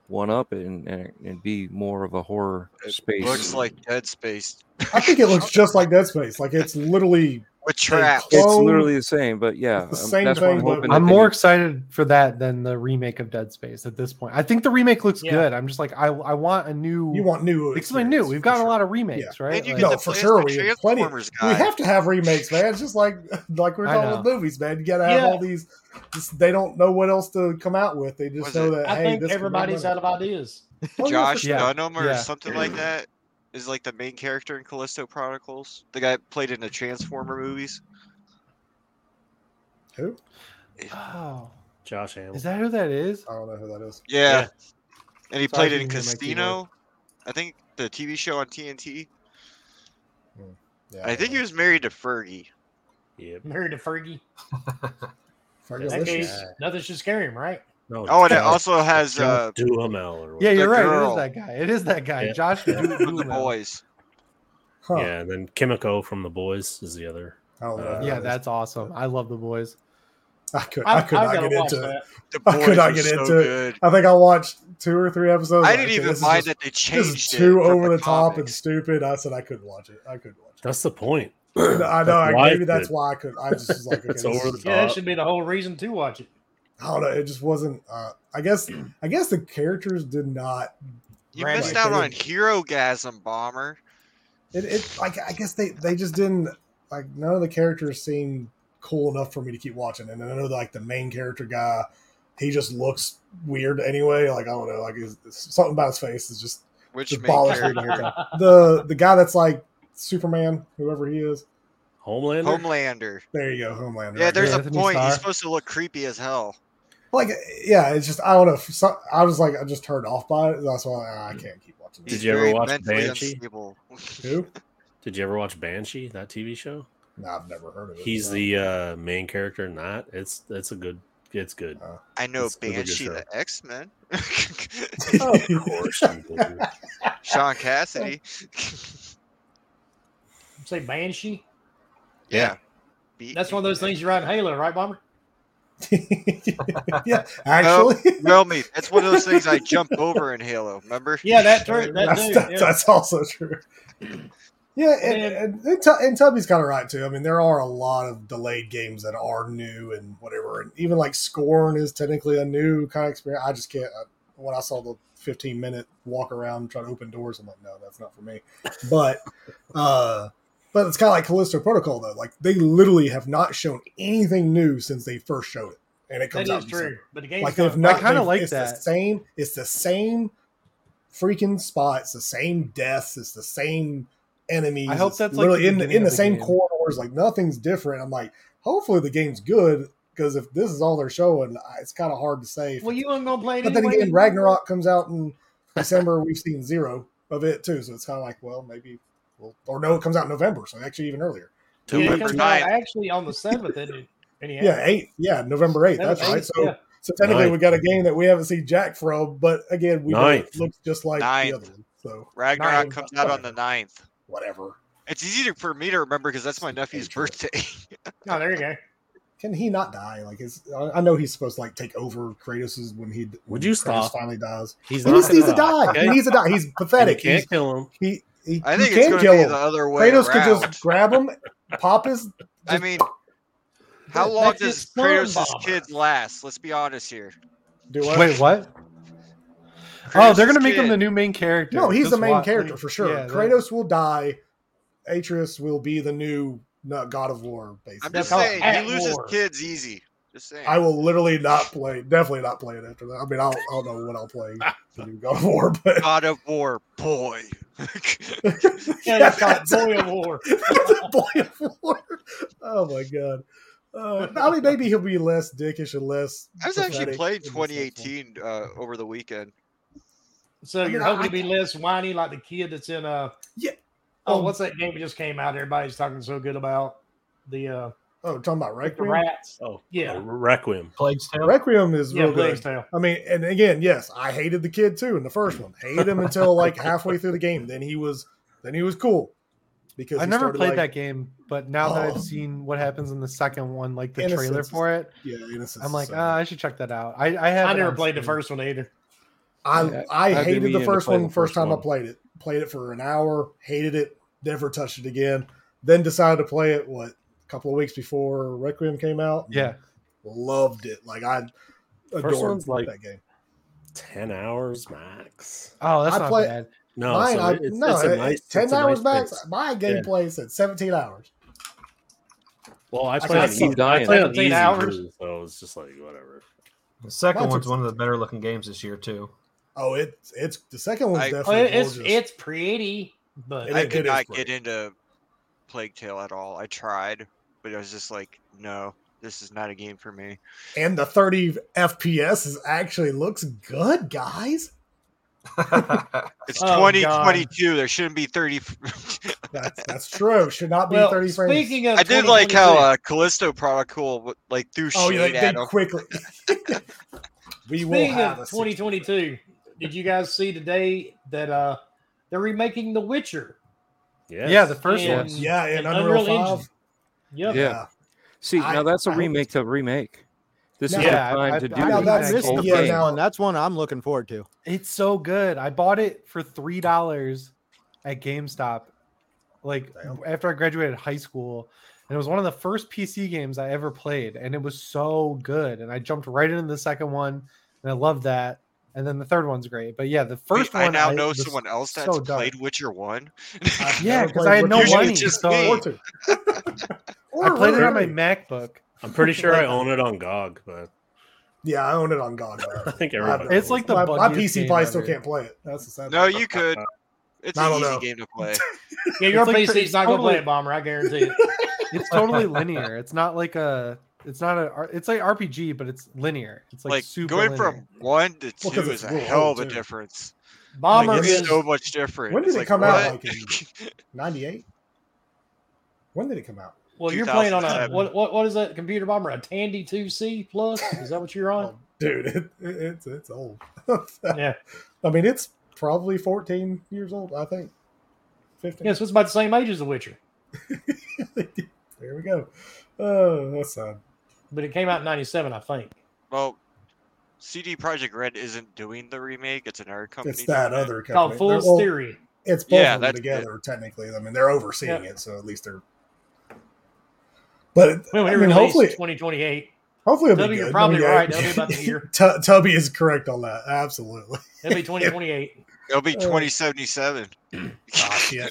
F: one up it and, and, and be more of a horror
C: It
F: space.
C: Looks like Dead Space
B: I think it looks just like Dead Space. Like it's literally
C: with traps.
B: close-
F: it's
B: clone.
F: literally the same, but yeah,
B: It's the
F: um,
B: same
F: that's what I'm
B: thing, but-
F: hoping. that
E: I'm
F: they
E: more
F: do.
E: excited for that than the remake of Dead Space at this point. I think the remake looks
A: Yeah.
E: good. I'm just like I I want a new
B: you want new.
E: it's something new.
B: experience,
E: We've
B: for
E: got
B: sure.
E: a lot of remakes, right?
C: And you
E: Like,
C: get
B: No,
C: the
B: for
C: plastic
B: sure, we have plenty-
C: Transformers
B: We
C: guy.
B: have to have remakes, man. It's just like like we we're
E: I
B: talking
E: know.
B: with movies, man. You gotta have
A: Yeah.
B: all these. just- they don't know what else to come out with. They just
C: Was
B: know
C: it-
B: that.
A: I
B: hey,
A: think
B: this could make
A: everybody's
B: money.
A: out of ideas.
B: Oh, yeah, for
C: Josh
E: sure. Yeah,
C: Dunham or
E: yeah.
C: something like that is like the main character in Callisto Chronicles. The guy that played in the Transformer movies.
B: Who?
E: Oh,
H: Josh Hamill.
E: is that who that is?
B: I don't know who that is.
C: Yeah.
H: Yeah.
C: And he
E: Sorry, I
C: played it in
E: didn't hear my
C: Castino. I think the TV show on TNT.
B: Yeah,
C: I think
B: don't
C: he was married to Fergie.
H: Yep.
A: Married to Fergie.
B: know.
A: That
B: Fergalicious.
A: case, nothing should scare him, right?
H: No,
C: Oh, and it
H: Josh
C: also has uh,
H: Josh Duhamel or
E: Yeah,
C: The
E: you're right.
C: girl.
E: It is that guy. It is that guy.
H: Yeah.
E: Josh
H: Yeah.
E: Du-
C: from the
E: Duhamel.
C: boys.
B: Huh.
H: whatever. Yeah, and then Kimiko from The Boys is the other.
B: I don't know. who
H: Uh,
B: that
E: Yeah,
B: is.
E: that's awesome. I love the boys.
B: I could.
A: I,
B: I,
A: I,
B: could not
A: gotta
B: get
A: watch
B: into it.
A: that.
C: The
B: I
C: boys
B: could not
C: was
B: get
C: so
B: into it.
C: good.
B: I think I watched two or three episodes.
C: I
B: like,
C: didn't
B: okay,
C: even
B: this is
C: mind
B: just-
C: that they
B: This
C: changed
B: is
C: it
B: too
C: from
B: over the, top and
C: comics.
B: stupid. I said I couldn't watch it. I couldn't watch
H: That's the point.
B: it. I know. I,
H: why I
B: maybe that's
H: could.
B: why I could. I just was like, okay,
H: It's
B: this
H: over
B: is-
H: the
A: Yeah, that
H: top.
A: should be the whole reason to watch it.
B: I don't know. It just wasn't. Uh, I guess.
H: Hmm.
B: I guess the characters did not.
C: You
A: Randy.
C: missed out on Hero Gasm Bomber.
B: It, it like. I guess they they just didn't. Like none of the characters seemed cool enough for me to keep watching. And I know like the main character guy, he just looks weird anyway. Like I don't know. Like his, something about his face is just
C: Which
B: Just
C: main
B: bollocks
C: character?
B: the the guy that's like Superman, whoever he is.
H: Homelander.
C: Homelander.
B: There you go, Homelander.
C: Yeah, there's
E: Yeah,
C: a
E: Anthony
C: point. He's
E: Starr.
C: supposed to look creepy as hell.
B: like yeah, it's just I don't know. for Some, I was like I just turned off by it. That's why ah, I can't keep watching. This.
C: He's
H: Did you ever
C: very
H: watch
C: mentally
H: Banshee?
C: unstable.
B: Who?
H: Did you ever watch Banshee? That TV show.
B: Nah, I've never heard of it.
H: He's
B: so.
H: the uh, main character in that. It's it's a good. It's good.
C: I know
H: It's a good
C: Banshee,
H: show.
C: the X Men.
H: Of course. you do.
C: Sean Cassidy.
A: Say Banshee.
C: yeah. Beat
A: That's
C: me
A: one of those
C: to
A: things you ride in Halo, right, Bomber?
B: yeah, actually,
C: death. Well, me. That's one of those things I jump over in Halo. Remember?
A: Yeah, that tur- that
B: that's,
A: dude.
B: that's,
A: yeah.
B: that's also true. Yeah, and,
A: Man.
B: and, and, Tu- and Tubby's kind of right too. I mean, there are a lot of delayed games that are new and whatever, and even like Scorn is technically a new kind of experience. I just can't. I, when I saw the 15 minute walk around trying to open doors, I'm like, no, that's not for me. But, uh, but it's kind of like Callisto Protocol though. Like they literally have not shown anything new since they first showed it, and it
A: That
B: comes
A: is
B: out in
A: true.
B: December.
A: But the game's
B: Like
A: coming
B: they've not.
E: I kinda
B: they've-
E: like
B: it's The
E: that.
B: same. It's the same freaking spots. The same deaths. It's the same enemies.
E: I hope
B: it's
E: that's, like,
B: literally
E: the
B: in the,
E: beginning
B: in the
E: of the
B: same
E: game.
B: corridors. Like nothing's different. I'm like, hopefully the game's good because if this is all they're showing, I- it's kind of hard to say. if
A: Well,
B: it's-
A: you ain't gonna play it
B: but then
A: anyway.
B: again, Ragnarok comes out in December. We've seen zero of it too, so it's kind of like, well, maybe, well, or no, it comes out in November, so actually even earlier.
H: Two
A: yeah, it
H: members.
A: comes out
C: nine.
A: actually on the seventh, isn't it? And
B: Yeah, eight. Yeah, November eighth. That's right. So. So technically,
H: Ninth.
B: we got a game that we haven't seen Jack from, but again, we know it
H: Ninth.
B: looks just like
C: Ninth.
B: the other one. So
C: Ragnarok
A: Nine.
C: comes out on the 9th.
B: whatever.
C: It's easy for me to remember because that's my nephew's
B: true.
C: birthday.
A: Oh, there you go.
B: Can he not die? Like, it's, I- I know he's supposed to like take over Kratos when he when
H: Would you
B: Kratos
H: stop?
B: finally dies.
H: He's
B: He just
H: gonna
B: needs to die.
H: okay?
B: He needs to die. He's
H: And you
B: pathetic. He's,
H: can't kill him.
B: he he,
C: I think
B: he
C: it's
B: can
C: going
B: kill
C: to be
B: him.
C: the other way
B: Kratos
C: around.
B: could just grab him, pop his.
C: I
B: just-
C: mean, how
A: That-
C: long
A: that's
C: does
A: his son,
C: Kratos'
A: Bomber.
C: kids last? Let's be honest here.
B: do what?
E: Wait, what? Oh,
C: Kratos'
E: they're gonna make him
C: kid-
E: the new main character.
B: no, he's
E: Just
B: the main
E: wa-
B: character for sure.
E: Yeah, that-
B: Kratos will die. Atreus will be the new uh, God of War. Basically,
C: I'm
A: That's
C: just
A: how
C: saying,
A: at
C: he loses
A: war.
C: kids easy. Just saying.
B: I will literally not play. Definitely not play it after that. I mean, I'll, I'll know what I'll play the new God of War, but
C: God of War, boy.
A: Yeah, that's called
B: that's-
A: Boy of War.
B: Boy of War. Oh my god. Uh, I mean, maybe he'll be less dickish and less.
C: I was actually
B: pathetic
C: playing
B: in this next one.
C: 2018 uh, over the weekend.
A: So
B: mean,
A: you're
B: I-
A: hoping to be less whiny like the kid that's in uh
B: Yeah.
A: Oh,
B: Um,
A: what's that game that just came out? Everybody's talking so good about the uh
B: Oh, talking about
A: the
B: Requiem.
A: rats.
H: Oh,
A: Yeah.
H: oh, Requiem.
D: Plague's Tale.
B: Requiem is
A: Yeah,
B: real
A: Plague's
B: good.
A: Tale.
B: I mean, and again, yes, I hated the kid too in the first one. Hated him until like halfway through the game. Then he was, then he was cool. Because
E: I
B: he
E: never
B: started,
E: played
B: like,
E: that game, but now that
B: Oh.
E: I've seen what happens in the second one, like the
B: Innocence
E: trailer
B: is-
E: for it,
B: Yeah, innocence.
E: I'm
B: is
E: like,
B: so-
E: ah, I should check that out. I, I have.
A: I
E: it
A: never
E: on
A: played the
E: Steam.
A: first one either.
B: I
F: Yeah,
B: I,
F: I've been
B: hated
F: meaning
B: the
F: to
B: first
F: play the
B: one first
F: first
B: time
F: one.
B: I played it. Played it for an hour, hated it, never touched it again. Then decided to play it what a couple of weeks before Requiem came out.
E: Yeah.
B: Loved it. Like I
H: First
B: adored
H: one's like
B: that game.
H: ten hours max.
E: Oh, that's
B: I
E: not
B: play-
E: bad.
H: No,
B: Mine,
H: so
B: I,
H: it's,
B: no,
H: it's a
B: it-
H: nice
B: ten
H: it's a
B: hours
H: nice
B: max.
H: pace.
B: My gameplay said seventeen hours.
H: Well, I
B: I
H: play on
B: keep
H: easy. I
F: dying.
H: play on
A: 17
H: easy
A: hours.
H: too, so it's just like whatever.
D: The second
B: Lots of-
D: one's one of the better looking games this year too.
B: Oh, it it's the second one's
C: I-
A: Well,
B: definitely
A: it's
B: gorgeous.
A: it's pretty, but
B: It
C: I
B: is-
C: could
B: it is
C: not
B: great.
C: get into Plague Tale at all. I tried, but I was just like, no, this is not a game for me.
B: and the thirty FPS is actually looks good, guys.
C: It's
A: Oh, God.
C: 2022. There shouldn't be 30. f-
B: That's that's true. Should not be
A: well,
B: thirty frames.
A: speaking of,
C: I did like how
A: 2022,
C: uh, Callisto Protocol w- like threw
B: oh, yeah,
C: shade
B: they
C: at him.
B: quickly. we will
A: Speaking
B: have a
A: of
B: sequel.
A: 2022, did you guys see today that uh they're remaking The Witcher?
H: Yes.
E: Yeah, the first
A: And-
E: one.
B: Yeah, in
A: and
B: Unreal,
A: Unreal
B: 5.
A: Engine. Yep.
F: Yeah. See,
B: I-
F: now that's a
B: I hope-
F: remake to remake. This is
B: Yeah,
F: the
E: I-
F: time
E: I-
F: to do
E: I-
B: now
F: it.
B: that's-
G: missed the
F: Old
B: yeah,
G: first
F: game.
B: now-
G: one. That's one I'm looking forward to.
E: It's so good. I bought it for three dollars at GameStop, like
B: Damn.
E: after I graduated high school, and it was one of the first PC games I ever played, and it was so good. And I jumped right into the second one, and I love that. And then the third one's great, but yeah, the
C: Wait,
E: first
C: I
E: one
C: now know
E: was-
C: someone else
E: so
C: that's
E: dark.
C: played Witcher One.
B: I've
E: Yeah,
B: never
E: 'cause
B: played
E: I had no
B: Witcher
C: Usually
E: money.
C: it's just
E: so
C: me.
B: Uh, Or two.
E: I played it on my
B: Or-
E: MacBook.
H: I'm pretty sure I own it on GOG, but
B: Yeah, I own it on God.
H: I
B: bro.
H: think everybody.
E: It's like the
B: my, my
E: buggiest
B: PC
E: game
B: probably
E: ever.
B: still can't play it. That's the sad
C: No,
B: thing.
C: you could. It's
B: I
C: an
B: don't
C: easy
B: know.
C: game to play.
A: Yeah, your
E: It's like
A: PC's
E: pretty-
A: not gonna
E: totally-
A: play it, bomber. I guarantee it.
E: It's totally linear. It's not like a. It's not a. R- It's like RPG, but it's linear. It's like,
C: Like
E: super
C: going
E: linear.
C: from one to two
B: Well, 'cause
C: is
B: it's
C: a
B: real
C: hell
B: old,
C: of a
B: too.
C: difference.
A: Bomber
C: Like,
B: Like,
A: is
C: it's so much different.
B: When did
C: It's
B: it
C: like,
B: come out?
C: what?
B: Like in '98. When did it come out?
A: well. You're playing on a
C: 2007.
A: what? What, what is that computer bomber? A Tandy 2C plus? Is that what you're on?
B: Oh, dude, it, it, it's it's old.
A: Uh, yeah.
B: I mean, it's probably 14 years old. I think 15.
A: Yeah, so it's about the same age as The Witcher,
B: there we go. Oh, that's sad.
A: but it came out in '97, I think.
C: Well, CD Project Red isn't doing the remake. It's another company.
B: It's that
C: doing it.
B: other company.
A: Called Fool's
B: They're- well,
A: Theory.
B: It's both
C: Yeah,
B: of them
C: that's
B: together, technically. I mean, they're overseeing
A: Yeah.
B: it, so at least they're. But it,
A: When we
B: I mean,
A: released
B: hopefully,
A: 2028,
B: hopefully it'll
A: Tubby,
B: be
A: you're
B: good.
A: probably
B: I mean, yeah,
A: right. That'll be about the year.
B: Tu- Tubby is correct on that. Absolutely.
A: it'll be 2028.
C: It'll be
B: Uh, Ah,
C: 2077.
A: Ah,
B: Gosh, yeah.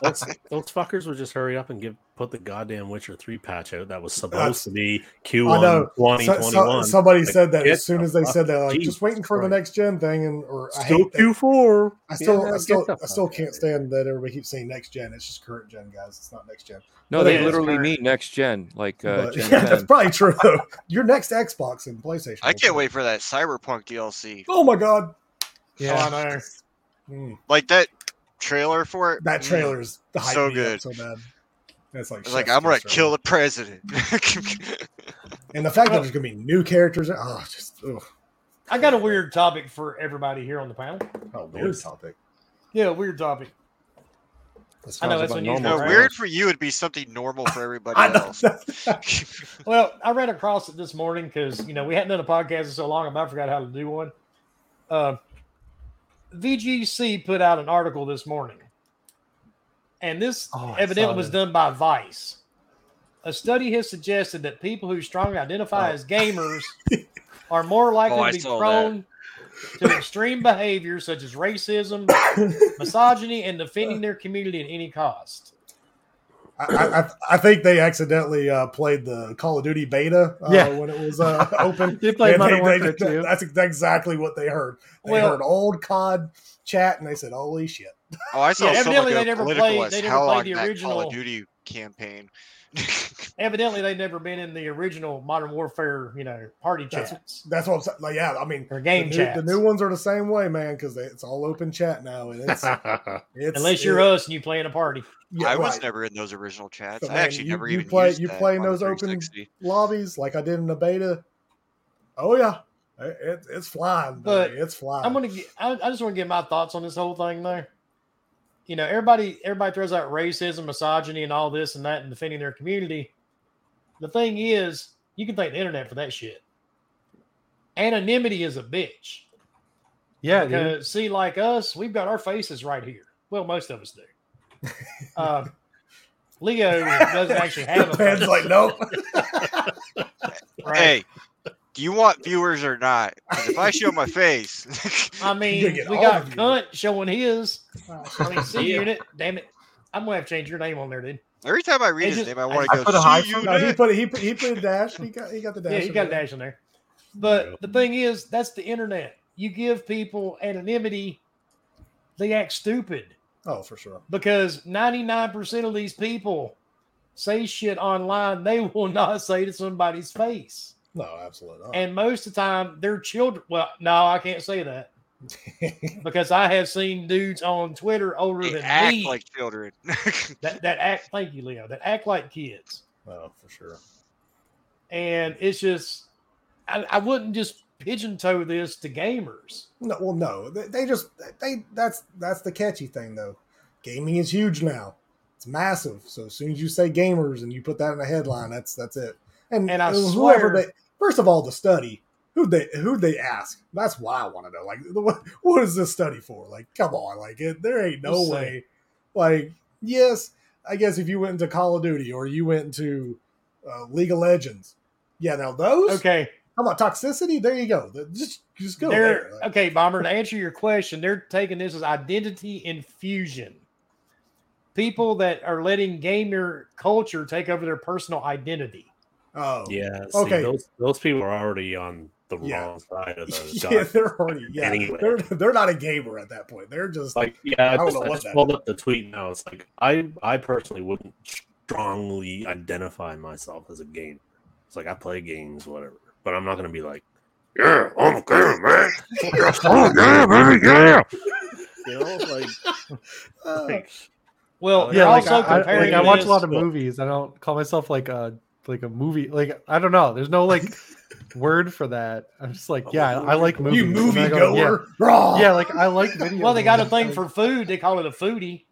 H: those, those fuckers would just hurry up and give put the goddamn Witcher three patch out that was supposed
B: That's-
H: to be
B: I know. So-
H: Q1
B: so-
H: 2021.
B: somebody
H: Like,
B: said that
H: get
B: as soon as they
H: the
B: said that, like
H: Jesus
B: just waiting for the next
H: Christ.
B: gen thing, and or I
H: Still
B: hate that-
H: Q4.
B: I still,
H: Yeah,
B: I
H: get
B: still,
H: the
B: I still
H: fuck
B: can't
H: outta here.
B: stand that everybody keeps saying next gen. It's just current gen, guys. It's not next gen.
F: No, they
A: Yeah, it's
F: literally
A: current.
F: mean next gen, like uh,
B: But-
F: Gen
B: yeah, that's
F: 10.
B: probably true. though. Your next Xbox and PlayStation.
C: I can't wait for that Cyberpunk DLC.
B: Oh my god!
E: Yeah.
A: Oh, I know.
B: Mm,
C: Like that trailer for it.
B: that
C: mm,
B: trailer is hyped
C: So
B: me up
C: good.
B: so bad. It's like,
C: It's like
B: chef's
C: I'm gonna
B: kiss right
C: kill Oh.
B: now.
C: the president.
B: And the fact that there's gonna be new characters. Oh, just ugh.
A: I got a weird topic for everybody here on the panel.
B: oh, weird topic.
A: Yeah, weird topic.
F: That
A: I know,
F: sounds
A: that's
F: about
A: unusual,
C: no,
F: normal
A: right?
F: to
C: weird
F: us.
C: for you would be something normal for everybody
B: I know.
C: else. Oh,
A: Well, I ran across it this morning because you know we hadn't done a podcast in so long. I forgot how to do one. Uh, VGC put out an article this morning, and this
E: Oh, I
A: evidently
E: saw
A: was
E: this.
A: done by Vice. A study has suggested that people who strongly
E: Oh.
A: identify as gamers are more likely
C: Oh, I
A: to be
C: saw that.
A: prone to extreme behaviors such as racism, misogyny, and defending their community at any cost.
B: I, I, I- I think they accidentally uh, played the Call of Duty beta uh,
E: Yeah.
B: when it was uh, open.
E: They played
B: And
E: Modern
B: they- they-
E: Warfare 2.
B: That's ex- exactly what they heard. They
A: Well-
B: heard old COD chat and they said, "Holy shit!"
C: Oh, I saw
A: Yeah,
C: someone
A: evidently
C: go
A: they never
C: political
A: played-
C: as
A: they never
C: hell
A: played
C: on
A: the
C: that Call
A: original-
C: of Duty campaign.
A: Evidently, they've never been in the original Modern Warfare, you know, party
B: That's-
A: chats.
B: That's what I'm saying. Like, yeah, I mean,
A: Or game
B: the, new,
A: chats.
B: the new ones are the same way, man, because it's all open chat now. And it's, it's
A: Unless you're
B: it-
A: us and you play in a party.
B: yeah,
C: I was
B: right.
C: never in those original chats.
B: So,
C: I
B: man,
C: actually
B: you-
C: never
B: you
C: even
B: play-
C: used
B: you
C: that
B: play in
C: on the
B: those open-
C: 360.
B: lobbies like I did in the beta. Oh yeah, it, it- it's flying.
A: But
B: But it's flying.
A: I'm gonna. Get, I, I just want to get my thoughts on this whole thing there. You know, everybody everybody throws out racism, misogyny, and all this and that, and defending their community. The thing is, you can thank the internet for that shit. Anonymity is a bitch.
E: Yeah, dude.
A: Because, see, like us, we've got our faces right here. Well, most of us do. Uh, Leo doesn't actually have a
B: Pan's
A: face.
B: like, nope.
A: right?
C: Hey, do you want viewers or not? 'Cause if I show my face,
A: I mean,
B: You're
A: we
B: gonna get all
A: got
B: of you.
A: cunt showing his. I mean, C
H: Yeah.
A: unit. Damn it. I'm gonna have to change your name on there, dude.
C: every time I read
A: It's
C: his
A: just-
C: name, I want
D: I
C: to
D: put a
C: go.
D: hyphen
C: See you
B: No, he
C: next."
B: put he put he put a dash. He got he got the dash.
A: yeah, you
B: in
A: got a
B: there.
A: dash in there. But
H: Yeah.
A: the thing is, that's the internet. You give people anonymity, they act stupid
B: Oh, for sure.
A: because 99% of these people say shit online they will not say to somebody's face.
B: No, absolutely not.
A: And most of the time, they're children. Well, no, I can't say that because I have seen dudes on Twitter older
C: They
A: than
C: act
A: me
C: like children.
A: that, that act, thank you, Leo, that act like kids.
B: no, for sure.
A: And it's just, I, I wouldn't just pigeon toe this to gamers.
B: No, well, no, they, they just they that's that's the catchy thing though. Gaming is huge now. It's massive. So as soon as you say gamers and you put that in a headline, that's that's it. And,
A: And I
B: whoever
A: swear-
B: they first of all the study who they who they ask that's what I want to know. Like what what is this study for? Like come on, like it, there ain't no
A: Just
B: way. Like yes, I guess if you went into Call of Duty or you went into uh, League of Legends, yeah. Now those
A: Okay.
B: how about toxicity? There you go. Just just go
A: They're,
B: there. Like,
A: okay, Bomber, to answer your question, they're taking this as identity infusion. People that are letting gamer culture take over their personal identity.
B: oh
H: Yeah.
B: Okay.
H: okay. Those those people are already on the
B: Yeah.
H: wrong side of the
B: yeah,
H: document.
B: they're already yeah.
H: Anyway.
B: They're they're not a gamer at that point. They're just
H: Like, yeah, I,
B: don't
H: just,
B: know
H: I
B: what
H: just
B: that
H: pulled up the tweet now. It's like I, I personally wouldn't strongly identify myself as a gamer. It's like I play games, whatever, but I'm not gonna be like, yeah, I'm a gamer, man. Oh yeah, baby, yeah. You know, like,
B: uh,
H: like
A: Well,
H: Oh,
A: yeah,
E: yeah, like,
A: also
E: I, I-
A: comparing
E: like, I watch a lot
A: this-
E: of movies. I don't call myself like a like a movie. Like I don't know. There's no like word for that. I'm just like, yeah, I, I like movies.
B: you
E: And then I
B: movie
E: go,
B: goer. Raw.
E: Yeah. yeah, like I like video.
A: Well, they got a
E: games.
A: thing
E: Like,
A: for food. They call it a foodie.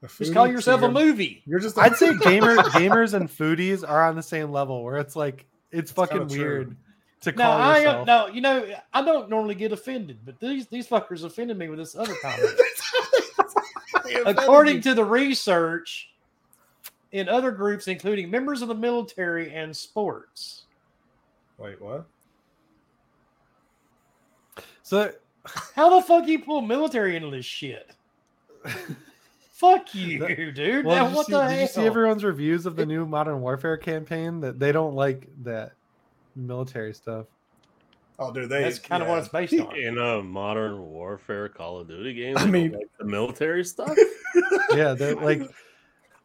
B: The
A: Just
B: food,
A: call yourself
B: so
A: a movie.
B: You're, you're just. a-
E: I'd say gamer gamers and foodies are on the same level where it's like it's fucking
B: kinda true.
E: weird to
A: No,
E: call
A: I uh, am,
E: yourself.
A: no, you know, I don't normally get offended, but these these fuckers offended me with this other comment. According to the research, in other groups, including members of the military and sports,
B: wait, what?
E: So
A: how the fuck you pull military into this shit? fuck you, dude!
E: well,
A: Now,
E: did, you
A: what
E: see,
A: the
E: did
A: hell?
E: you see everyone's reviews of the new Modern Warfare campaign that they don't like that military stuff?
B: Oh, dude, they.
A: That's kind of what it's based on.
H: in a modern warfare Call of Duty game,
B: I
H: I
B: mean-
H: mean, like the military stuff.
E: Yeah, they're like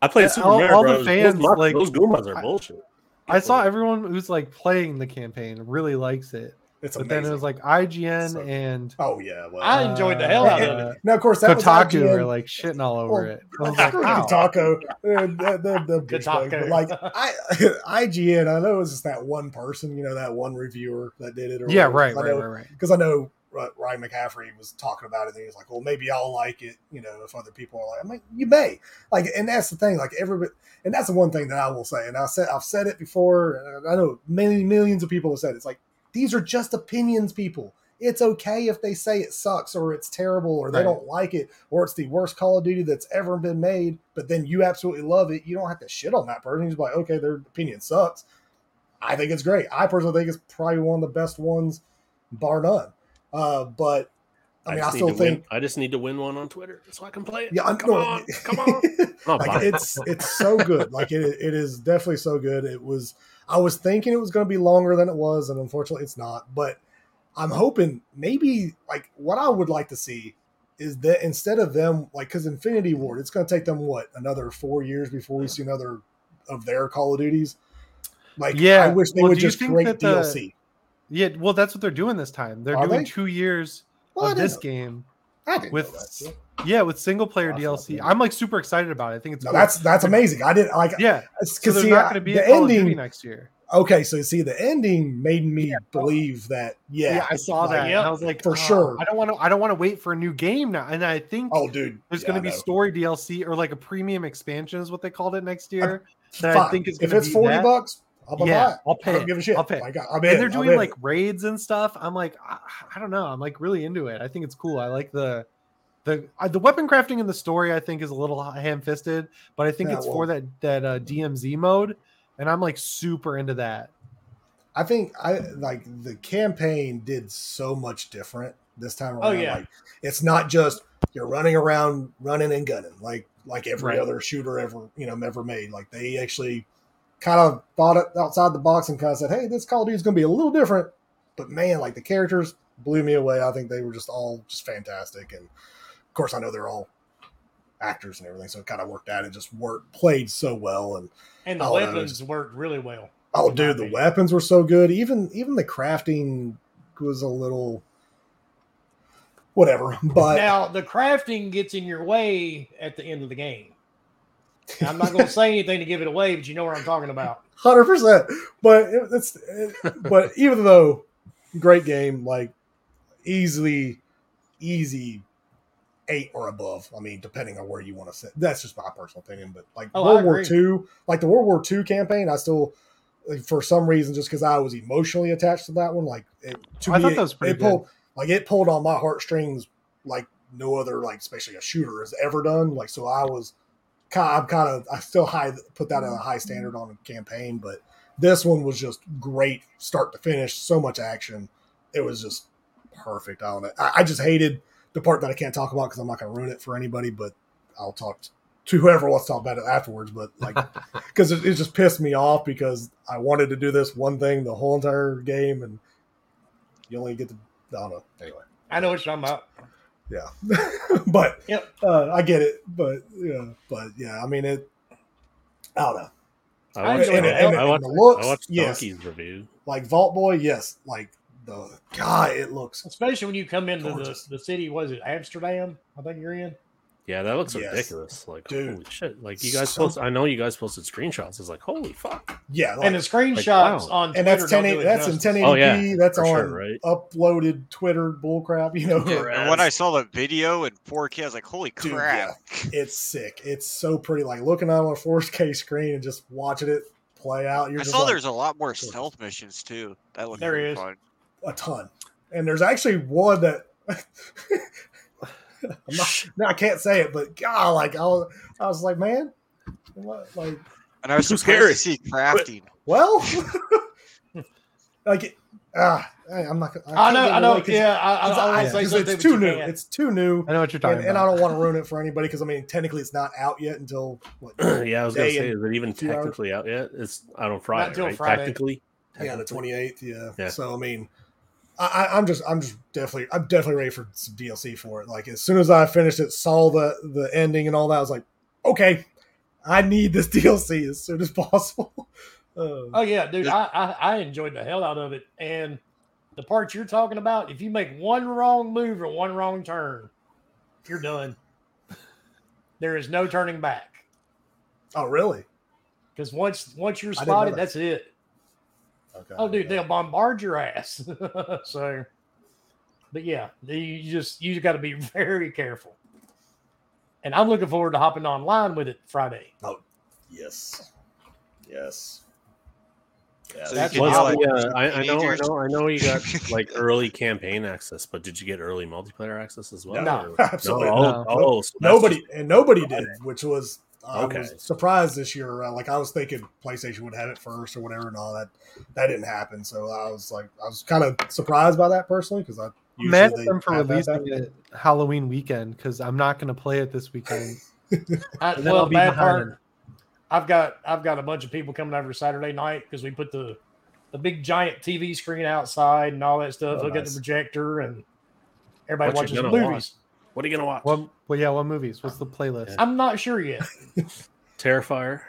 H: I played
E: Yeah,
H: Super
E: all-
H: Mario
E: all the
H: Bros.
E: fans,
H: those, mu-
E: like-
H: those Goombas are
E: I-
H: bullshit.
E: I saw everyone who's like playing the campaign really likes it,
B: It's
E: but
B: amazing.
E: then it was like IGN
H: So-
E: and
B: oh yeah, well.
A: I enjoyed the hell out of it.
E: uh,
B: now of course that
E: Kotaku
B: was
E: were
B: IGN.
E: like shitting all over
B: Well,
E: it. I
B: Like,
E: was like,
B: screw
E: wow.
B: Kotaku. Uh, They're- they're- they're- they're douchebags, but,
A: Kotaku.
B: Like I, IGN. I know it was just that one person. You know that one reviewer that did it. Or
E: Yeah,
B: whatever.
E: right,
B: I
E: right,
B: know
E: right, right.
B: because I know uh, Ryan McCaffrey was talking about it, and he was like, "Well, maybe I'll like it, you know, if other people are like." I'm like, "You may like," and that's the thing, like everybody, and that's the one thing that I will say, and I said I've said it before, and I know many millions of people have said it. it's like these are just opinions, people. It's okay if they say it sucks or it's terrible or they
E: Right.
B: don't like it or it's the worst Call of Duty that's ever been made, but then you absolutely love it. You don't have to shit on that person. You're just like, okay, their opinion sucks. I think it's great. I personally think it's probably one of the best ones, bar none. Uh, but I mean, I,
H: just need
B: still
H: to win-
B: think,
H: I just need to win one on Twitter so I can play it.
B: yeah, I'm,
H: come
B: no,
H: on, come on. I'm not
B: like
H: buying it.
B: it's it's so good. Like it, it is definitely so good. It was. I was thinking it was going to be longer than it was, and unfortunately, it's not. But I'm hoping maybe like what I would like to see is that instead of them like because Infinity Ward, it's going to take them what another four years before we see another of their Call of Duties. Like,
E: Yeah.
B: I wish they
E: Well,
B: would
E: do you
B: just
E: think
B: create
E: that the-
B: DLC.
E: Yeah, well, that's what they're doing this time. They're
B: Are
E: doing
B: they?
E: two years
B: Well, I
E: of
B: didn't
E: this
B: know-
E: game
B: I didn't know
E: with
B: that,
E: s-
B: yeah.
E: yeah with single player
B: Oh, that's not
E: DLC.
B: good.
E: I'm like super excited about it. I think it's
B: No,
E: cool.
B: that's that's amazing. I didn't like
E: yeah. So
B: because
E: they're
B: see
E: not
B: I-
E: going to be
B: the
E: at Call of Duty
B: ending.
E: next year.
B: Okay, so see, the ending made me believe that.
E: Yeah,
B: Yeah,
E: I saw
B: like,
E: that.
A: yep,
E: and I was like,
B: for
E: "Oh,
B: sure."
E: I don't want to. I don't want to wait for a new game now. And I think
B: Oh, dude,
E: there's
B: yeah,
E: going
B: I
E: to be
B: know.
E: story DLC or like a premium expansion is what they called it next year. that I
B: Fine.
E: think it's
B: if
E: gonna
B: it's
E: be
B: forty
E: that.
B: bucks, I'll buy
E: yeah,
B: it.
E: I'll
B: I
E: pay.
B: don't give a shit.
E: I'll pay.
B: Like, I'm in.
E: and they're
B: I'm
E: doing
B: in.
E: like raids and stuff. I'm like, I, I don't know. I'm like really into it. I think it's cool. I like the the I, the weapon crafting in the story. I think is a little ham fisted, but I think
B: Yeah,
E: it's
B: well-
E: for that that uh, DMZ mode, and I'm like super into that.
B: I think I like the campaign did so much different this time around.
A: Oh, yeah.
B: Like, it's not just you're running around running and gunning like like every
E: Right.
B: other shooter ever you know ever made. Like they actually kind of thought it outside the box and kind of said, "Hey, this Call of Duty is going to be a little different." But man, like the characters blew me away. I think they were just all just fantastic, and of course, I know they're all actors and everything, so it kind of worked out. It just worked played so well, and
A: And the
B: Oh, no, it's-
A: weapons worked really well.
B: Oh,
A: in my
B: dude, the
A: opinion.
B: weapons were so good. Even even the crafting was a little whatever.
E: Uh,
B: But
A: now the crafting gets in your way at the end of the game. And I'm not going to say anything to give it away, but you know what I'm talking about.
B: hundred percent. But it, it's it- but even though great game, like easily easy eight or above. I mean, depending on where you want to sit. That's just my personal opinion. But like
A: Oh, I
B: World War
A: agree.
B: II, like the World War II campaign, I still like, for some reason just because I was emotionally attached to that one, like it, to
E: I
B: me,
E: thought that
B: it-
E: was pretty
B: it pulled like it pulled on my heartstrings like no other like especially a shooter has ever done. Like so, I was kind I'm kind of I still high put that at a high standard on a campaign, but this one was just great start to finish. So much action, it was just perfect. I don't know. I, I just hated the part that I can't talk about because I'm not going to ruin it for anybody, but I'll talk t- to whoever wants to talk about it afterwards. But like, because it, it just pissed me off because I wanted to do this one thing the whole entire game, and you only get to I don't know. Anyway,
A: I know what you're talking about.
B: yeah, but
A: Yep.
B: uh, I get it. But yeah, but yeah, I mean it. I don't know.
A: I
H: I watched,
A: enjoyed
H: Don-
A: it.
H: I
A: And-
B: and
H: watched,
B: the looks,
H: I watched
B: yes.
H: Donkey's review.
B: Like Vault Boy, yes. Like the God, it looks
A: Especially when you come into the,
B: Gorgeous.
A: the city, was it Amsterdam? I think you're in.
H: Yeah, that looks
B: Yes.
H: ridiculous. Like,
B: Dude.
H: holy shit! Like, you guys
B: So-
H: post. I know you guys posted screenshots. It's like, holy fuck!
B: yeah. Like,
A: and the screenshots
H: wow.
A: on Twitter
B: and that's
A: don't
B: ten.
A: do it
B: That's in
A: justice.
B: 1080p.
H: Oh, yeah,
B: that's
H: for
B: on
H: sure, right?
B: uploaded Twitter bullcrap. You know,
C: Yeah, and when I saw the video in 4K, I was like, holy
B: Dude,
C: crap.
B: it's sick. It's so pretty. Like looking out on a 4K screen and just watching it play out. You're
C: I
B: just
C: saw
B: like,
C: there's a lot more
B: gorgeous.
C: stealth missions too. That looked
A: There
C: pretty
A: is.
C: fun.
B: a ton, and there's actually one that. I'm not, no, I can't say it, but God, like I was, I was like, man, what, like
C: And I was
H: Who's
C: surprised
H: Harry?
C: to see crafting.
B: Well, like, ah, I- I'm not. gonna-
A: I
B: can't
A: know,
B: give it
A: I know.
B: away 'cause-
A: Yeah, I, I, I
B: 'cause I-
A: always say
B: because
A: something,
B: it's
A: but
B: too
A: you
B: new.
A: can't.
B: It's too new,
E: I know what you're talking
B: and, and I
E: about.
B: don't want to ruin it for anybody because I mean, technically, it's not out yet until what?
H: yeah, I was gonna
B: Day
H: say,
B: and
H: is it even
B: two hours.
H: technically out yet? It's out on Friday,
A: till
H: right?
A: Friday.
H: Technically,
B: yeah, the 28th. Yeah.
H: Yeah.
B: So I mean, I, I, I'm just, I'm just definitely, I'm definitely ready for some DLC for it. Like as soon as I finished it, saw the the ending and all that, I was like, okay, I need this DLC as soon as possible. Uh,
A: Oh yeah, dude,
C: Just-
A: I, I I enjoyed the hell out of it. And the part you're talking about, if you make one wrong move or one wrong turn, you're done. There is no turning back
B: oh, really?
A: because once once you're
B: I didn't know
A: spotted,
B: that.
A: that's it.
B: Okay.
A: Oh, dude, they'll bombard your ass. so, but yeah, the- you just you got to be very careful. And I'm looking forward to hopping online with it Friday.
B: Yes. Yes. Yes.
C: So
A: That's
C: you
A: what's
C: can
H: Well,
C: yell at
A: the,
H: yeah,
C: your
H: I, I know, I
C: teenagers.
H: know, I know. You got like early campaign access, but did you get early multiplayer access as well?
A: No,
H: or-
B: absolutely
H: No? Oh,
E: not.
H: oh, so that's
B: nobody
H: just-
B: and nobody did, which was I
H: Okay.
B: was surprised this year. Uh, like I was thinking PlayStation would have it first or whatever, and all that. That didn't happen, so I was like, I was kind of surprised by that personally because I
E: I'm mad at
B: they
E: them for
B: have that
E: releasing
B: back.
E: it Halloween weekend because I'm not going to play it this weekend.
A: I,
E: And then
A: Uh, well,
E: I'll be
A: bad
E: behind
A: part.
E: them.
A: I've got I've got a bunch of people coming over Saturday night because we put the the big giant TV screen outside and all that stuff.
B: Oh,
A: Look at the
B: nice.
A: projector and everybody
H: What
A: watches
H: you
A: the
H: gonna
A: movies.
H: What are you gonna watch?
E: What? Well, yeah. What movies? What's the playlist?
A: I'm not sure yet.
H: Terrifier.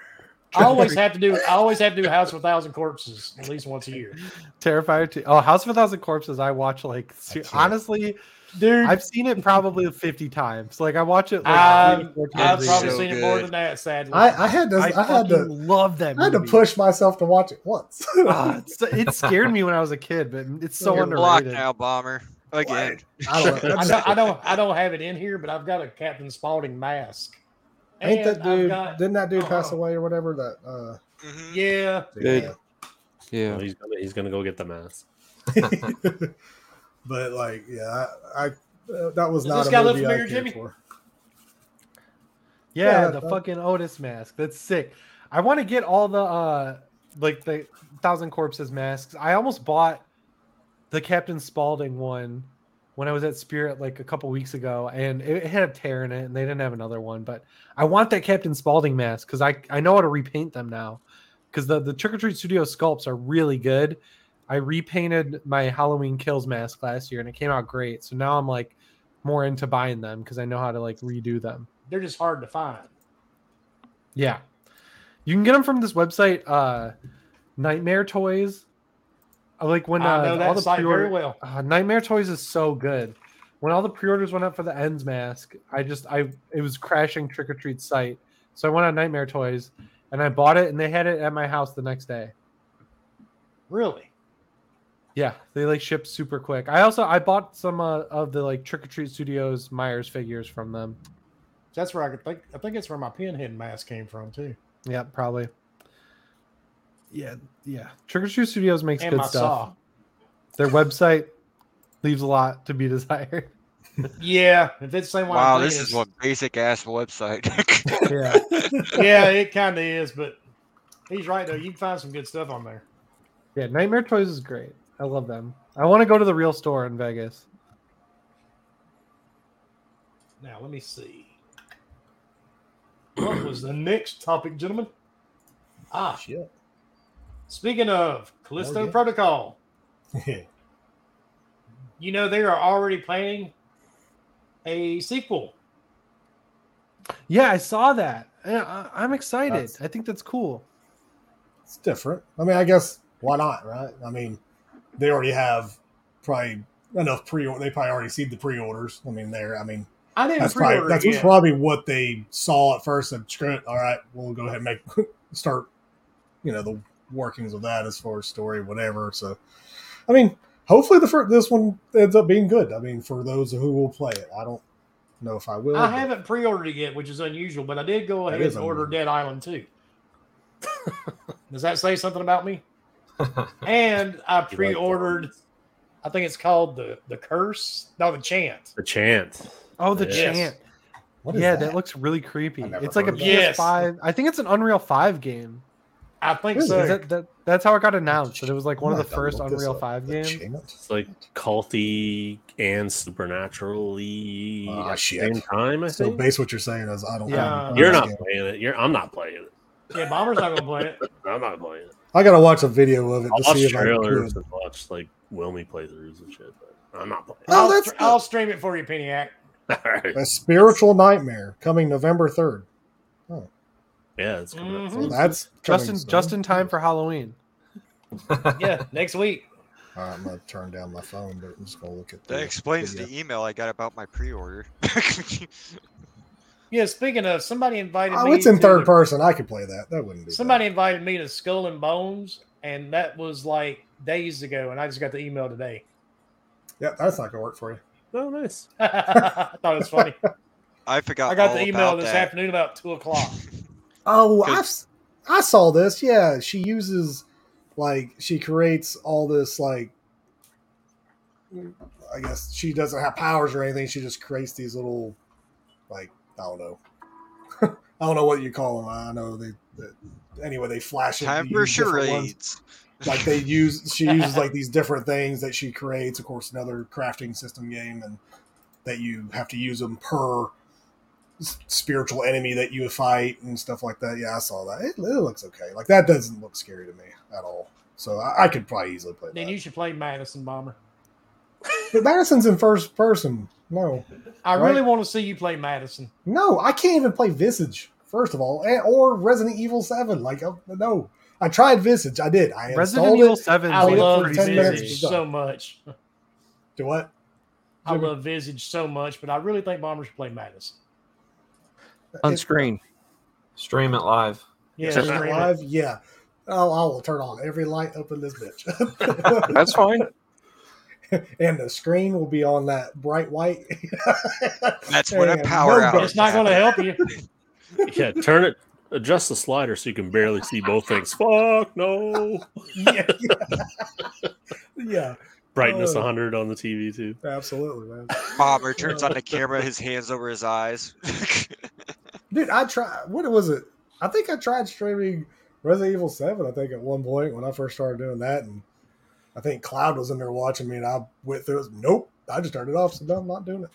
A: I always have to do I always have to do House of a Thousand Corpses at least once a year,
E: Terrifier two. Oh, House of a Thousand Corpses. I watch like ser-
B: can't.
E: honestly,
A: dude. I've,
E: I've seen it probably fifty times. Like I watch it. Like,
A: Um,
E: three or four times
A: I've probably
E: a year.
C: So
A: seen it more
C: good.
A: than that. Sadly,
B: I, I had to, I,
E: I,
B: had
E: fucking
B: to,
E: love that.
B: I had to
E: movie.
B: push myself to watch it once.
E: Ah, it's- it scared me when I was a kid, but it's so
B: You're
C: You're blocked
E: underrated.
C: now, bomber. Again.
B: I don't know.
A: I don't, I don't I don't have it in here, but I've got a Captain Spaulding mask.
B: Ain't that
A: And I've
B: dude?
A: got-
B: didn't that dude
A: oh,
B: pass
A: oh.
B: away or whatever? That uh,
C: Mhm.
A: yeah,
F: Did- Yeah.
H: He's gonna he's gonna go get the mask.
B: but like, yeah, I, I uh, that was
A: Does
B: not
A: this
B: a
A: guy look
B: movie I
A: familiar,
B: cared
A: Jimmy?
B: for.
E: Yeah,
B: Yeah,
E: the
B: that-
E: fucking Otis mask. That's sick. I want to get all the uh like the Thousand Corpses masks. I almost bought the Captain Spaulding one when I was at Spirit like a couple weeks ago, and it had a tear in it, and they didn't have another one. But I want that Captain Spaulding mask because I I know how to repaint them now. Because the the Trick or Treat Studio sculpts are really good. I repainted my Halloween Kills mask last year, and it came out great. So now I'm like more into buying them because I know how to like redo them.
A: They're just hard to find.
E: Yeah. You can get them from this website, uh, Nightmare Toys. I like when uh,
A: I know
E: all
A: that
E: the
A: site
E: pre-order-
A: very well.
E: uh, Nightmare Toys is so good. When all the pre-orders went up for the Ends mask, I just I it was crashing Trick or Treat site, so I went on Nightmare Toys and I bought it, and they had it at my house the next day.
A: Really?
E: Yeah, they like ship super quick. I also I bought some uh, of the like Trick or Treat Studios Myers figures from them.
A: That's where I could think. I think it's where my pinhead mask came from too,
E: Yeah, probably. Yeah, yeah. Trick or Treat Studios makes
A: and
E: good
A: my
E: stuff.
A: saw.
E: Their website leaves a lot to be desired.
A: Yeah, if it's the same one. I
C: Wow,
A: think
C: this
A: it
C: is one basic ass website.
E: Yeah.
A: yeah, it kind of is, but he's right though. You can find some good stuff on there.
E: Yeah, Nightmare Toys is great. I love them. I want to go to the real store in Vegas.
A: Now let me see. What was the next topic, gentlemen? Ah,
B: Shit.
A: speaking of Callisto
B: Oh, yeah.
A: Protocol, you know they are already planning a sequel.
E: Yeah, I saw that. I, I, I'm excited.
B: That's-
E: I think that's cool.
B: it's different. I mean, I guess why not, right? I mean, they already have probably enough pre. They probably already see the pre-orders. I mean, there. I mean,
A: I didn't
B: that's
A: pre-order
B: probably that's
A: it yet.
B: probably what they saw at first. And screw it, all right, we'll go ahead and make start. You know the workings of that as far as story, whatever. So, I mean, hopefully the first, this one ends up being good. I mean, for those who will play it, I don't know if I will.
A: I
B: but-
A: haven't pre-ordered it yet, which is unusual, but I did go
B: That
A: ahead
B: is
A: and order
B: unusual.
A: Dead Island 2. Does that say something about me? And I
H: that
A: pre-ordered,
H: one.
A: I think it's called the the Curse, no, the Chant.
H: The chant.
E: Oh, the
A: Yes.
E: chant.
B: What is
E: Yeah, that? looks really creepy.
B: I never
E: It's like a
B: heard
A: of that.
E: PS5. I think it's an Unreal 5 game.
A: I think
B: Really?
A: so.
E: Is that, that, that's how it got announced. That it was like one of
B: I'm
E: the
B: not gonna
E: first
B: look this
E: Unreal
B: up.
E: 5
B: The
E: games.
B: Chant?
H: It's like culty and supernaturally
B: Ah,
H: at the
B: shit.
H: same time. I
B: So
H: think
B: base what you're saying is I don't.
E: Yeah.
B: I do
H: you're not playing it. You're I'm not playing it.
A: yeah, Bomber's not gonna play it.
H: I'm not playing it.
B: I gotta watch a video of it
H: I'll
B: to see
H: watch
B: if I
H: trailers
B: can.
H: and watch like Wilmy playthroughs and shit, but I'm not playing.
B: Oh,
A: I'll,
B: that's
A: str-
B: good.
A: I'll stream it for you, Peniac.
H: it. All right.
B: A spiritual nightmare coming November third.
H: Yeah, it's coming up.
B: So
A: Mhm.
B: that's coming
E: Just in,
B: soon.
E: just in time for Halloween.
A: Yeah, next week.
B: All right, I'm gonna turn down my phone, but I'm just gonna look at
C: that
B: the
C: explains
B: video.
C: the email I got about my pre-order.
A: Yeah, speaking of, somebody invited
B: Oh,
A: me.
B: it's in
A: to
B: third
A: the-
B: person. I could play that. That wouldn't be
A: Somebody invited me to Skull and Bones, and that was like days ago, and I just got the email today.
B: Bad. Yeah, that's not gonna work for you.
H: Oh, nice.
A: I thought it was funny.
C: I forgot.
A: I got
C: all
A: the email
C: about
A: this
C: that.
A: afternoon about two o'clock.
B: Oh,
C: Good.
B: I've, s- I saw this. Yeah, she uses like she creates all this like. I guess she doesn't have powers or anything. She just creates these little, like I don't know, I don't know what you call them. I know they. they- anyway, they flash. it,
C: Time
B: you
C: for
B: use different ones.
C: charades.
B: Like they use, she uses like these different things that she creates. Of course, another crafting system game, and that you have to use them per s- spiritual enemy that you fight and stuff like that. Yeah, I saw that. It, it looks okay. Like that doesn't look scary to me at all. So I, I could probably easily play
A: then
B: that.
A: you should play Madison Bomber.
B: but Madison's in first person. No,
A: I
B: Right.
A: really want to see you play Madison.
B: no, I can't even play Visage. First of all, and, or Resident Evil Seven. Like uh, no, I tried Visage. I did. I
E: Resident
B: installed
E: Evil
B: it.
E: 7 is
A: I
B: played
E: like
B: it
A: love
E: 30
B: 10 minutes.
E: minutes.
A: Visage so much.
B: Do what?
A: I
B: Jimmy?
A: love Visage so much, but I really think Bomber should play Madison.
F: On screen.
D: Stream it live.
A: Yeah,
B: Is it
A: stream it.
B: live? Yeah. Oh, I will turn on every light up in this bitch.
F: That's fine.
B: and the screen will be on that bright white.
C: That's what a
B: And
C: power
B: no
C: hour
B: dark-
A: it's not going to help you.
H: Yeah, turn it adjust the slider so you can barely see both things. Fuck no.
B: yeah, yeah. yeah,
H: Brightness
B: Oh.
H: 100 on the TV too.
B: absolutely, man.
C: Bomber turns on the camera, his hands over his eyes.
B: Dude, I tried. What was it? I think I tried streaming Resident Evil Seven. I think at one point when I first started doing that, and I think Cloud was in there watching me, and I went through. it. Nope, I just turned it off. So no, I'm not doing it.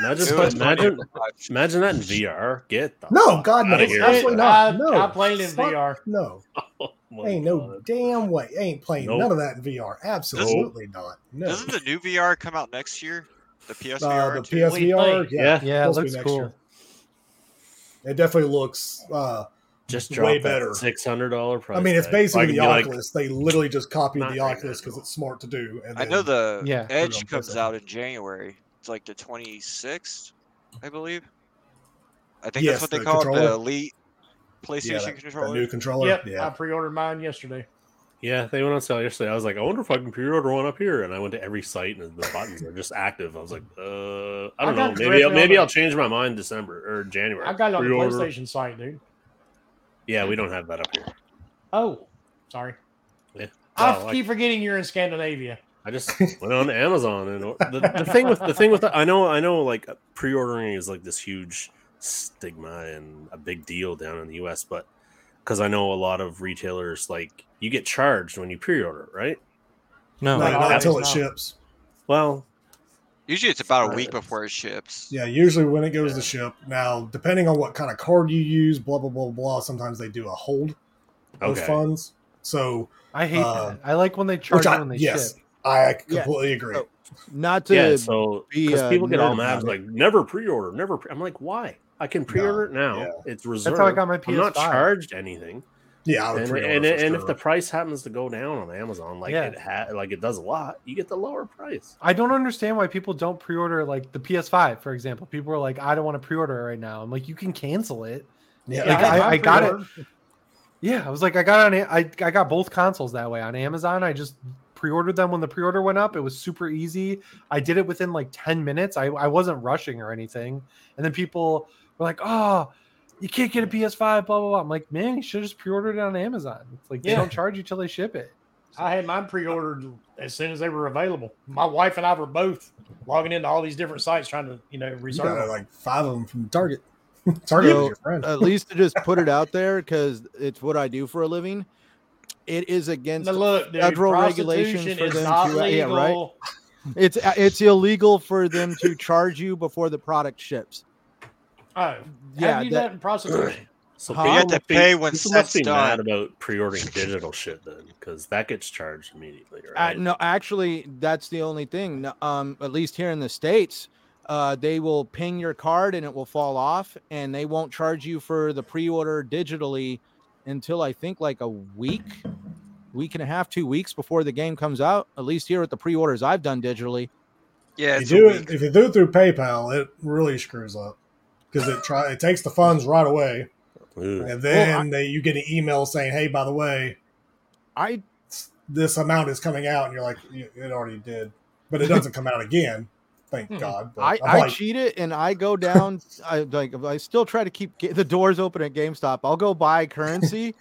H: Imagine,
C: It was funny
H: imagine,
C: to watch.
H: imagine that in VR. Get the
B: No,
H: fuck
B: God no,
H: outta here.
B: absolutely
A: I,
B: not. No,
A: I played in
B: Fuck
A: VR.
B: No,
H: Oh my
B: ain't no
H: God.
B: damn way. Ain't playing
H: Nope.
B: none of that in VR. Absolutely not. No,
C: Doesn't the new VR come out next year? The
B: uh,
C: PSVR.
B: the
C: too?
B: PSVR.
A: think.
B: Yeah,
H: Yeah.
E: Yeah, it
B: supposed to be
E: looks
B: next
E: cool.
B: year. It definitely looks. uh
H: Just
B: Way
H: drop
B: better.
H: that six hundred dollar price.
B: I mean, it's
H: tag.
B: basically
H: I can
B: the
H: be like,
B: Oculus. they literally just copied
H: Not
B: the
H: right
B: Oculus
H: now.
B: because it's smart to do. And
C: I know
B: then-
C: the
E: Yeah.
C: Edge
B: on
C: comes
B: PlayStation.
C: out in January. It's like the 26th, I believe. I think
B: Yes,
C: that's what they
B: the
C: call it,
B: controller.
C: the Elite PlayStation
B: that- the
C: controller.
B: new controller.
A: Yep,
B: Yeah,
A: I pre-ordered mine yesterday.
H: yeah, they went on sale yesterday. I was like, I wonder if I can pre-order one up here. And I went to every site, and the buttons are just active. I was like, uh, I
A: I got
H: don't know. Maybe I'll,
A: directly
H: maybe
A: on
H: I'll
A: the-
H: change my mind December or January.
A: I got it on the
H: Pre-order.
A: PlayStation site, dude.
H: Yeah, we don't have that up here.
A: Oh, sorry.
H: Yeah.
A: I
H: Wow, Oh, I-
A: keep forgetting you're in Scandinavia.
H: I just went on Amazon and or- the, the thing with the thing with I know I know like pre-ordering is like this huge stigma and a big deal down in the US but cuz I know a lot of retailers like you get charged when you pre-order, right?
B: No,
F: No,
A: Like,
B: not until it
A: always, no.
B: ships.
H: Well,
C: Usually it's about a
H: Uh,
C: week before it ships.
B: Yeah, usually when it goes
H: Yeah.
B: to ship. Now, depending on what kind of card you use, blah blah blah blah. Sometimes they do a hold of
H: Okay.
B: funds. So
E: I hate
B: Uh,
E: that. I like when they charge
B: which I-
E: when they
B: yes.
E: ship.
B: I
G: Yeah.
B: completely agree.
G: Oh. Not to
H: yeah, so
G: be
H: cuz
G: a
H: people get all
G: nerd
H: mad
G: about
H: like never pre-order, never pre-. I'm like, "Why? I can pre-order it now. It's reserved.
E: That's how I got my PS5.
H: I'm not charged anything."
B: Yeah, I would
H: And
B: pre-order
H: and,
B: for
H: and
B: sure.
H: if the price happens to go down on Amazon like
E: Yeah.
H: it ha- like it does a lot, you get the lower price.
E: I don't understand why people don't pre-order like the PS5, for example. People are like, I don't want to pre-order it right now. I'm like, you can cancel it.
B: yeah,
E: Like,
A: I-
E: I,
A: I
E: I got it.
A: pre-ordered.
E: Yeah, I was like, I got on, A- I, I got both consoles that way on Amazon. I just pre-ordered them when the pre-order went up. It was super easy. I did it within like ten minutes. I, I wasn't rushing or anything. And then people were like, oh. You can't get a PS5, blah blah blah. I'm like, man, you should just pre-ordered it on Amazon. It's like they
A: Yeah.
E: don't charge you till they ship it.
A: I had mine pre-ordered as soon as they were available. My wife and I were both logging into all these different sites trying to, you know,
B: you
A: reserve.
B: got
A: them.
B: like five of them from Target. Target
G: So,
B: is your friend.
G: at least to just put it out there because it's what I do for a living. It is against
A: Now look, dude,
G: federal
A: prostitution
G: regulations for
A: is
G: them
A: not
B: uh,
G: to- yeah,
A: legal.
G: right. it's uh, it's illegal for them to charge you before the product ships.
A: Oh,
G: Yeah,
A: have you
G: that-
A: done prostitution?
H: So
G: Huh?
H: people
G: You have
C: to
H: must be-
C: pay when
H: people
C: set's
H: must be mad
C: done.
H: about pre-ordering digital shit then, because that gets charged immediately,
G: Uh,
H: right?
G: no, actually, that's the only thing. No, Um, at least here in the states, uh, they will ping your card and it will fall off, and they won't charge you for the pre-order digitally until I think like a week, week and a half, two weeks before the game comes out. At least here at the pre-orders I've done digitally.
C: Yeah,
B: you
C: it's
B: do
C: a
B: it
C: week.
B: if you do it through PayPal, it really screws up because it try it takes the funds right away,
H: Ooh.
B: and then
G: Well,
B: they, you get an email saying, "Hey, by the way,
G: I
B: this amount is coming out," and you're like, "Y- "It already did," but it doesn't come out again. Thank
A: Hmm.
B: God. But
G: I,
B: I'm
G: I
B: like,
G: cheat it and I go down. I like I still try to keep ga- the doors open at GameStop. I'll go buy currency,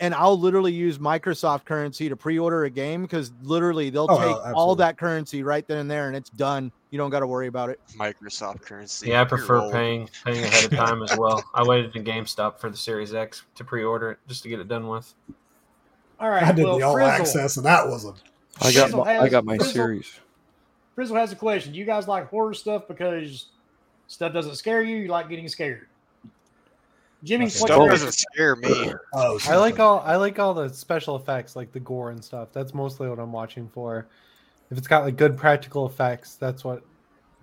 G: and I'll literally use Microsoft currency to pre-order a game because literally they'll
B: Oh,
G: take
B: hell,
G: all
B: absolutely.
G: that currency right then and there, and it's done. You don't got to worry about it.
C: Microsoft currency.
D: Yeah, I
C: You're
D: prefer
C: old.
D: paying paying ahead of time as well. I waited in GameStop for the Series X to pre-order it just to get it done with.
A: All
B: I
A: right,
B: did
A: well,
B: the all
A: Frizzle,
B: access, and that was a
F: I got
A: Frizzle
F: my, I
A: has-
F: got my
A: Frizzle-
F: series.
A: Frizzle has a question. Do you guys like horror stuff because stuff doesn't scare you? You like getting scared? Jimmy,
B: Okay.
A: what
C: Stuff
A: your-
C: doesn't scare me.
B: oh,
E: I like all I like all the special effects, like the gore and stuff. That's mostly what I'm watching for. If it's got like good practical effects, that's what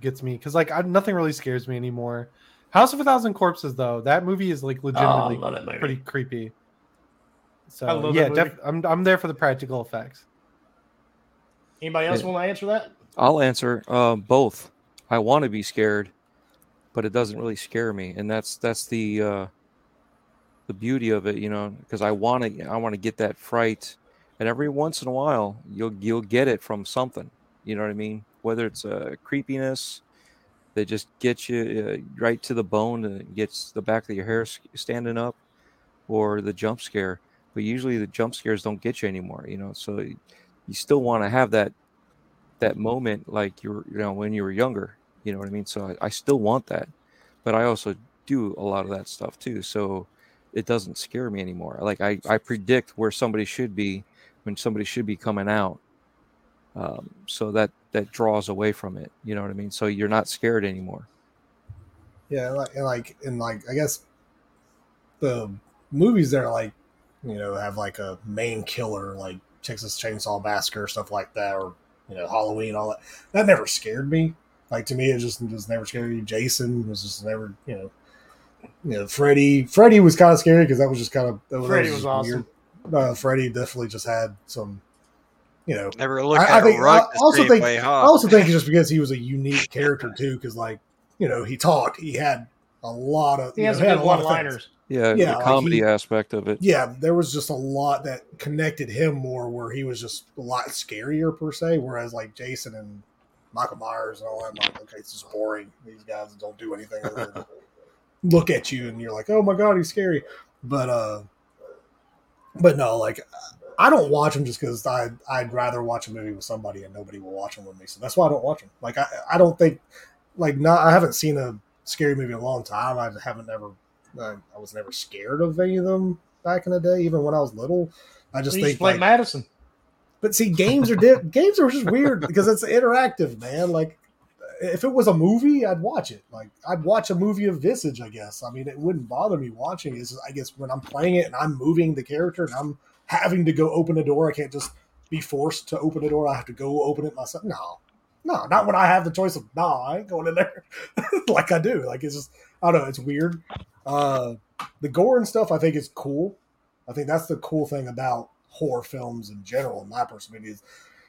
E: gets me. Because like I, nothing really scares me anymore. House of a Thousand Corpses, though, that movie is like
A: Oh,
E: legitimately
H: Oh,
I: that movie.
E: pretty creepy. So
A: I love that
E: yeah,
A: movie.
E: def- I'm I'm there for the practical effects.
A: anybody else
F: Yeah.
A: want to answer that?
F: I'll answer uh, both. I want to be scared, but it doesn't really scare me, and that's that's the uh, the beauty of it, you know, because I want to I want to get that fright, and every once in a while you'll you'll get it from something, you know what I mean? Whether it's a uh, creepiness that just gets you uh, right to the bone and it gets the back of your hair s- standing up, or the jump scare. But usually the jump scares don't get you anymore, you know. So y- you still want to have that that moment like you were, you know, when you were younger. You know what I mean? So I, I still want that, but I also do a lot of that stuff too. So it doesn't scare me anymore. Like I, I predict where somebody should be when somebody should be coming out. Um, so that that draws away from it. You know what I mean? So you're not scared anymore.
B: Yeah, and like and like and like I guess the movies that are like you know have like a main killer like Texas Chainsaw Massacre stuff like that, or you know Halloween, all that. That never scared me. Like to me, it just it just never scared me. Jason was just never you know you know Freddy. Freddy was kind of scary because that was just kind of that that
A: Freddy was
B: just
A: awesome.
B: weird. Uh, Freddy definitely just had some you know
C: Never looked
B: I- I
C: at
B: think-
C: a rug
B: I
C: the
B: also
C: same
B: think-
C: way, huh?
B: I also think it's just because he was a unique character too, because like you know he talked, he had a lot of
A: He
B: you know,
A: has
B: had
A: a good
B: lot of
A: one liners.
F: Yeah,
B: Yeah,
F: the
B: like
F: comedy
B: he-
F: aspect of it.
B: things. Yeah, there was just a lot that connected him more, where he was just a lot scarier per se. Whereas like Jason and Michael Myers and all that, I'm like okay, it's just boring. These guys don't do anything. Other than look at you, and you're like, oh my god, he's scary. But uh, but no, like I don't watch them just because I I'd rather watch a movie with somebody and nobody will watch them with me. So that's why I don't watch them. Like I I don't think like not I haven't seen a scary movie in a long time. I haven't ever I, I was never scared of any of them back in the day. Even when I was little, I just
A: He used to
B: think
A: play
B: like,
A: Madison.
B: but see, games are di- games are just weird because it's interactive, man. Like, if it was a movie, I'd watch it. Like, I'd watch a movie of Visage. I guess. I mean, it wouldn't bother me watching. it. It's just, I guess when I'm playing it and I'm moving the character and I'm having to go open a door, I can't just be forced to open a door. I have to go open it myself. No, no, not when I have the choice of no. I ain't going in there like I do. Like it's just I don't know. It's weird. Uh, the gore and stuff I think is cool. I think that's the cool thing about horror films in general, in my personal opinion, is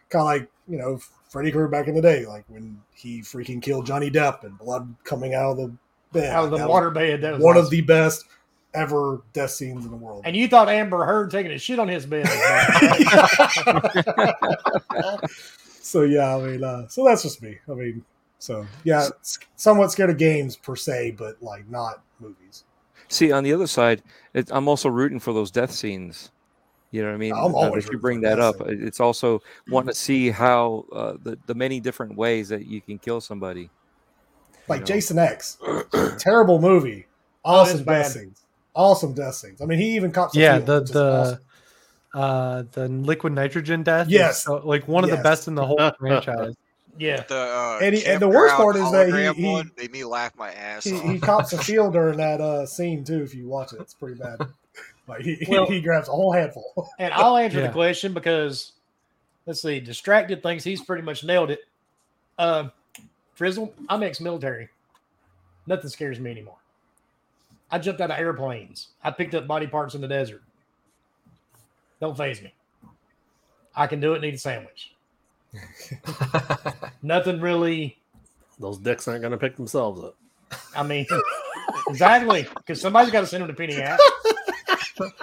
B: kind of like, you know, Freddy Krueger back in the day, like when he freaking killed Johnny Depp and blood coming out of the bed.
A: out of the
B: That
A: water bed. That
B: was
A: was
B: One of
A: awesome.
B: the best ever death scenes in the world.
A: And you thought Amber Heard taking a shit on his bed.
B: so, yeah, I mean, uh, so that's just me. I mean, so yeah, s- somewhat scared of games per se, but like not movies.
F: See, on the other side, it, I'm also rooting for those death scenes. You know what I mean?
B: I'm always
F: if
B: rooting
F: you
B: for
F: bring
B: the
F: that
B: death Mm-hmm.
F: up, it- it's also want to see how uh, the the many different ways that you can kill somebody. you
B: Like
F: know?
B: Jason X, terrible movie,
A: Oh, it is
B: awesome
A: bad.
B: death scenes, awesome death scenes. I mean, he even cops. a
E: yeah
B: few,
E: the
B: just
E: the
B: awesome.
E: uh the liquid nitrogen death is
B: Yes.
E: so- like one of the
B: Yes.
E: best in the whole franchise
A: yeah.
C: the uh,
B: And he- and the worst part is that he-
C: hologram
B: he-
C: one made me laugh my ass
B: he,
C: off.
B: he cops a field during that uh, scene too. If you watch it, it's pretty bad. Like he,
A: Well-
B: he grabs a whole handful.
A: And I'll answer
E: Yeah.
A: the question because let's see, distracted things. He's pretty much nailed it. Uh, Frizzle, I'm ex-military. Nothing scares me anymore. I jumped out of airplanes. I picked up body parts in the desert. Don't phase me. I can do it. and eat a sandwich. Nothing really.
H: Those dicks aren't gonna pick themselves up.
A: I mean, exactly because somebody's got to send him to Peniac.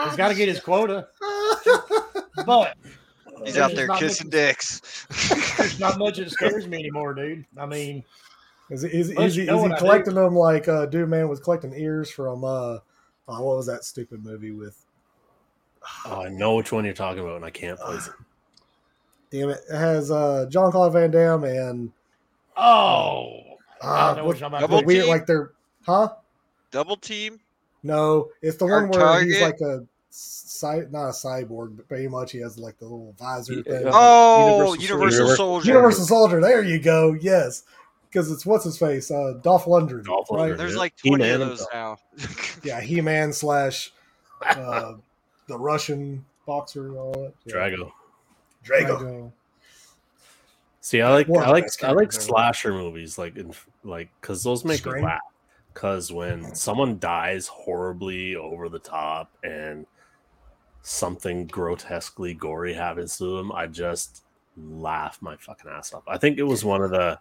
A: He's got to get his quota. But
C: He's
A: There's
C: out
A: just
C: there
A: not much-
C: kissing dicks.
A: There's not much that scares me anymore, dude. I mean,
B: Is, he- is, he-
A: Well,
B: is, he-
A: you know
B: is he
A: what I do.
B: collecting them like uh, Dude Man was collecting ears from uh, uh, what was that stupid movie with?
H: Oh, I know which one you're talking about, and I can't place it.
B: Damn it! It has uh, John Claude Van Damme and
A: oh, I
B: uh,
A: know
B: what,
A: what you're talking
B: the
C: Double
A: about.
B: weird
C: team?
B: like they're huh?
C: Double team.
B: No, it's the
C: Our
B: one where he's like
C: target?
B: a cy- not a cyborg, but pretty much he has like the little visor
F: Y-
B: thing.
F: uh,
C: Oh,
F: Universal
C: Universal,
H: Soldier.
C: Soldier.
B: Universal Soldier. There you go. Yes, because it's what's his face, uh, Dolph Lundgren.
H: Dolph
B: right?
H: Lundgren.
C: There's
H: Yeah.
C: like 20
H: He-Man
C: of those now.
B: Yeah, He Man slash uh, the Russian boxer. and All that. Yeah.
H: Drago.
B: Drago.
E: Drago.
H: See, I like
B: One of
H: I
B: the
H: like
B: best
H: I like
B: characters ever.
H: slasher movies, like in, like because those make
B: Scream?
H: me laugh. Because when someone dies horribly over the top and something grotesquely gory happens to them, I just laugh my fucking ass off. I think it was one of the.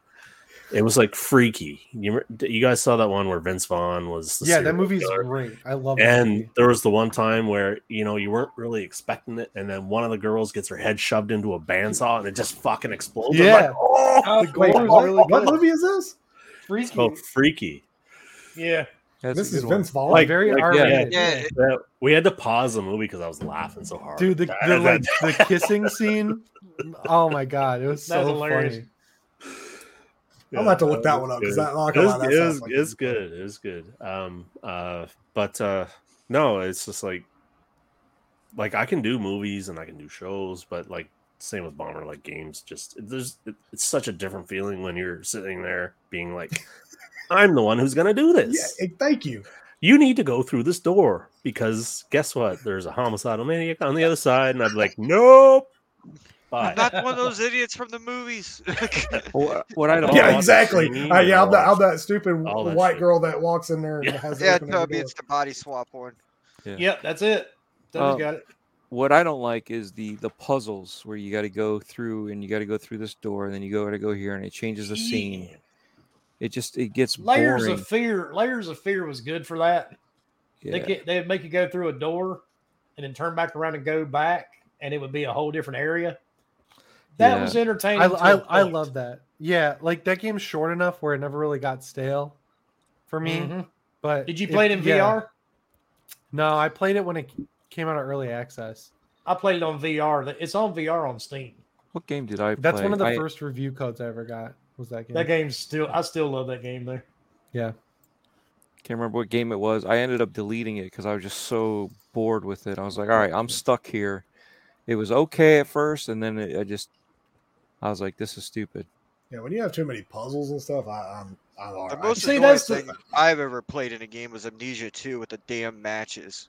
H: It was like freaky. You you guys saw that one where Vince Vaughn was the
E: yeah that
H: serial
E: movie's
H: killer?
E: great i love that
H: And
E: movie.
H: there was the one time where you know you weren't really expecting it, and then one of the girls gets her head shoved into a bandsaw and it just fucking explodes. I'm like,
E: Yeah.
H: oh,
A: Oh,
E: the gore
A: wait,
E: is
A: what?
E: really
B: What
E: good
B: movie is this?
A: Freaky.
H: so freaky.
A: Yeah.
F: That's a
B: this is
F: good one.
B: Vince Vaughn.
H: Like-
E: very
H: like,
E: R
H: yeah.
E: rated.
C: Yeah, it-
H: That- we had to pause the movie because I was laughing so hard.
E: Dude, the, the, like, the kissing scene. Oh my god, it was so
A: That's hilarious.
E: funny.
B: I'm gonna have to look that one up because that, not
H: it
B: gonna
H: was,
B: lie, that
H: it
B: sounds
H: was,
B: like-
H: it was good. It was good. Um, uh, but uh, no, it's just like, like I can do movies and I can do shows, but like same with Bomber, like games. Just there's it, it's such a different feeling when you're sitting there being like, I'm the one who's gonna do
B: Yeah,
H: this.
B: it- thank you.
H: You need to go through this door because guess what? There's a homicidal maniac on the other side, and I'm like, nope. Bye.
C: I'm not one of those idiots from the movies.
F: Well, what I don't
H: all
B: yeah,
H: that
F: want-
B: exactly.
H: scene
B: Uh, yeah, I'm
H: and
B: that,
H: all
B: I'm that stupid
H: all that
B: white
H: shit.
B: girl that walks in there and
H: Yeah.
B: has
C: yeah,
B: open
C: no,
B: every
C: I mean,
B: door.
C: it's the body swap one.
A: Yep, that's it. Toby's
F: Um,
A: got it.
F: what I don't like is the the puzzles where you got to go through and you got to go through this door and then you go to go here and it changes the scene. It just it gets
A: Layers
F: boring.
A: of fear. Layers of fear was good for that. They
F: Yeah.
A: get, they'd make you go through a door and then turn back around and go back, and it would be a whole different area. That
F: Yeah.
A: was entertaining.
E: I,
A: to a
E: I, I
A: point.
E: love that. Yeah, like that game's short enough where it never really got stale for me.
A: Mhm.
E: But
A: Did you play it in
E: yeah.
A: VR?
E: No, I played it when it came out of early access.
A: I played it on VR. It's on VR on Steam.
F: What game did I play?
E: That's one of the
F: I-
E: first review codes I ever got. Was that game?
A: That game's still. I still love that game. There.
F: can't remember what game it was. I ended up deleting it because I was just so bored with it. I was like, all right, I'm stuck here. It was okay at first, and then it, I just, I was like, this is stupid.
B: Yeah, when you have too many puzzles and stuff, I, I'm I'm all
C: The
B: right.
C: most
A: see,
C: annoying
A: that's the-
C: thing I've ever played in a game was Amnesia 2 with the damn matches.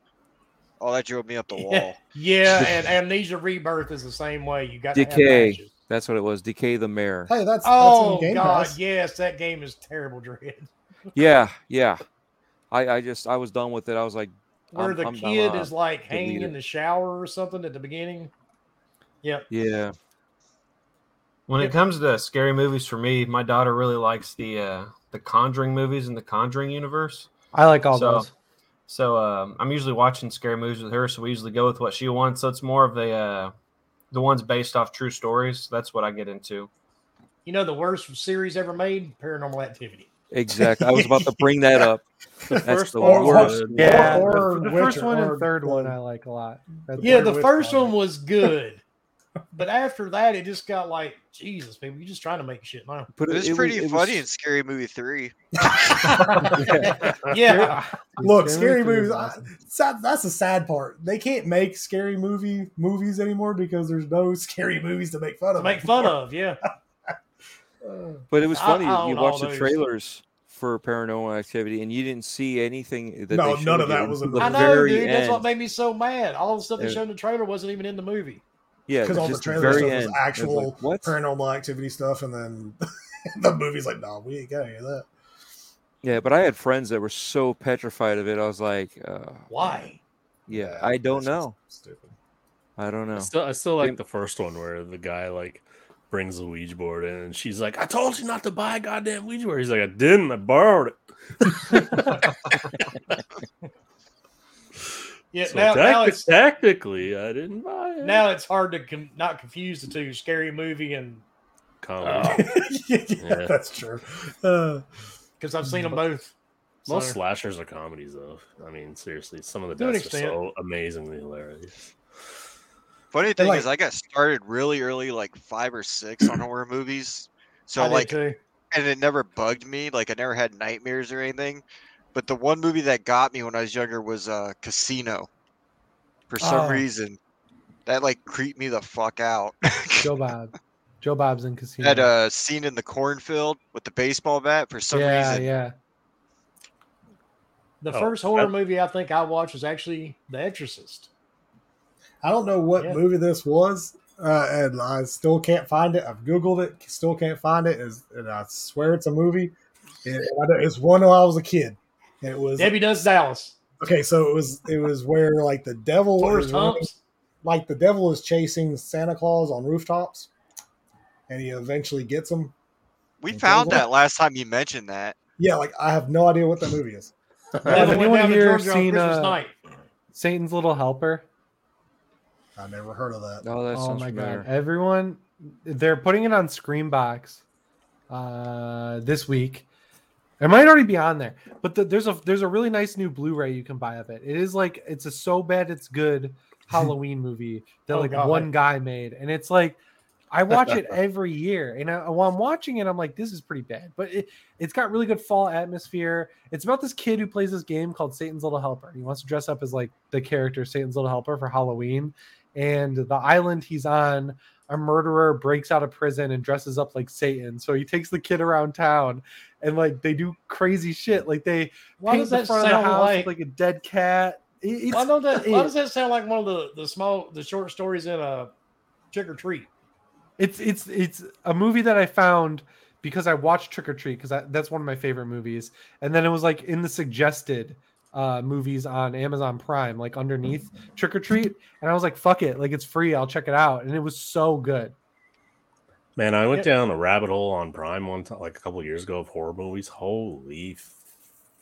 C: Oh, that drove me up the wall.
A: Yeah, and Amnesia Rebirth is the same way. You got to have
F: Decay.
A: matches.
F: That's what it was. Decay the Mare.
B: Hey, that's
A: Oh
B: that's in Game
A: God,
B: Pass.
A: yes, that game is terrible, Dread.
F: Yeah, yeah. I, I just, I was done with it. I was like,
A: Where
F: I'm-
A: the
F: I'm done,
A: kid
F: uh,
A: is like
F: delete
A: hanging in
F: it.
A: the shower or something at the beginning.
F: yeah,
D: When it comes to scary movies for me, my daughter really likes the uh, the Conjuring movies in the Conjuring universe.
E: I like all
D: So-
E: those.
D: So um, I'm usually watching scary movies with her, so we usually go with what she wants. So it's more of the uh, the ones based off true stories. That's what I get into.
A: You know the worst series ever made? Paranormal Activity.
F: exactly. I was about to bring that up. That's the
B: one was
F: worst.
E: Yeah,
B: Or-
E: the,
B: or
E: the first
B: Witcher,
E: one
B: or
E: and third one
B: the-
E: I like a lot. That's
A: Yeah,
B: Blair
A: the
B: Witch
A: first one
B: Project.
A: was good, but after that, it just got like Jesus, people. You're just trying to make shit now.
F: But
C: It was
F: it was-
C: pretty
F: it
C: funny
F: was-
C: in Scary Movie 3.
A: Yeah,
B: Look,
E: Scary
B: scary
E: Movie
B: movies.
E: is
B: I,
E: awesome.
B: sad, that's the sad part. They can't make scary movie movies anymore because there's no scary movies to make fun
A: to
B: of.
A: make fun of. Yeah,
B: Uh,
F: But it was
A: I-
F: funny.
A: I
F: you
A: own all
F: watched the
A: those.
F: trailers for Paranormal Activity, and you didn't see anything that
B: No, none
F: they showed
B: of
F: you
B: that
F: until
B: was in
F: the
B: there.
A: I know,
F: very
A: dude.
F: End.
A: That's what made me so mad. All the stuff they
F: Yeah.
A: showed in the trailer wasn't even in the movie.
F: yeah,
B: because all the
F: just
B: trailer
F: very
B: stuff
F: end.
B: was
F: I was like,
B: actual
F: what?
B: paranormal activity stuff, and then the movie's like, "No, we ain't got any of that."
F: Yeah, but I had friends that were so petrified of it. I was like, uh,
A: Why?
F: yeah, I don't
B: that's
F: know.
B: just Stupid.
F: I don't
H: I
F: know.
H: still, I still like
F: They-
H: the first one where the guy like brings the Ouija board in and she's like, "I told you not to buy a goddamn Ouija board." He's like, "I didn't. I borrowed it."
A: Yeah,
H: So
A: now, now
H: tacti-
A: it's
H: technically, I didn't buy it.
A: now it's hard to com- not confuse the two scary movie and
H: Comedy.
B: yeah,
H: Yeah.
B: that's true. Uh,
A: because I've seen them both. So,
H: most slashers are comedies, though. I mean, seriously, some of the
A: To an
H: deaths are
A: extent.
H: so amazingly hilarious.
C: Funny thing
B: like-
C: is, I got started really early, like five or six on horror movies. So,
A: I did
C: like,
A: too.
C: and it never bugged me. Like I never had nightmares or anything. But the one movie that got me when I was younger was uh, Casino. For some
A: Oh.
C: reason, that like creeped me the fuck out.
E: Joe Bob. Joe Bob's in Casino.
C: that uh, scene in the cornfield with the baseball bat. For some
E: yeah,
C: reason,
E: yeah.
A: The
H: Oh,
A: first horror
H: that-
A: movie I think I watched was actually The Exorcist.
B: I don't know what
A: Yeah.
B: movie this was, uh, and I still can't find it. I've googled it, still can't find it, is- and I swear it's a movie. And I know- it's one when I was a kid. And it was
A: Debbie Does Dallas.
B: okay, so it was it was where like the devil
A: Forrest
B: is running-
A: Humps.
B: like the devil is chasing Santa Claus on rooftops, and he eventually gets him.
C: we
B: Yeah,
C: found
B: Cornfield.
C: that last time you mentioned that.
B: Yeah, like I have no idea what that movie is.
A: Never went
E: anyone
A: down to
E: here
A: Georgia on
E: seen,
A: Christmas
E: uh,
A: night.
E: Satan's Little Helper.
B: I never heard of that.
F: Oh, that
E: oh
F: sounds
E: my
F: familiar.
E: god! Everyone, they're putting it on Screambox uh, this week, It might already be on there, but the, there's a there's a really nice new Blu-ray you can buy of it. It is like it's a so bad it's good Halloween movie that
A: Oh,
E: like
A: God.
E: one guy made, and it's like I watch it every year, and I, while I'm watching it, I'm like, this is pretty bad, but it it's got really good fall atmosphere. It's about this kid who plays this game called Satan's Little Helper. He wants to dress up as like the character Satan's Little Helper for Halloween, and the island he's on. A murderer breaks out of prison and dresses up like Satan. So he takes the kid around town and like they do crazy shit. Like they
A: Why
E: paint
A: does
E: the
A: that
E: front of the
A: sound
E: house
A: like?
E: with, like a dead cat. It- it's-
A: why, don't that, why
E: it-
A: does that sound like one of the, the small the short stories in a Trick or Treat?
E: It's it's it's a movie that I found because I watched Trick or Treat because that's one of my favorite movies, and then it was like in the suggested uh movies on Amazon Prime, like underneath Trick or Treat, and I was like, fuck it, like it's free, I'll check it out, and it was so good.
H: Man, I went
A: Yeah.
H: down a rabbit hole on Prime one time, like a couple years ago, of horror movies. Holy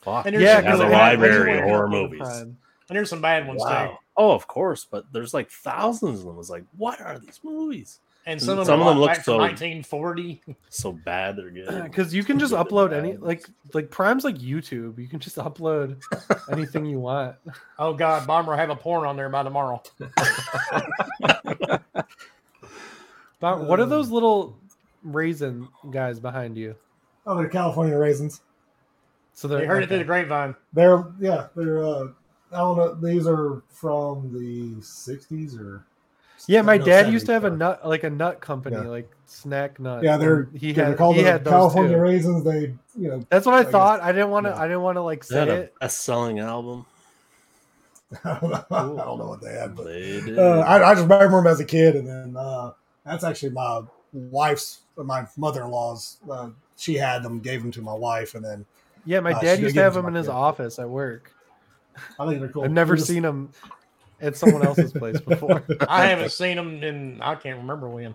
H: fuck!
A: And
H: it
A: there's
E: Yeah,
A: some-
H: has
E: because
H: a
E: it had-
H: library of
A: everywhere.
H: horror
E: Amazon
H: movies.
E: Prime.
A: And there's some bad ones too.
H: Wow. Oh, of course, but there's like thousands of them. It's like, what are these movies?
A: And some of them,
H: Some of them
A: look
H: look
A: back
H: so-
A: from 1940.
H: So bad they're good.
E: because you can just
H: Stupid
E: upload any
H: ads.
E: like like prime's like youtube you can just upload anything you want
A: Oh God, Bomber will have a porn on there by tomorrow.
E: but what are those little raisin guys behind you
B: Oh, they're California raisins.
E: so
A: They heard it through
E: okay.
A: the grapevine.
B: They're yeah, they're uh, I don't know. These are from the '60s or
E: yeah my
B: no,
E: dad used to have a
B: 70s,
E: nut like a nut company
B: Yeah.
E: like snack nuts
B: Yeah, they're
E: and he
B: they're
E: had,
B: called
E: he
B: the
E: had those
B: California
E: too.
B: raisins. They you know
E: that's what i
B: I guess-
E: thought i didn't want to
B: yeah.
E: i didn't want to like
H: They
E: say
H: had a
E: it
H: best selling album.
B: I don't know, I don't know what they had, but
H: They did.
B: uh, I, I just remember them as a kid, and then uh, that's actually my wife's, my mother-in-law's. Uh, she had them, gave them to my wife, and then
E: yeah my
B: Uh,
E: dad
B: she
E: used
B: did
E: to
B: give
E: have
B: it to
E: them in
B: my
E: his
B: kid.
E: office at work
B: I think they're cool.
E: i've never
B: They're Oh, just-
E: seen them at someone else's place before
A: I haven't seen them in I can't remember when.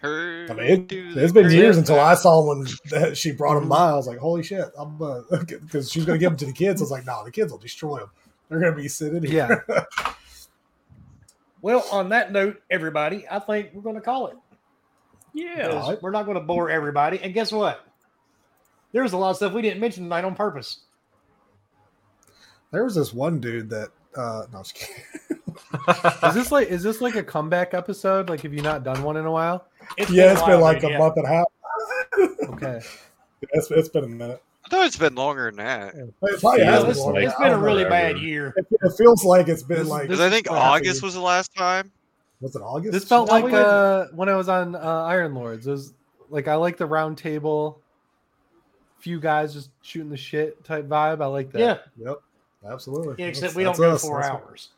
C: Her
B: I mean,
C: do
B: it,
C: the
B: it's been years
C: great
B: until I saw when that she brought them by. I was like, "Holy shit!" I'm because she's gonna give them to the kids. I was like, "No, the kids will destroy them. They're gonna be sitting here."
E: yeah
A: Well, on that note, everybody, I think we're going to call it.
H: yeah.
A: 'Cause We're not going to bore everybody. And guess what? There was a lot of stuff we didn't mention tonight on purpose.
B: There was this one dude that. Uh, no, I'm just kidding.
E: is this like is this like a comeback episode like have you not done one in a while
B: yeah, it's been
A: while,
B: like
A: dude,
B: a
A: yeah.
B: month and a half.
E: okay
B: It's, it's been a minute.
C: I thought it's been longer than that.
B: It probably
H: Yeah,
B: has
A: Yeah,
B: been
A: it's,
B: longer.
A: it's
B: I
A: been a
B: don't know.
A: really bad
H: Forever.
A: year.
B: It, it feels like it's been
E: This is-
B: like
C: Because I think
E: crappy.
C: August was the last time.
B: was it August?
E: This felt
A: No, we
E: like
A: had-
E: uh, when I was on uh, Iron Lords. It was like I like the round table, few guys just shooting the shit type vibe. I like that.
A: Yeah.
B: Yep, absolutely.
A: yeah except
B: That's-
A: we don't
B: that's
A: go
B: us.
A: four
B: That's-
A: hours.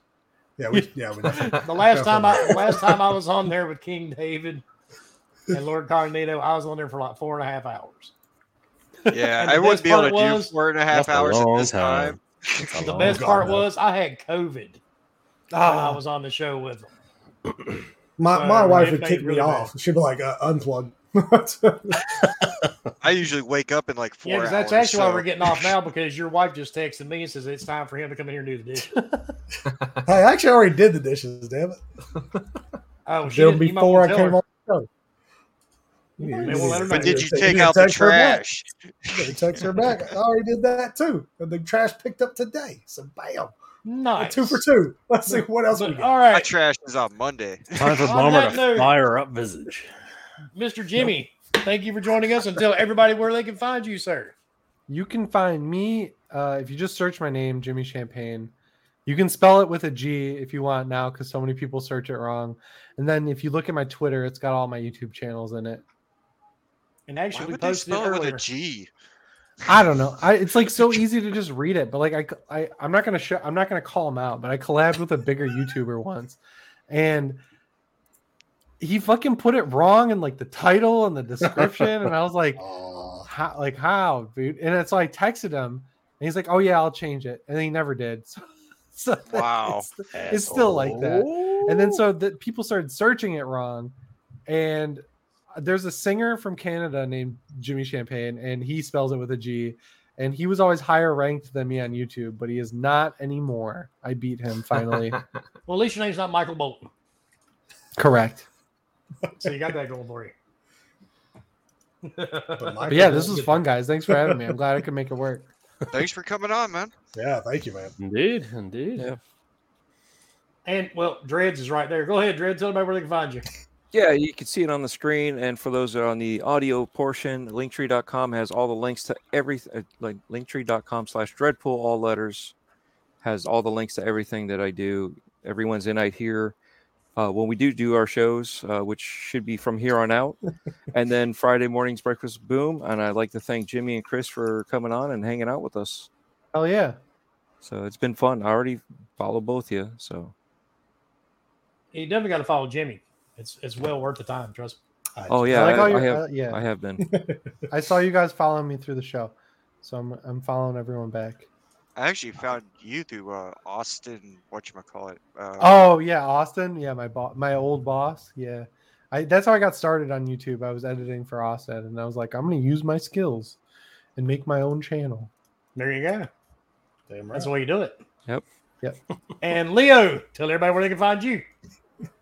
B: Yeah, we, yeah, we definitely-
A: The last time I
B: Definitely.
A: last time I was on there with King David and Lord Cognito, I was on there for like four and a half hours.
C: Yeah,
A: And the
C: I
A: best
C: wouldn't be
A: part
C: able to do
A: was-
C: four and a half
H: That's a
C: hours at
H: long
C: this time.
H: That's a
A: The
H: long
A: best
B: Oh, God,
A: part
B: no.
A: was I had COVID when I
E: Ah,
A: was on the show with them.
B: my
A: Uh,
B: my wife
A: it
B: would
A: made
B: kick
A: it
B: me
A: really
B: off. She'd be like, uh, "Unplug."
C: I usually wake up in like four
A: Yeah, because
C: hours.
A: that's actually why
C: so-
A: we're getting off now because your wife just texted me and says it's time for him to come in here and do the dishes.
B: I actually already did the dishes. Damn it!
A: Oh, she
B: Did them
A: didn't, you might
B: before I
A: wanna tell
B: came
A: her.
B: on the show. You
A: They
B: need-
A: won't
B: you
A: let her know.
B: need to
C: But did you
B: text-
C: take
B: need to
C: out the
B: text her back.
C: trash?
B: You need to text her back. I already did that too. And the trash picked up today. So bam,
A: Nice.
B: two for two. Let's see what else we
A: But,
B: get.
A: all
C: My
A: right,
C: trash is on Monday.
H: Time for
A: On
H: Bomber
A: that
H: to
A: note-
H: fire up visage.
A: Mr. Jimmy, thank you for joining us and tell everybody where they can find you, sir.
E: you can find me uh, if you just search my name, Jimmy Champagne. You can spell it with a G if you want now, because so many people search it wrong. And then if you look at my Twitter, it's got all my YouTube channels in it.
A: And
C: Why
A: actually, we
C: would they
A: posted it
C: spell it with
A: earlier.
C: a G?
E: I don't know. I, it's like so easy to just read it, but like I, c- I I'm not gonna show I'm not gonna call him out, but I collabed with a bigger YouTuber once, and he fucking put it wrong in like the title and the description, and I was like,
A: oh.
B: Aw.
E: how, like how, dude? And it's so I texted him, and he's like, oh yeah, I'll change it, and he never did. So, so that-
C: Wow.
E: it's- it's still like that. And then so the people started searching it wrong. And there's a singer from Canada named Jimmy Champagne, and he spells it with a G. And he was always higher ranked than me on YouTube, but he is not anymore. I beat him finally.
A: Well, at least your name's not Michael Bolton.
E: Correct.
A: So you got that going for you.
B: But, my
E: But yeah,
B: pick-
E: this was fun, guys. Thanks for having me. I'm glad I could make it work.
C: Thanks for coming on, man.
B: Yeah, thank you, man.
H: Indeed, indeed.
F: Yeah.
A: And well, Dreads is right there. Go ahead, Dreads. Tell everybody where they can find you.
F: Yeah, you can see it on the screen. And for those that are on the audio portion, linktree.com has all the links to every uh, like linktree.com slash dreadpool, all letters, has all the links to everything that I do every Wednesday night here. Uh, when we do do our shows, uh, which should be from here on out, and then Friday mornings breakfast boom. And I'd like to thank Jimmy and Chris for coming on and hanging out with us.
E: Hell yeah.
F: So it's been fun. I already follow both of you. So
A: You definitely got to follow Jimmy. It's it's well worth the time. Trust me.
F: oh yeah,
E: I like
F: I,
E: all your,
F: I have
E: uh, yeah.
F: I have been.
E: I saw you guys following me through the show, so I'm I'm following everyone back.
C: I actually found you through uh, Austin. What you call it? Uh,
E: Oh yeah, Austin. Yeah, my boss, my old boss. Yeah, I that's how I got started on YouTube. I was editing for Austin, and I was like, I'm gonna use my skills and make my own channel.
A: There you go.
B: Damn right.
A: That's the way you do it.
F: Yep.
E: Yep.
A: And Leo, tell everybody where they can find you.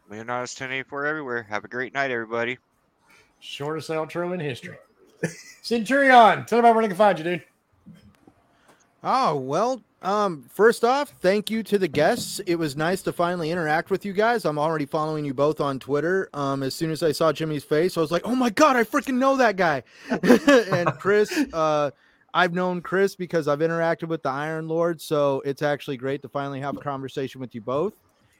C: Leonardo's 1084 everywhere. Have a great night, everybody.
A: Shortest outro in history. Centurion, tell everybody where they can find you, dude.
G: Oh, well, um, first off, thank you to the guests. It was nice to finally interact with you guys. I'm already following you both on Twitter. Um, as soon as I saw Jimmy's face, I was like, oh my God, I freaking know that guy. and Chris, uh, I've known Chris because I've interacted with the Iron Lord. So it's actually great to finally have a conversation with you both.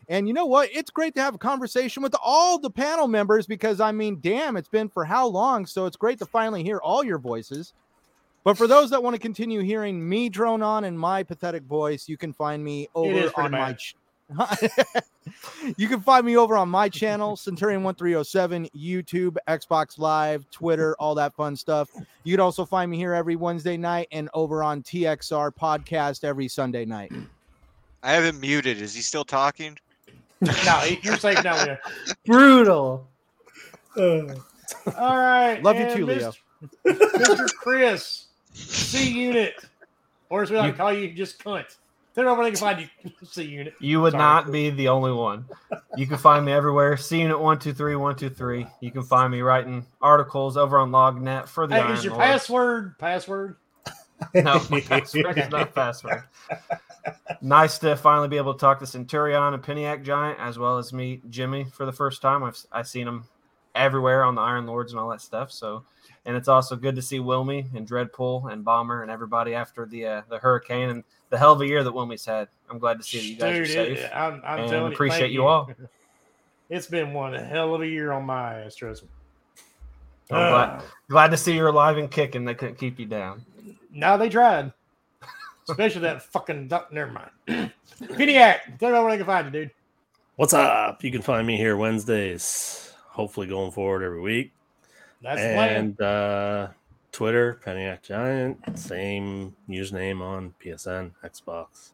G: And you know what? It's great to have a conversation with all the panel members because I mean, damn, it's been for how long? So it's great to finally hear all your voices. But for those that want to continue hearing me drone on in my pathetic voice, you can find me
A: is
G: over
A: pretty
G: on my.
A: bad.
G: Ch- you can find me over on my channel, Centurion One Three Zero Seven, YouTube, Xbox Live, Twitter, all that fun stuff. You can also find me here every Wednesday night and over on TXR Podcast every Sunday night.
C: I have him muted. Is he still talking?
A: No, you're safe now, Leo.
E: Brutal.
B: Uh,
A: All right.
G: Love you
A: and
G: too, Leo.
A: Mr. Mr. Chris, C Unit, or as we like to call you, just cunt. Tell everybody where they can find you, C Unit.
D: You would
A: Sorry.
D: not be the only one. You can find me everywhere. See you at one two three one two three. You can find me writing articles over on LogNet for the
A: Hey,
D: Iron
A: is your
D: Lord.
A: password password?
D: No, my password is not password. nice to finally be able to talk to Centurion and Peniac Giant as well as meet Jimmy for the first time. I've I've seen him everywhere on the Iron Lords and all that stuff. So, and it's also good to see Wilmy and Dreadpool and Bomber and everybody after the uh, the hurricane and the hell of a year that Wilmy's had. I'm glad to see that you guys are
A: Dude,
D: safe.
A: it- I'm, I'm
D: and
A: telling you,
D: appreciate
A: thank
D: you all.
A: It's been one hell of a year on my ass, trust me.
D: I'm glad, glad to see you're alive and kicking. They couldn't keep you down.
A: No, they tried. Especially that fucking duck. Never mind. Piniac, tell everybody where they can find you, dude.
H: What's up? You can find me here Wednesdays. Hopefully, going forward every week.
A: That's the plan.
H: and uh, Twitter, Peniac Giant, same username on PSN, Xbox.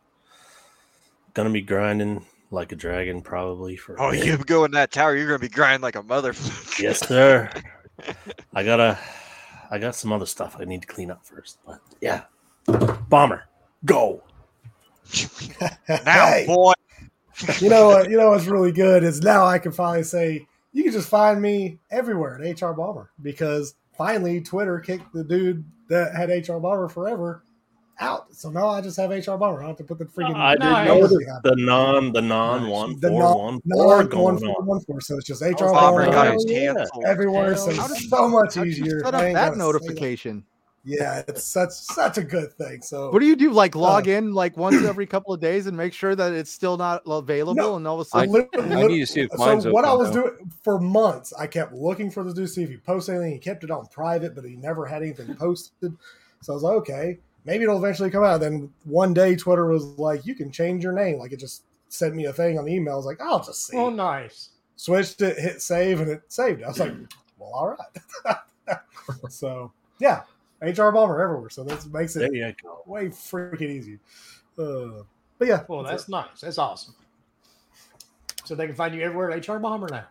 H: Gonna be grinding like a dragon, probably for.
C: Oh, you go in that tower. You're gonna be grinding like a motherfucker.
H: Yes, sir. I gotta. I got some other stuff I need to clean up first, but yeah. Bomber, go.
C: now,
B: hey,
C: boy.
B: you know what? You know what's really good is now I can finally say you can just find me everywhere at HR Bomber because finally Twitter kicked the dude that had HR Bomber forever out. So now I just have HR Bomber. I don't have to put the freaking
H: I
A: Nice.
H: didn't know that the non, the non one
B: The
H: four one four
B: non
H: going
B: one
H: on.
B: four one four. So it's just
A: Oh,
B: HR
C: Bomber
B: Bomber
H: Hell
C: got his
H: yeah.
C: canceled.
B: everywhere. So
G: How
B: it's
G: did-
B: so much
G: How'd you
B: easier.
G: set
B: I
G: up
B: ain't
G: that
B: gotta say
G: notification?
B: Yeah, it's such such a good thing. So
G: What do you do? Like log in like once every couple of days and make sure that it's still not available,
B: No,
G: and all of a
B: So
G: sudden,
B: lit-
F: I need to see if
B: so
F: mine's
B: what I
F: open,
B: was
F: though.
B: doing for months, I kept looking for this dude to see if he posted anything. He kept it on private, but he never had anything posted. So I was like, okay, maybe it'll eventually come out. Then one day, Twitter was like, you can change your name. Like it just sent me a thing on the email. I was like, I'll just see.
A: Oh, nice.
B: Switched it, hit save, and it saved. I was like, well, all right. so yeah, HR bomber everywhere. So this makes it
H: There you go.
B: way freaking easy. Uh, but yeah,
A: Well, that's nice. That's awesome. So they can find you everywhere at HR Bomber now.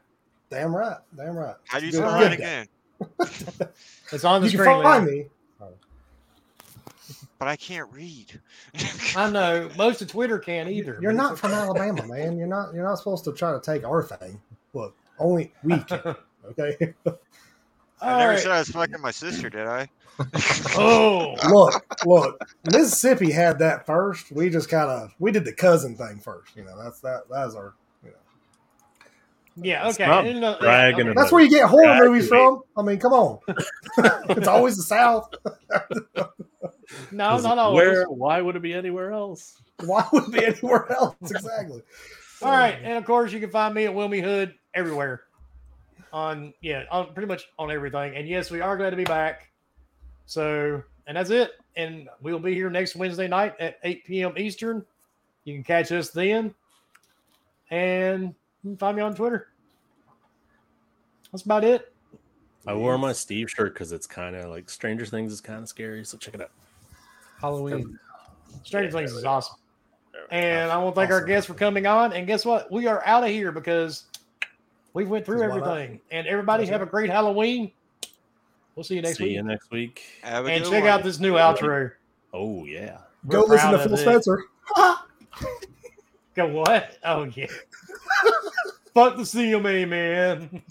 B: damn right, damn right.
C: How do you
B: Good-
C: spell
B: good
C: that
B: guy.
C: again?
A: It's on the
B: you can
A: screen.
B: find
A: Leo.
B: me.
C: But I can't read.
A: I know most of Twitter can't either.
B: You're
A: but
B: not
A: it's
B: from Alabama, man. You're not. You're not supposed to try to take our thing. Look, only we can.
A: okay.
B: Okay.
C: I
A: All
C: never
A: right.
C: said I was fucking my sister, did I?
A: Oh,
B: Look, look, Mississippi had that first. We just kind of we did the cousin thing first. You know, that's that that's our.
A: yeah.
H: It's
A: Okay. uh,
H: not
A: I didn't know- yeah,
H: bragging
A: okay.
H: about-
B: That's where you get horror
H: Right.
B: movies from. I mean, come on, it's always the South.
A: No,
H: 'Cause
A: not always.
H: Where? Why would it be anywhere else?
B: Why would it be anywhere else? Exactly.
A: All right, and of course you can find me at Wilmy Hood everywhere. On yeah, on pretty much on everything. And yes, we are glad to be back. So, and that's it. And we'll be here next Wednesday night at 8 p.m. Eastern. You can catch us then. And you can find me on Twitter. That's about it.
H: I wore my Steve shirt because it's kind of like Stranger Things is kind of scary. So check it out.
E: Halloween.
A: Stranger Things
H: Yeah, there
A: is
H: we go.
A: awesome. And I want to thank our guests for coming on. And guess what? We are out of here because we went through
B: Why not?
A: everything. And everybody have a great Halloween. We'll see you next
H: see
A: week.
H: you next week.
C: Have a
A: and
C: good
A: check
C: one.
A: out this new outro.
H: Oh yeah.
A: We're
B: Go listen
A: proud
B: to
A: of
B: Phil
A: it.
B: Spencer.
A: Go what? Oh yeah. Fuck the CMA, E, man.